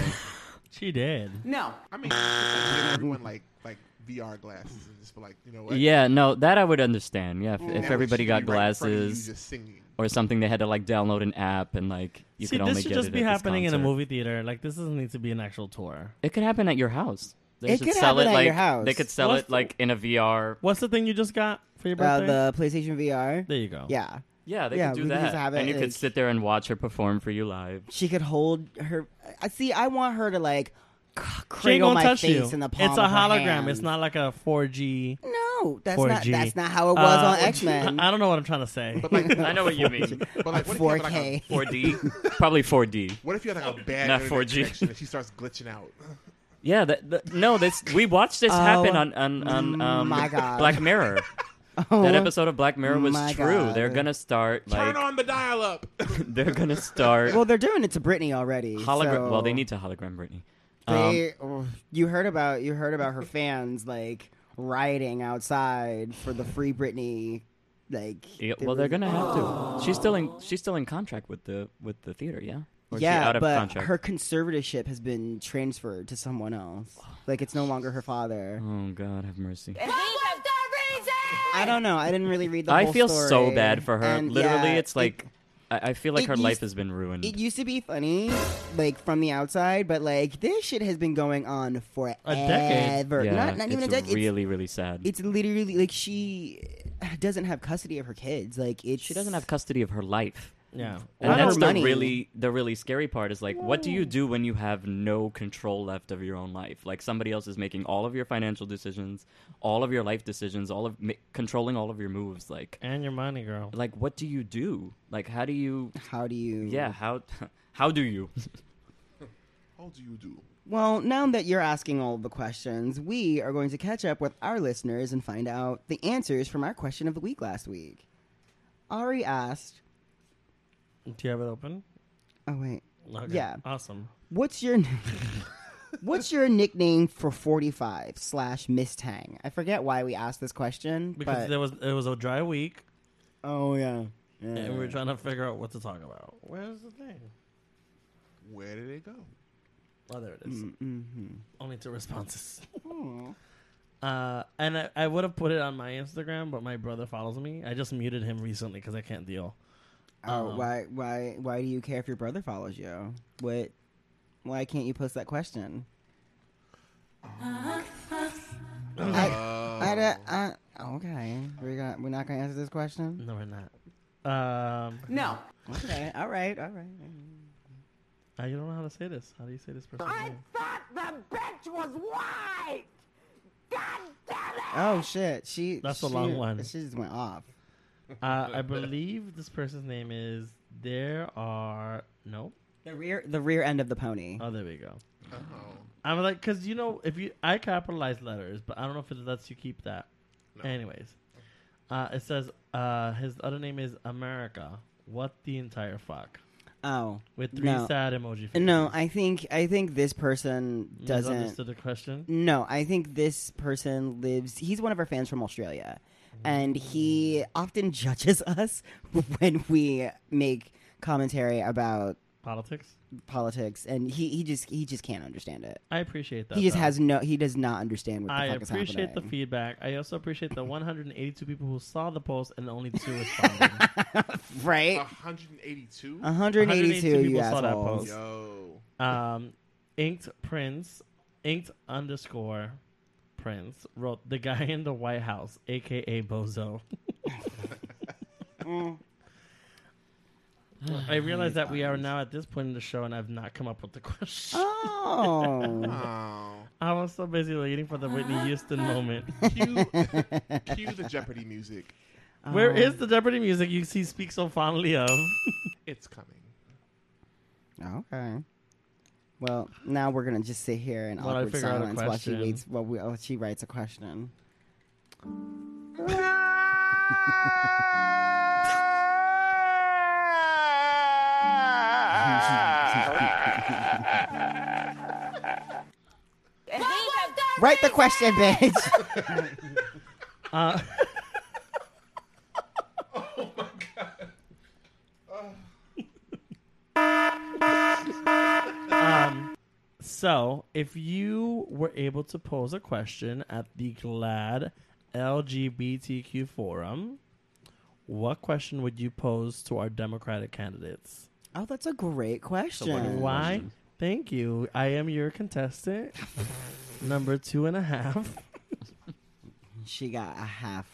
Speaker 3: She did.
Speaker 5: No.
Speaker 4: I mean, just, like, give everyone like like VR glasses and just be like, you know what?
Speaker 1: yeah, no, that I would understand. Yeah, if,
Speaker 3: Oh,
Speaker 4: Now
Speaker 1: if
Speaker 4: it
Speaker 1: everybody
Speaker 4: should
Speaker 1: got
Speaker 4: be right in front of you
Speaker 1: glasses
Speaker 4: just singing.
Speaker 1: or something, they had to like download an app and like you
Speaker 3: See,
Speaker 1: could only
Speaker 3: this should
Speaker 1: get it
Speaker 3: just be
Speaker 1: at this
Speaker 3: happening in a
Speaker 1: concert.
Speaker 3: movie theater. Like this doesn't need to be an actual tour.
Speaker 1: It could happen at your house. They
Speaker 2: It
Speaker 1: should
Speaker 2: could
Speaker 1: sell
Speaker 2: happen
Speaker 1: it
Speaker 2: at
Speaker 1: like
Speaker 2: your house.
Speaker 1: they could sell
Speaker 3: What's
Speaker 1: it like in a VR.
Speaker 3: What's the thing you just got for your
Speaker 2: uh,
Speaker 3: birthday?
Speaker 2: the PlayStation VR.
Speaker 3: there you go.
Speaker 2: Yeah,
Speaker 1: Yeah, they
Speaker 2: Yeah,
Speaker 1: could
Speaker 2: we
Speaker 1: do
Speaker 2: could just
Speaker 1: that,
Speaker 2: have it
Speaker 1: and you
Speaker 2: like-
Speaker 1: could sit there and watch her perform for you live.
Speaker 2: she could hold her. I see. I want her to like
Speaker 3: She
Speaker 2: c-
Speaker 3: ain't
Speaker 2: cradle
Speaker 3: gonna
Speaker 2: my
Speaker 3: touch
Speaker 2: face
Speaker 3: you.
Speaker 2: in the palm.
Speaker 3: it's a
Speaker 2: of her
Speaker 3: hologram.
Speaker 2: hand.
Speaker 3: It's not like a 4G.
Speaker 2: No, that's
Speaker 3: 4G.
Speaker 2: not. That's not how it was
Speaker 3: Uh,
Speaker 2: on X Men.
Speaker 3: [laughs] I, I don't know what I'm trying to say.
Speaker 4: But like,
Speaker 1: [laughs] I know what
Speaker 2: [laughs]
Speaker 1: you mean.
Speaker 4: [laughs] but like, what if you have, like, a-
Speaker 2: 4K. [laughs]
Speaker 1: 4D, probably 4D.
Speaker 4: What if you had like
Speaker 1: [laughs]
Speaker 4: a bad
Speaker 1: Not
Speaker 4: internet
Speaker 1: 4G.
Speaker 4: connection and she starts glitching out?
Speaker 1: Yeah, that, that- no, this we watched this happen
Speaker 2: Oh,
Speaker 1: on on, on um,
Speaker 2: my God. [laughs]
Speaker 1: Black Mirror.
Speaker 2: Oh,
Speaker 1: That episode of Black Mirror was
Speaker 2: my
Speaker 1: true.
Speaker 2: God.
Speaker 1: They're gonna start [laughs] like
Speaker 4: Turn on the dial [laughs] up.
Speaker 1: [laughs] they're gonna start
Speaker 2: Well, they're doing it to Britney already.
Speaker 1: hologram.
Speaker 2: so
Speaker 1: Well, they need to hologram Britney. Um,
Speaker 2: They, oh, you heard about you heard about her fans like rioting outside for the free Britney. Like,
Speaker 1: Yeah,
Speaker 2: there
Speaker 1: well, they're
Speaker 2: was-
Speaker 1: gonna have to. She's still in. She's still in contract with the with the theater. Yeah. Or is she
Speaker 2: yeah,
Speaker 1: out of
Speaker 2: but
Speaker 1: contract?
Speaker 2: her conservatorship has been transferred to someone else. Like, it's no longer her father.
Speaker 1: Oh God, have mercy.
Speaker 2: I don't know. I didn't really read the.
Speaker 1: I
Speaker 2: whole
Speaker 1: feel so
Speaker 2: story.
Speaker 1: bad for her.
Speaker 2: And,
Speaker 1: Literally,
Speaker 2: yeah,
Speaker 1: it's
Speaker 2: it-
Speaker 1: like I, I feel like
Speaker 2: it
Speaker 1: her
Speaker 2: used-
Speaker 1: life has been ruined.
Speaker 2: It used to be funny, like from the outside, but like this shit has been going on forever.
Speaker 3: decade.
Speaker 1: yeah,
Speaker 2: not, not even a
Speaker 1: it's
Speaker 2: decade.
Speaker 1: Really, really sad.
Speaker 2: It's, it's literally like she doesn't have custody of her kids. Like it's
Speaker 1: she doesn't have custody of her life.
Speaker 3: [laughs] yeah.
Speaker 1: And
Speaker 2: Or her
Speaker 1: that's the
Speaker 2: money.
Speaker 1: really the really scary part is like, what do you do when you have no control left of your own life? Like somebody else is making all of your financial decisions, all of your life decisions, all of ma- controlling all of your moves. Like,
Speaker 3: And your money, girl.
Speaker 1: like what do you do? Like, how do you?
Speaker 2: How do you?
Speaker 1: Yeah, how [laughs] how do you?
Speaker 4: How do you do?
Speaker 2: Well, now that you're asking all the questions, we are going to catch up with our listeners and find out the answers from our question of the week last week. Ari asked,
Speaker 3: Do you have it open?
Speaker 2: "Oh wait,
Speaker 3: Okay.
Speaker 2: Yeah.
Speaker 3: Awesome.
Speaker 2: What's your [laughs] What's your nickname for 45 slash Miss Tang? I forget why we asked this question.
Speaker 3: Because
Speaker 2: but,
Speaker 3: there was it was a dry week,
Speaker 2: oh, yeah.
Speaker 3: and we were trying to figure out what to talk about. Where's the thing?
Speaker 4: Where did it go?
Speaker 3: Oh, there it is. Only two responses. [laughs] Uh, and I, I would have put it on my Instagram, but my brother follows me. I just muted him recently because I can't deal.
Speaker 2: Oh, why, why, why do you care if your brother follows you? What? Why can't you post that question?
Speaker 4: Um,
Speaker 2: I, I, don't-
Speaker 3: Oh.
Speaker 2: I, okay, we got, we're not gonna answer
Speaker 3: [laughs]
Speaker 2: this question.
Speaker 3: No, we're not. Um,
Speaker 5: No.
Speaker 2: Okay, all right, all right.
Speaker 3: I don't know how to say this. How do you say this person's name?
Speaker 6: thought the bitch was white. God damn it!
Speaker 2: Oh shit, she.
Speaker 3: That's a
Speaker 2: she-
Speaker 3: long one.
Speaker 2: She just went off.
Speaker 3: Uh, I believe this person's name is. There are no.
Speaker 2: The rear, the rear end of the pony.
Speaker 3: Uh, Oh, there we go.
Speaker 4: Oh,
Speaker 3: I'm like, because you know, if you I capitalize letters, but I don't know if it lets you keep that.
Speaker 4: No.
Speaker 3: Anyways, uh, it says uh, his other name is America. What the entire fuck?
Speaker 2: Oh
Speaker 3: With three
Speaker 2: No.
Speaker 3: sad emoji. Faces. Mm,
Speaker 2: no, I think I think this person doesn't.
Speaker 3: Misunderstood the question.
Speaker 2: No, I think this person lives. He's one of our fans from Australia, and he often [laughs] judges us when we make commentary about
Speaker 3: Politics.
Speaker 2: politics, and he, he just he just can't understand it.
Speaker 3: I appreciate that.
Speaker 2: He just
Speaker 3: though.
Speaker 2: has no. He does not understand what the
Speaker 3: I
Speaker 2: fuck is
Speaker 3: appreciate the
Speaker 2: happening.
Speaker 3: feedback. I also appreciate the 182 people who saw the post and only two responded.
Speaker 2: [laughs] right.
Speaker 4: [laughs] 182.
Speaker 2: Uh-huh. 182,
Speaker 3: 182
Speaker 2: you
Speaker 3: people saw that
Speaker 2: assholes.
Speaker 3: post.
Speaker 4: Yo.
Speaker 3: um, inked Prince, inked underscore Prince wrote the guy in the White House, aka Bozo. I realize that we are now at this point in the show, and I've not come up with the question.
Speaker 4: [laughs]
Speaker 2: Oh. [laughs]
Speaker 4: Oh.
Speaker 3: I was so busy waiting for the Whitney Houston moment.
Speaker 2: [laughs]
Speaker 4: Cue, cue the Jeopardy music.
Speaker 3: Where is the Jeopardy music you see speak so fondly of?
Speaker 4: It's
Speaker 2: [laughs]
Speaker 4: coming.
Speaker 2: Okay. Well, now we're gonna just sit here in
Speaker 3: While I
Speaker 2: awkward
Speaker 3: figure out a
Speaker 2: silence while she
Speaker 3: question.
Speaker 2: waits. While, we, while she writes a question. Write the question, [laughs] bitch.
Speaker 3: Uh, um, so, if you were able to pose a question at the GLAD LGBTQ forum, what question would you pose to our Democratic candidates?
Speaker 2: Oh, that's a great question.
Speaker 3: Why? Thank you. I am your contestant, number two and a half.
Speaker 2: She got a half,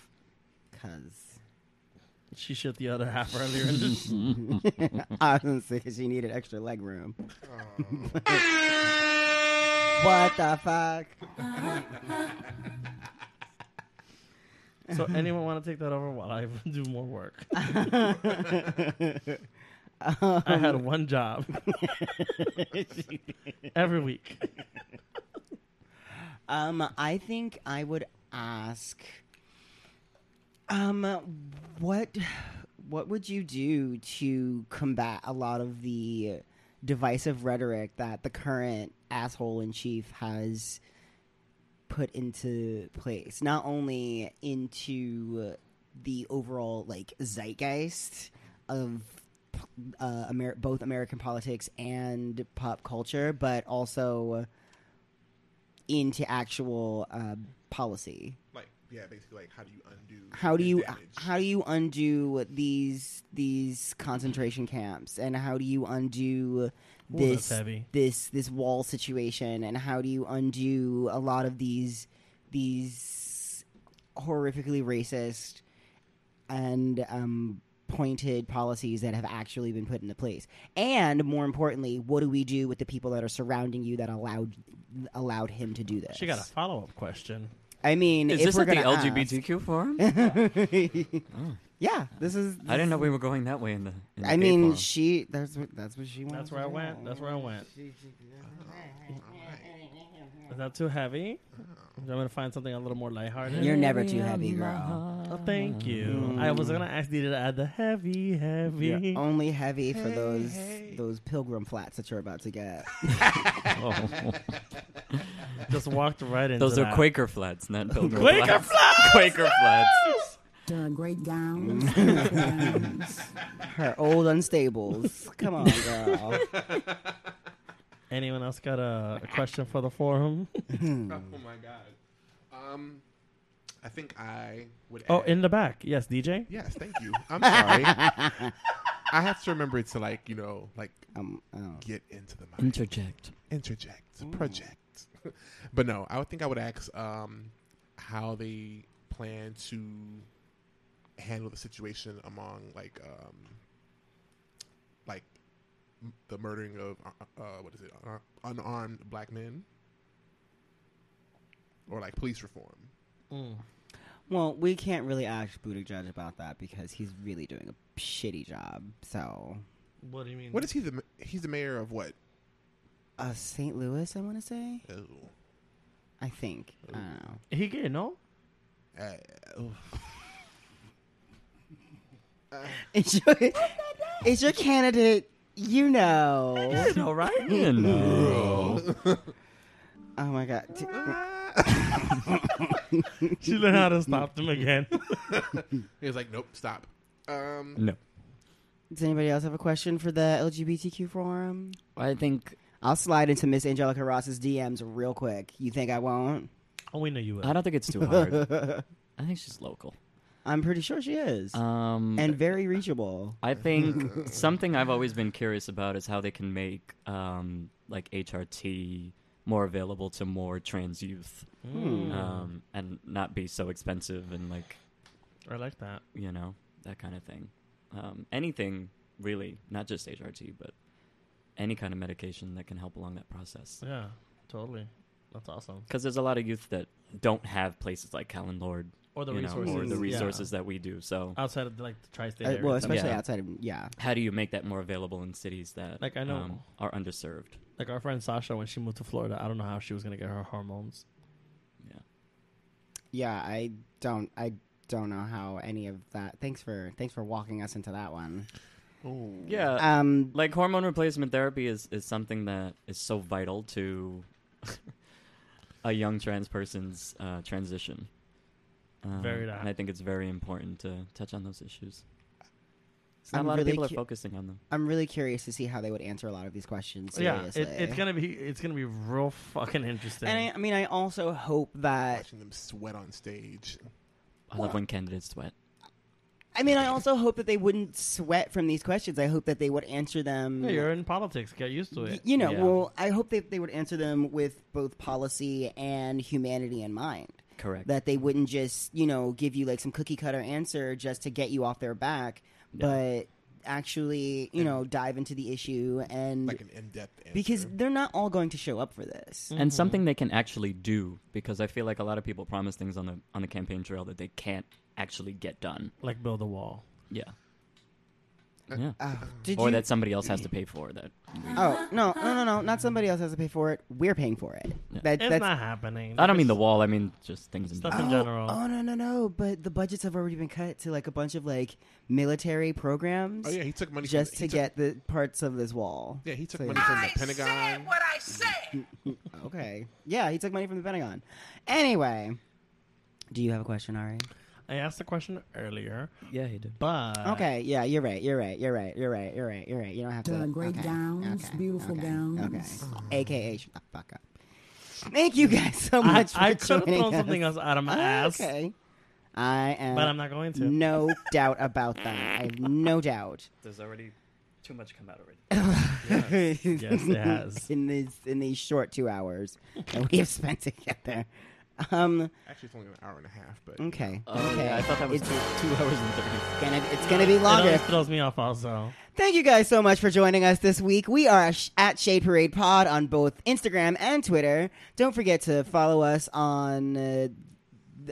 Speaker 2: [laughs] cause
Speaker 3: She shit the other half earlier in the
Speaker 2: I was gonna say 'cause she needed extra leg room. what the [laughs] fuck?
Speaker 3: So anyone want to take that over while I [laughs] do more work? I had one job every week.
Speaker 2: Um, I think I would ask, um, what what would you do to combat a lot of the divisive rhetoric that the current asshole in chief has put into place? Not only into the overall like zeitgeist of uh, Amer- both American politics and pop culture, but also into actual uh, policy.
Speaker 4: Like, yeah, basically, like, how do you undo?
Speaker 2: How do
Speaker 4: the
Speaker 2: you
Speaker 4: damage?
Speaker 2: how do you undo these these concentration camps, and how do you undo
Speaker 3: that's
Speaker 2: this
Speaker 3: heavy.
Speaker 2: this this wall situation, and how do you undo a lot of these these horrifically racist and um, pointed policies that have actually been put into place. And more importantly, what do we do with the people that are surrounding you that allowed allowed him to do this?
Speaker 3: She got a follow up question.
Speaker 2: I mean,
Speaker 1: Is
Speaker 2: if
Speaker 1: this
Speaker 2: we're
Speaker 1: at the
Speaker 2: gonna ask-
Speaker 1: LGBTQ forum?
Speaker 2: [laughs] Yeah, this is.
Speaker 1: I didn't know we were going that way in the. In the
Speaker 2: I
Speaker 1: gay
Speaker 2: mean,
Speaker 1: forum.
Speaker 2: she. That's what. That's what she wants.
Speaker 3: That's where I
Speaker 2: to
Speaker 3: went.
Speaker 2: do.
Speaker 3: That's where I went.
Speaker 4: All right.
Speaker 3: Is that too heavy? I'm gonna find something a little more lighthearted.
Speaker 2: You're never too heavy, girl.
Speaker 3: Oh, thank you.
Speaker 1: Mm.
Speaker 3: I was gonna ask you to add the heavy, heavy.
Speaker 2: You're only heavy for those those pilgrim flats that you're about to get.
Speaker 3: [laughs] Just walked right into
Speaker 1: Those are
Speaker 3: that.
Speaker 1: Quaker flats,
Speaker 2: [laughs]
Speaker 1: not Pilgrim
Speaker 3: Quaker
Speaker 1: flats. Quaker flats.
Speaker 5: Done great gowns, beautiful gowns.
Speaker 2: Her old unstables. Come on, girl.
Speaker 3: Anyone else got a, a question for the forum?
Speaker 4: Oh
Speaker 3: Mm.
Speaker 4: my god. Um, I think I would.
Speaker 3: oh,
Speaker 4: add-
Speaker 3: in the back. Yes, DJ.
Speaker 4: Yes, thank you. I'm sorry. I have to remember to like you know like
Speaker 2: Um, oh.
Speaker 4: get into the mic,
Speaker 1: Interject.
Speaker 4: interject, project. [laughs] but no, I would think I would ask um how they plan to handle the situation among like um like m- the murdering of uh, uh what is it un- unarmed black men or like police reform.
Speaker 3: Mm.
Speaker 2: Well, we can't really ask Buttigieg about that because he's really doing a shitty job. So
Speaker 3: What do you mean?
Speaker 4: What is he the ma- he's the mayor of what?
Speaker 2: uh, St. Louis, I want to say.
Speaker 4: Ew.
Speaker 2: I think. I don't know.
Speaker 3: He gay, no?
Speaker 4: Uh, oof.
Speaker 2: It's your, it's your candidate. You know.
Speaker 3: [laughs] No, right?
Speaker 2: [laughs] Oh my god. T-
Speaker 3: she learned how to stop
Speaker 1: [laughs]
Speaker 3: them again. [laughs]
Speaker 4: He was like, nope, stop. Um,
Speaker 1: No.
Speaker 2: Does anybody else have a question for the LGBTQ forum?
Speaker 1: I think
Speaker 2: I'll slide into Miss Angelica Ross's DMs real quick. You think I won't?
Speaker 3: oh, we know you
Speaker 1: I
Speaker 3: would.
Speaker 1: don't think it's too
Speaker 2: [laughs]
Speaker 1: hard. I think she's local.
Speaker 2: I'm pretty sure she is.
Speaker 1: Um,
Speaker 2: and very reachable. [laughs]
Speaker 1: I think something I've always been curious about is how they can make um, like HRT more available to more trans youth,
Speaker 3: Mm.
Speaker 2: Hmm.
Speaker 1: um, and not be so expensive and like
Speaker 3: I like that.
Speaker 1: you know that kind of thing. Um, anything really, not just HRT, but any kind of medication that can help along that process.
Speaker 3: Yeah, totally. That's awesome.
Speaker 1: Because there's a lot of youth that don't have places like Callan Lord,
Speaker 3: Or the
Speaker 1: you know,
Speaker 3: resources.
Speaker 1: or the
Speaker 3: yeah. Uh,
Speaker 1: resources that we do. So
Speaker 3: Outside of like the tri-state
Speaker 2: Uh,
Speaker 3: area.
Speaker 2: well,
Speaker 3: Yeah.
Speaker 2: especially
Speaker 1: Yeah.
Speaker 2: outside of yeah.
Speaker 1: how do you make that more available in cities that um,
Speaker 3: Like, I know-
Speaker 1: are underserved?
Speaker 3: Like our friend Sasha, when she moved to Florida, I don't know how she was gonna get her hormones.
Speaker 1: Yeah.
Speaker 2: Yeah, I don't I don't know how any of that. Thanks for thanks for walking us into that one.
Speaker 4: ooh.
Speaker 1: Yeah.
Speaker 2: Um
Speaker 1: like hormone replacement therapy is, is something that is so vital to [laughs] a young trans person's uh, transition. Um,
Speaker 3: Very that.
Speaker 1: And I think it's very important to touch on those issues. It's not
Speaker 2: I'm
Speaker 1: a lot
Speaker 2: really
Speaker 1: of people
Speaker 2: cu-
Speaker 1: are focusing on them.
Speaker 2: I'm really curious to see how they would answer a lot of these questions seriously.
Speaker 3: Yeah, it, it's gonna be it's gonna be real fucking interesting.
Speaker 2: And I, I mean I also hope that
Speaker 4: Watching them sweat on stage.
Speaker 1: I love when candidates sweat.
Speaker 2: I mean I also hope that they wouldn't sweat from these questions. I hope that they would answer them
Speaker 3: yeah, you're in politics. Get used to
Speaker 2: Y-
Speaker 3: it.
Speaker 2: you know,
Speaker 1: Yeah.
Speaker 2: well, I hope that they would answer them with both policy and humanity in mind.
Speaker 1: Correct.
Speaker 2: That they wouldn't just, you know, give you like some cookie cutter answer just to get you off their back, but actually, you know, dive into the issue and
Speaker 4: Like an in depth answer.
Speaker 2: because they're not all going to show up for this.
Speaker 1: and something they can actually do because I feel like a lot of people promise things on the on the campaign trail that they can't actually get done.
Speaker 3: Like build a wall.
Speaker 1: Yeah. Yeah.
Speaker 2: Uh, Did
Speaker 1: or
Speaker 2: you?
Speaker 1: that somebody else has to pay for that.
Speaker 2: oh no, no, no, no! Not somebody else has to pay for it. We're paying for it. That,
Speaker 3: It's
Speaker 2: that's
Speaker 3: not happening.
Speaker 1: I don't mean the
Speaker 3: There's
Speaker 1: wall. I mean just things in
Speaker 3: stuff
Speaker 1: general.
Speaker 3: in general.
Speaker 2: Oh no, no, no! But the budgets have already been cut to like a bunch of like military programs.
Speaker 4: Oh, yeah, he took money from
Speaker 2: just
Speaker 4: the-
Speaker 2: to
Speaker 4: he took-
Speaker 2: get the parts of this wall.
Speaker 4: Yeah, he took
Speaker 2: So, Ah,
Speaker 4: money from the Pentagon.
Speaker 6: what I said.
Speaker 2: Okay. Yeah, he took money from the Pentagon. Anyway, do you have a question, Ari?
Speaker 3: I asked the question earlier,
Speaker 1: Yeah, he did.
Speaker 3: but
Speaker 2: Okay. Yeah, you're right. You're right. You're right. You're right. You're right. You're right. You don't have to.
Speaker 5: The great
Speaker 2: okay,
Speaker 5: gowns,
Speaker 2: okay,
Speaker 5: beautiful
Speaker 2: okay,
Speaker 5: gowns.
Speaker 2: Okay. AKA shut the fuck up. Thank you guys so
Speaker 3: I,
Speaker 2: much.
Speaker 3: I
Speaker 2: for
Speaker 3: could have
Speaker 2: joining [laughs]
Speaker 3: thrown
Speaker 2: us.
Speaker 3: something else out of my ass,
Speaker 2: Okay. I am.
Speaker 3: but I'm not going to.
Speaker 2: No doubt about that. I have no doubt.
Speaker 1: There's already too much come out already.
Speaker 2: [laughs]
Speaker 3: Yes, it has.
Speaker 2: in these in these short two hours that we have spent [laughs] together. Um.
Speaker 4: Actually, it's only an hour and a half, but
Speaker 2: Okay.
Speaker 1: Oh,
Speaker 2: okay.
Speaker 1: yeah, I thought that was
Speaker 2: it's
Speaker 1: two, two hours and 30.
Speaker 2: gonna it's gonna be
Speaker 3: It
Speaker 2: longer.
Speaker 3: always throws me off. Also,
Speaker 2: Thank you guys so much for joining us this week. We are sh- at Shade Parade Pod on both Instagram and Twitter. Don't forget to follow us on. Uh,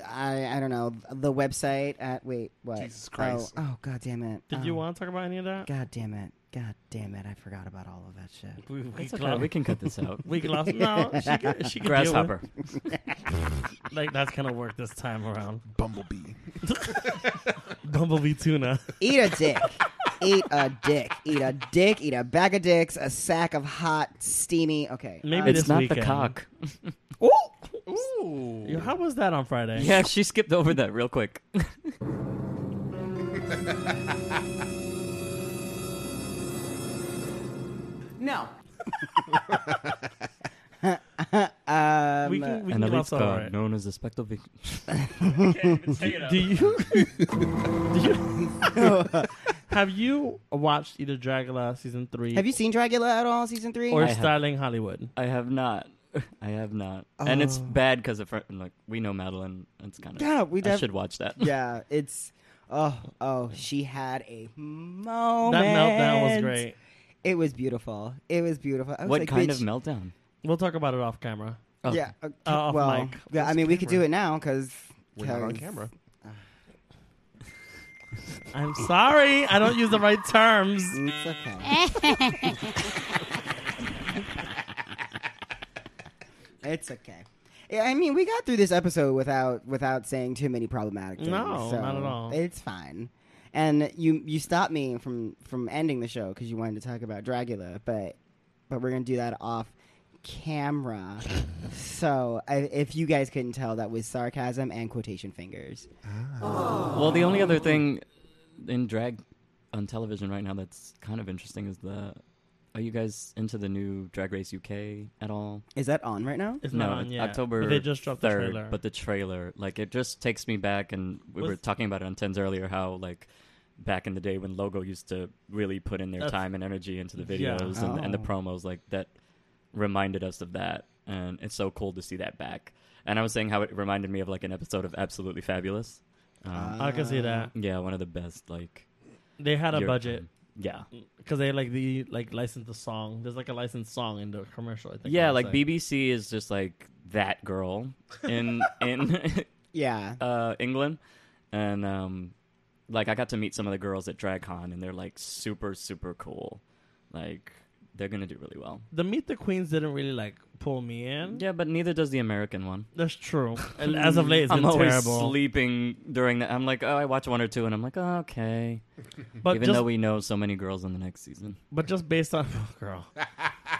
Speaker 2: I, I don't know the website at wait what
Speaker 4: Jesus Christ.
Speaker 2: oh, oh god damn it
Speaker 3: did
Speaker 2: oh,
Speaker 3: you want to talk about any of that?
Speaker 2: god damn it god damn it I forgot about all of that shit
Speaker 3: We, we
Speaker 1: It's okay.
Speaker 3: glossed-
Speaker 1: [laughs] We can cut this
Speaker 2: [laughs]
Speaker 1: out.
Speaker 3: we glossed- No, she could, she could deal with-
Speaker 1: Grasshopper.
Speaker 3: Like that's gonna work this time around.
Speaker 4: Bumblebee.
Speaker 3: Bumblebee
Speaker 2: [laughs]
Speaker 3: tuna.
Speaker 2: eat a dick eat a dick eat a dick eat a bag of dicks a sack of hot steamy okay
Speaker 3: Maybe
Speaker 2: um,
Speaker 3: this
Speaker 1: It's not
Speaker 3: weekend.
Speaker 1: the cock.
Speaker 4: Ooh.
Speaker 3: Yo, How was that on Friday?
Speaker 1: Yeah, she skipped over that real [laughs] quick.
Speaker 6: No.
Speaker 3: we can, we
Speaker 1: An
Speaker 3: can
Speaker 1: elite
Speaker 3: gloss over
Speaker 1: god
Speaker 3: it.
Speaker 1: uh, known as the spectral vic-
Speaker 3: Do you? do you
Speaker 2: Um, [laughs]
Speaker 3: have you watched either Dracula season three?
Speaker 2: have you seen Dracula at all season three
Speaker 3: or
Speaker 1: have.
Speaker 3: Styling Hollywood?
Speaker 1: I have not. [laughs] I have not. And it's bad because of her. Like, we know Madeline. It's kind of.
Speaker 2: Yeah, we
Speaker 1: I
Speaker 2: def-
Speaker 1: should watch that.
Speaker 2: yeah, it's oh oh she had a moment.
Speaker 3: That meltdown was great.
Speaker 2: It was beautiful. It was beautiful. I was
Speaker 1: What
Speaker 2: like,
Speaker 1: kind
Speaker 2: bitch,
Speaker 1: of meltdown?
Speaker 3: We'll talk about it off camera.
Speaker 1: Oh,
Speaker 2: Yeah. uh,
Speaker 3: off
Speaker 2: well,
Speaker 3: mic.
Speaker 2: yeah. I mean, we could do it now because
Speaker 4: We're not on camera.
Speaker 3: I'm sorry, I don't use the right terms.
Speaker 2: It's okay. [laughs] It's okay. Yeah, I mean, we got through this episode without without saying too many problematic things.
Speaker 3: No,
Speaker 2: so
Speaker 3: not at all.
Speaker 2: It's fine. And you you stopped me from from ending the show because you wanted to talk about Dracula, but but we're gonna do that off camera. so I, if you guys couldn't tell, that was sarcasm and quotation fingers.
Speaker 1: Well, the only other thing in drag on television right now that's kind of interesting is the. Are you guys into the new Drag Race UK at all?
Speaker 2: Is that on right now?
Speaker 3: It's not
Speaker 1: no,
Speaker 3: on
Speaker 1: it's
Speaker 3: yet.
Speaker 1: October
Speaker 3: They just dropped
Speaker 1: 3rd,
Speaker 3: the trailer.
Speaker 1: But the trailer, like, it just takes me back, and we were
Speaker 3: Was-
Speaker 1: talking about it on Tens earlier, how, like, back in the day when Logo used to really put in their
Speaker 3: That's-
Speaker 1: time and energy into the
Speaker 3: Yeah.
Speaker 1: videos and, and the
Speaker 2: Oh.
Speaker 1: promos, like, that reminded us of that. And it's so cool to see that back. And I was saying how it reminded me of, like, an episode of Absolutely Fabulous. Um,
Speaker 3: I can see that
Speaker 1: yeah, one of the best, like,
Speaker 3: they had a
Speaker 1: Europe-
Speaker 3: budget
Speaker 1: Yeah.
Speaker 3: because they like the like licensed the song. There's like a licensed song in the commercial. I think.
Speaker 1: Yeah,
Speaker 3: I'm
Speaker 1: like
Speaker 3: saying.
Speaker 1: BBC is just like that girl [laughs] in
Speaker 3: [laughs]
Speaker 1: in
Speaker 2: Yeah.
Speaker 1: uh England and um like I got to meet some of the girls at DragCon and they're like super super cool. Like they're going to do really well.
Speaker 3: the Meet the Queens didn't really like pull me in.
Speaker 1: Yeah, but neither does the American one.
Speaker 3: That's true.
Speaker 1: [laughs]
Speaker 3: And as of late, it's
Speaker 1: I'm
Speaker 3: been
Speaker 1: always
Speaker 3: terrible.
Speaker 1: sleeping during the I'm like, "Oh, I watch one or two and I'm like, oh, "Okay."
Speaker 3: But
Speaker 1: Even
Speaker 3: just,
Speaker 1: though we know so many girls in the next season.
Speaker 3: but just based on [laughs] oh,
Speaker 1: [laughs]
Speaker 3: girl,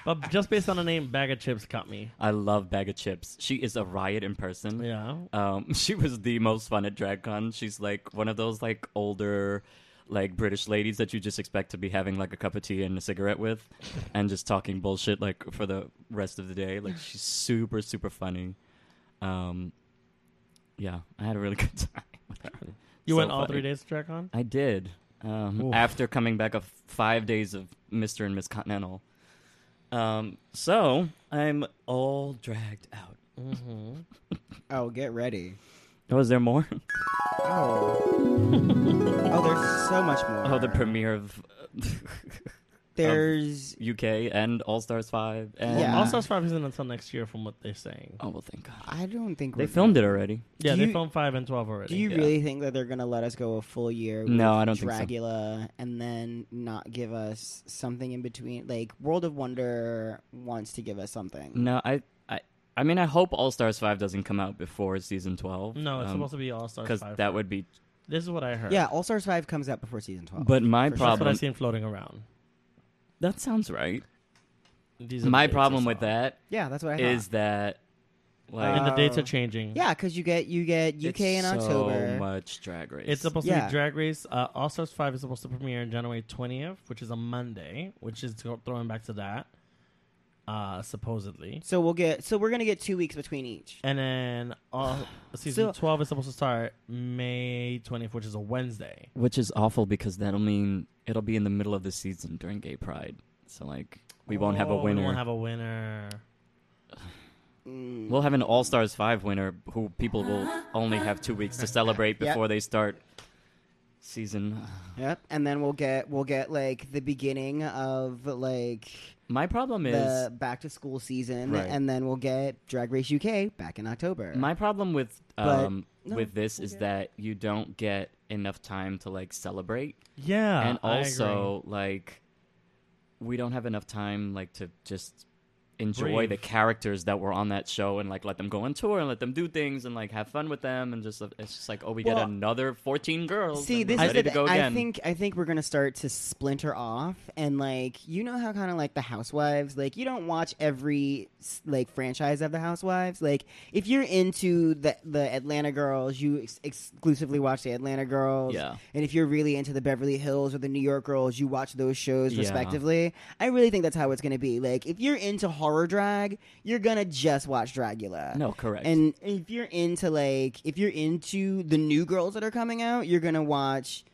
Speaker 3: but just based on the name, bag of chips caught me.
Speaker 1: I love Bag of Chips. She is a riot in person.
Speaker 3: Yeah,
Speaker 1: Um, [laughs] she was the most fun at DragCon. She's like one of those like older, like British ladies that you just expect to be having like a cup of tea and a cigarette with, and just talking bullshit like for the rest of the day. Like she's super super funny. Um, yeah, I had a really [laughs] good time. With her.
Speaker 3: you
Speaker 1: So
Speaker 3: went all
Speaker 1: funny.
Speaker 3: three days to DragCon.
Speaker 1: I did. Um,
Speaker 3: Oof.
Speaker 1: after coming back of five days of Mister and Miss Continental. Um, so I'm all dragged out. Mm-hmm.
Speaker 2: Oh, get ready.
Speaker 1: Oh, is there more? [laughs]
Speaker 2: Oh. oh, there's so much more.
Speaker 1: Oh, the premiere of [laughs]
Speaker 2: There's
Speaker 1: UK and All Stars Five. And
Speaker 2: Yeah.
Speaker 3: All Stars Five isn't until next year, from what they're saying.
Speaker 1: Oh well, thank God.
Speaker 2: I don't think
Speaker 1: They
Speaker 2: we're-
Speaker 1: filmed it already.
Speaker 3: Yeah,
Speaker 2: Do
Speaker 3: they
Speaker 2: you-
Speaker 3: filmed five and twelve already.
Speaker 2: Do you
Speaker 1: Yeah.
Speaker 2: really think that they're gonna let us go a full year? With
Speaker 1: No, I don't think so.
Speaker 2: Dracula, and then not give us something in between. Like World of Wonder wants to give us something.
Speaker 1: No, I, I, I mean, I hope All Stars Five doesn't come out before season twelve.
Speaker 3: no, it's supposed to be All Stars
Speaker 1: because
Speaker 3: Five.
Speaker 1: Um, that would be.
Speaker 3: This is what I heard.
Speaker 2: Yeah, All Stars Five comes out before season twelve.
Speaker 1: But
Speaker 2: For sure.
Speaker 1: my
Speaker 3: that's what
Speaker 1: problem.
Speaker 3: I've seen floating around.
Speaker 1: That sounds right.
Speaker 3: These are the
Speaker 1: My
Speaker 3: dates I
Speaker 1: problem with
Speaker 3: saw.
Speaker 1: that
Speaker 2: yeah, that's what I
Speaker 1: is
Speaker 2: thought.
Speaker 1: that, like,
Speaker 3: and the dates
Speaker 2: Uh,
Speaker 1: Oh.
Speaker 3: are changing.
Speaker 2: yeah, because you get you get UK
Speaker 1: it's
Speaker 2: in October.
Speaker 1: So much drag race.
Speaker 3: It's supposed to
Speaker 2: Yeah.
Speaker 3: be Drag Race. Uh, All Stars 5 is supposed to premiere on January 20th, which is a Monday, which is go- throwing back to that, uh, supposedly.
Speaker 2: So we'll get so we're gonna get two weeks between each.
Speaker 3: And then
Speaker 2: [sighs]
Speaker 3: all, season
Speaker 2: So-
Speaker 3: 12 is supposed to start May 20th, which is a Wednesday.
Speaker 1: which is awful because that'll mean it'll be in the middle of the season during Gay Pride. So like, we won't have a
Speaker 3: Oh,
Speaker 1: winner.
Speaker 3: We won't have a winner.
Speaker 1: We'll have an All Stars Five winner who people will only have
Speaker 2: [laughs]
Speaker 1: two weeks to
Speaker 2: Yep.
Speaker 1: celebrate before they start season.
Speaker 2: Yep, and then we'll get we'll get like the beginning of like
Speaker 1: My problem is
Speaker 2: the back to school season,
Speaker 1: Right.
Speaker 2: and then we'll get Drag Race UK back in October.
Speaker 1: my problem with
Speaker 2: But-
Speaker 1: um,
Speaker 2: no,
Speaker 1: with this is that you don't get enough time to like celebrate,
Speaker 3: Yeah.
Speaker 1: and
Speaker 3: Ah, I agree.
Speaker 1: also like we don't have enough time like to just enjoy
Speaker 3: Breathe.
Speaker 1: the characters that were on that show and like let them go on tour and let them do things and like have fun with them and just it's just like oh we
Speaker 2: Well,
Speaker 1: get another 14 girls
Speaker 2: See,
Speaker 1: and we're
Speaker 2: this is
Speaker 1: ready
Speaker 2: the,
Speaker 1: to go
Speaker 2: thing. I
Speaker 1: again
Speaker 2: think I think we're gonna start to splinter off, and like you know how kind of like the Housewives, like you don't watch every s- like franchise of the Housewives. Like if you're into the the Atlanta Girls, you ex- exclusively watch the Atlanta Girls.
Speaker 1: Yeah.
Speaker 2: And if you're really into the Beverly Hills or the New York Girls, you watch those shows
Speaker 1: Yeah.
Speaker 2: respectively. I really think that's how it's gonna be. Like if you're into horror drag, you're gonna just watch Dracula.
Speaker 1: no correct
Speaker 2: And if you're into like if you're into the new girls that are coming out, you're gonna watch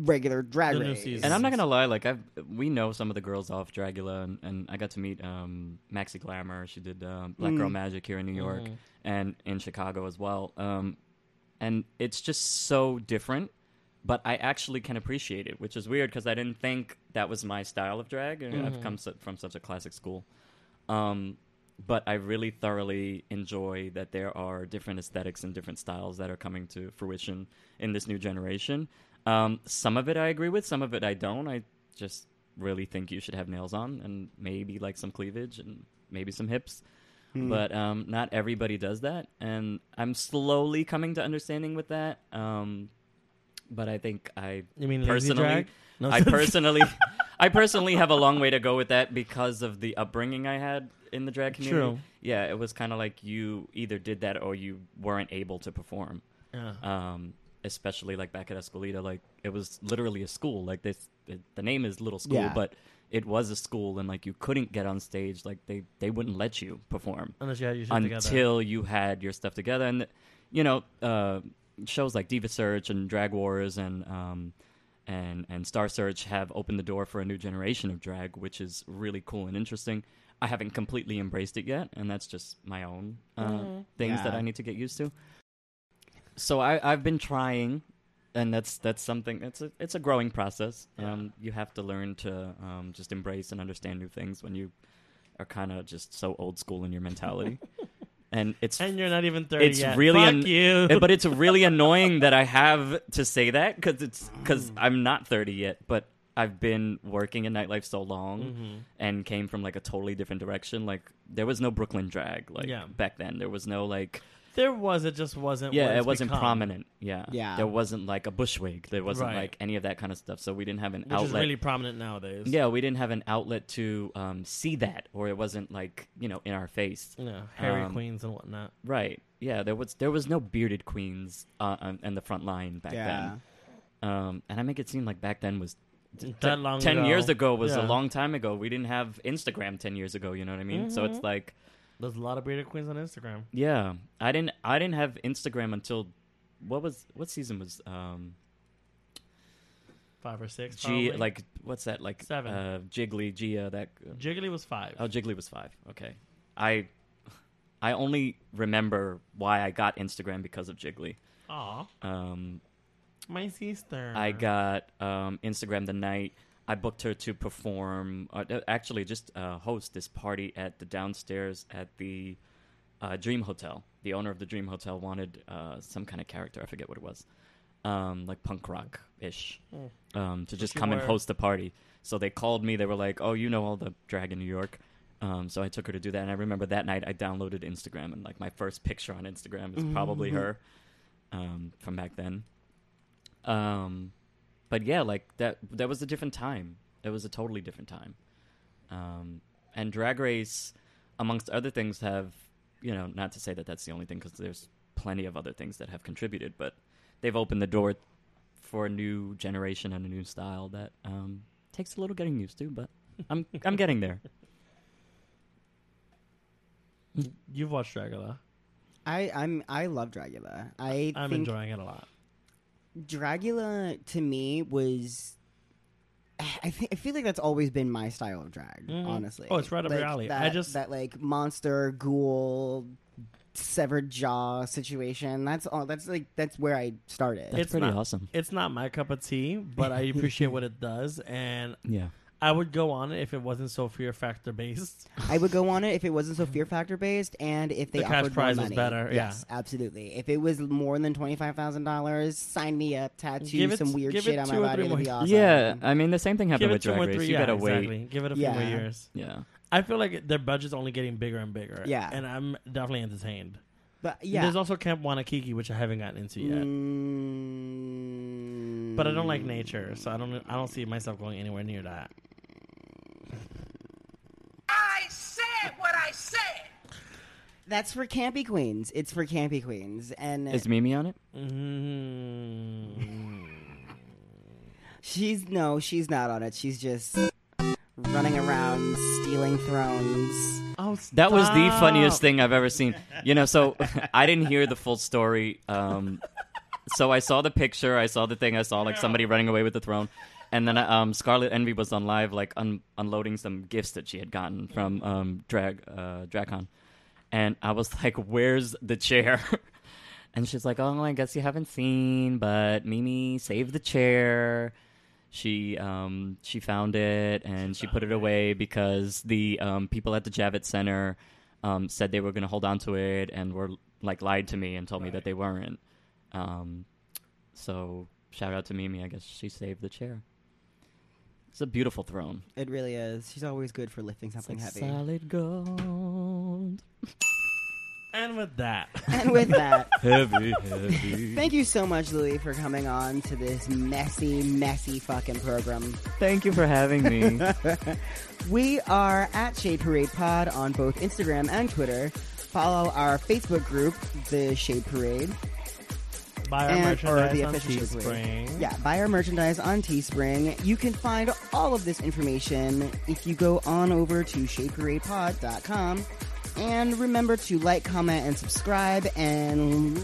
Speaker 2: regular drag
Speaker 3: The new
Speaker 2: race.
Speaker 3: season.
Speaker 1: And I'm not gonna lie, like I've we know some of the girls off Dragula, and, and I got to meet um, Maxi Glamour. She did um, Black Girl Magic here in New York and in Chicago as well. Um, and it's just so different, but I actually can appreciate it, which is weird because I didn't think that was my style of drag. And I've come su- from such a classic school, um, but I really thoroughly enjoy that there are different aesthetics and different styles that are coming to fruition in this new generation. Um, some of it I agree with, some of it I don't. I just really think you should have nails on and maybe like some cleavage and maybe some hips.
Speaker 3: Hmm.
Speaker 1: but um, not everybody does that, and I'm slowly coming to understanding with that. Um, but I think I
Speaker 3: You mean lazy
Speaker 1: personally,
Speaker 3: drag? No, [laughs]
Speaker 1: I personally, I personally have a long way to go with that because of the upbringing I had in the drag community.
Speaker 3: True.
Speaker 1: Yeah, it was kind of like you either did that or you weren't able to perform. Um, especially like back at Escolita, like it was literally a school. Like this, it, the name is Little School,
Speaker 2: Yeah.
Speaker 1: but it was a school, and like you couldn't get on stage. Like they they wouldn't let you perform
Speaker 3: Unless you had your shit
Speaker 1: until
Speaker 3: together.
Speaker 1: you had your stuff together. And you know, uh, shows like Diva Search and Drag Wars and um, and and Star Search have opened the door for a new generation of drag, which is really cool and interesting. I haven't completely embraced it yet, and that's just my own uh, things that
Speaker 2: Yeah.
Speaker 1: I need to get used to. So I, I've been trying, and that's that's something. It's a it's a growing process. Um, you have to learn to um, just embrace and understand new things when you are kind of just so old school in your
Speaker 3: [laughs]
Speaker 1: mentality. and it's [laughs]
Speaker 3: And you're not even 30
Speaker 1: it's
Speaker 3: yet.
Speaker 1: really
Speaker 3: Fuck
Speaker 1: an-
Speaker 3: you. [laughs]
Speaker 1: eh, but it's really annoying that I have to say that because it's because
Speaker 3: Mm.
Speaker 1: I'm not 30 yet, but I've been working in nightlife so long
Speaker 3: Mm-hmm.
Speaker 1: and came from like a totally different direction. Like there was no Brooklyn drag like
Speaker 3: Yeah.
Speaker 1: back then. There was no like
Speaker 3: there was, it just wasn't. what
Speaker 1: yeah, it
Speaker 3: it's
Speaker 1: wasn't
Speaker 3: become,
Speaker 1: prominent. Yeah,
Speaker 2: Yeah.
Speaker 1: There wasn't like a bushwig. There wasn't
Speaker 3: Right.
Speaker 1: like any of that kind of stuff. So we didn't have an
Speaker 3: Which
Speaker 1: outlet.
Speaker 3: is really prominent nowadays.
Speaker 1: yeah, we didn't have an outlet to um, see that, or it wasn't like you know in our face.
Speaker 3: Yeah, Harry
Speaker 1: Um,
Speaker 3: Queens and whatnot.
Speaker 1: Right. Yeah. There was there was no bearded queens uh, on, on the front line back
Speaker 2: Yeah.
Speaker 1: then. Um, and I make it seem like back then was t-
Speaker 3: That long
Speaker 1: ten
Speaker 3: ago.
Speaker 1: years ago was
Speaker 3: Yeah.
Speaker 1: a long time ago. We didn't have Instagram ten years ago. You know what I mean? So it's
Speaker 2: Mm-hmm.
Speaker 1: like,
Speaker 3: There's a lot of bearded queens on Instagram.
Speaker 1: yeah, I didn't I didn't have Instagram until what was what season was um
Speaker 3: Five or six.
Speaker 1: G
Speaker 3: probably.
Speaker 1: like what's that like
Speaker 3: Seven.
Speaker 1: uh, Jiggly Gia that
Speaker 3: Jiggly was five.
Speaker 1: oh Jiggly was five. Okay, I I only remember why I got Instagram because of Jiggly.
Speaker 3: Aw,
Speaker 1: Um,
Speaker 3: my sister.
Speaker 1: I got um, Instagram the night. I booked her to perform, uh, uh, actually, just uh, host this party at the downstairs at the uh, Dream Hotel. The owner of the Dream Hotel wanted uh, some kind of character. I forget what it was, um, like punk rock ish, um, to just
Speaker 3: she
Speaker 1: come and
Speaker 3: wore-
Speaker 1: host the party. So they called me. They were like, "Oh, you know all the drag in New York." Um, so I took her to do that, and I remember that night I downloaded Instagram, and like my first picture on Instagram is probably her um, from back then. Um, but yeah, like that that was a different time. It was a totally different time. Um, and Drag Race, amongst other things, have you know not to say that that's the only thing because there's plenty of other things that have contributed, but they've opened the door for a new generation and a new style that um, takes a little getting used
Speaker 3: [laughs]
Speaker 1: to, but I'm I'm getting there.
Speaker 3: You've watched Dragula.
Speaker 2: I, I'm I love Dracula. I
Speaker 3: I'm
Speaker 2: think
Speaker 3: enjoying it a lot.
Speaker 2: Dracula to me was. I think I feel like that's always been my style of drag, honestly.
Speaker 3: Oh, it's right up your
Speaker 2: Like,
Speaker 3: alley.
Speaker 2: That,
Speaker 3: I just-
Speaker 2: that like monster ghoul severed jaw situation. That's all. That's like that's where I started.
Speaker 1: That's
Speaker 3: It's
Speaker 1: pretty
Speaker 3: not-
Speaker 1: awesome.
Speaker 3: It's not my cup of tea, but I appreciate what
Speaker 1: [laughs]
Speaker 3: it does, and
Speaker 1: Yeah.
Speaker 3: I would go on it if it wasn't so fear factor
Speaker 1: [laughs]
Speaker 3: based.
Speaker 2: I would go on it if it wasn't so fear factor based and if they
Speaker 3: The cash
Speaker 2: offered more
Speaker 3: prize was
Speaker 2: money.
Speaker 3: better, yeah.
Speaker 2: Yes, absolutely. If it was more than twenty five thousand dollars, sign me up, tattoo
Speaker 3: Give it-
Speaker 2: some weird
Speaker 3: give it
Speaker 2: shit on
Speaker 3: two
Speaker 2: my
Speaker 3: or
Speaker 2: body.
Speaker 3: three
Speaker 2: It'd be
Speaker 3: more-
Speaker 2: awesome.
Speaker 1: Yeah, uh, I mean the same thing happened
Speaker 3: Give it
Speaker 1: with
Speaker 3: two
Speaker 1: Drag
Speaker 3: or
Speaker 1: Race.
Speaker 3: three.
Speaker 1: You
Speaker 3: yeah,
Speaker 1: gotta
Speaker 3: exactly.
Speaker 1: wait.
Speaker 3: Give it a few more
Speaker 2: Yeah.
Speaker 3: years.
Speaker 1: Yeah.
Speaker 3: I feel like their budget's only getting bigger and bigger.
Speaker 2: Yeah.
Speaker 3: and I'm definitely entertained.
Speaker 2: but yeah,
Speaker 3: There's also Camp Wanakiki, which I haven't gotten into yet.
Speaker 2: Mm,
Speaker 3: But I don't like nature, so I don't. I don't see myself going anywhere near that.
Speaker 6: I said what I said.
Speaker 2: that's for campy queens. It's for campy queens, and
Speaker 1: Is Mimi on it?
Speaker 3: Mm.
Speaker 2: she's no, she's not on it. She's just running around stealing thrones.
Speaker 3: Oh,
Speaker 1: That was the
Speaker 3: stop.
Speaker 1: funniest thing I've ever seen. You know,
Speaker 3: [laughs]
Speaker 1: so [laughs] I didn't hear the full story. Um, so I saw the picture, I saw the thing, I saw like somebody running away with the throne, and then um, Scarlet Envy was on live, like un- unloading some gifts that she had gotten from um, Drag uh, Dracon, and I was [laughs] like, "Where's the chair?" [laughs] And she's like, "Oh, I guess you haven't seen, but Mimi saved the chair." she um she found it and she put it away because the um people at the Javits Center um said they were going to hold on to it and were like lied to me and told me that they weren't. Um so shout out to Mimi, I guess she saved the chair. It's a beautiful throne.
Speaker 2: It really is. She's always good for lifting something
Speaker 1: It's like
Speaker 2: heavy.
Speaker 1: solid gold.
Speaker 3: sound. And with that,
Speaker 1: [laughs]
Speaker 2: And with that,
Speaker 1: Heavy, heavy.
Speaker 2: thank you so much, Louis, for coming on to this messy, messy fucking program.
Speaker 1: Thank you for having [laughs] me.
Speaker 2: We are at Shade Parade Pod on both Instagram and Twitter. Follow our Facebook group, The Shade Parade.
Speaker 3: buy our
Speaker 2: and-
Speaker 3: merchandise
Speaker 2: or the
Speaker 3: on
Speaker 2: official Shade Parade.
Speaker 3: Teespring.
Speaker 2: Yeah, buy our merchandise on Teespring. You can find all of this information if you go on over to shadeparadepod.com. And remember to like, comment, and subscribe, and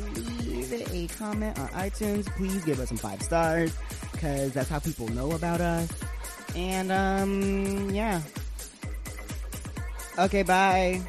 Speaker 2: leave a comment on iTunes. Please give us some five stars, because that's how people know about us. And, um, yeah. Okay, bye.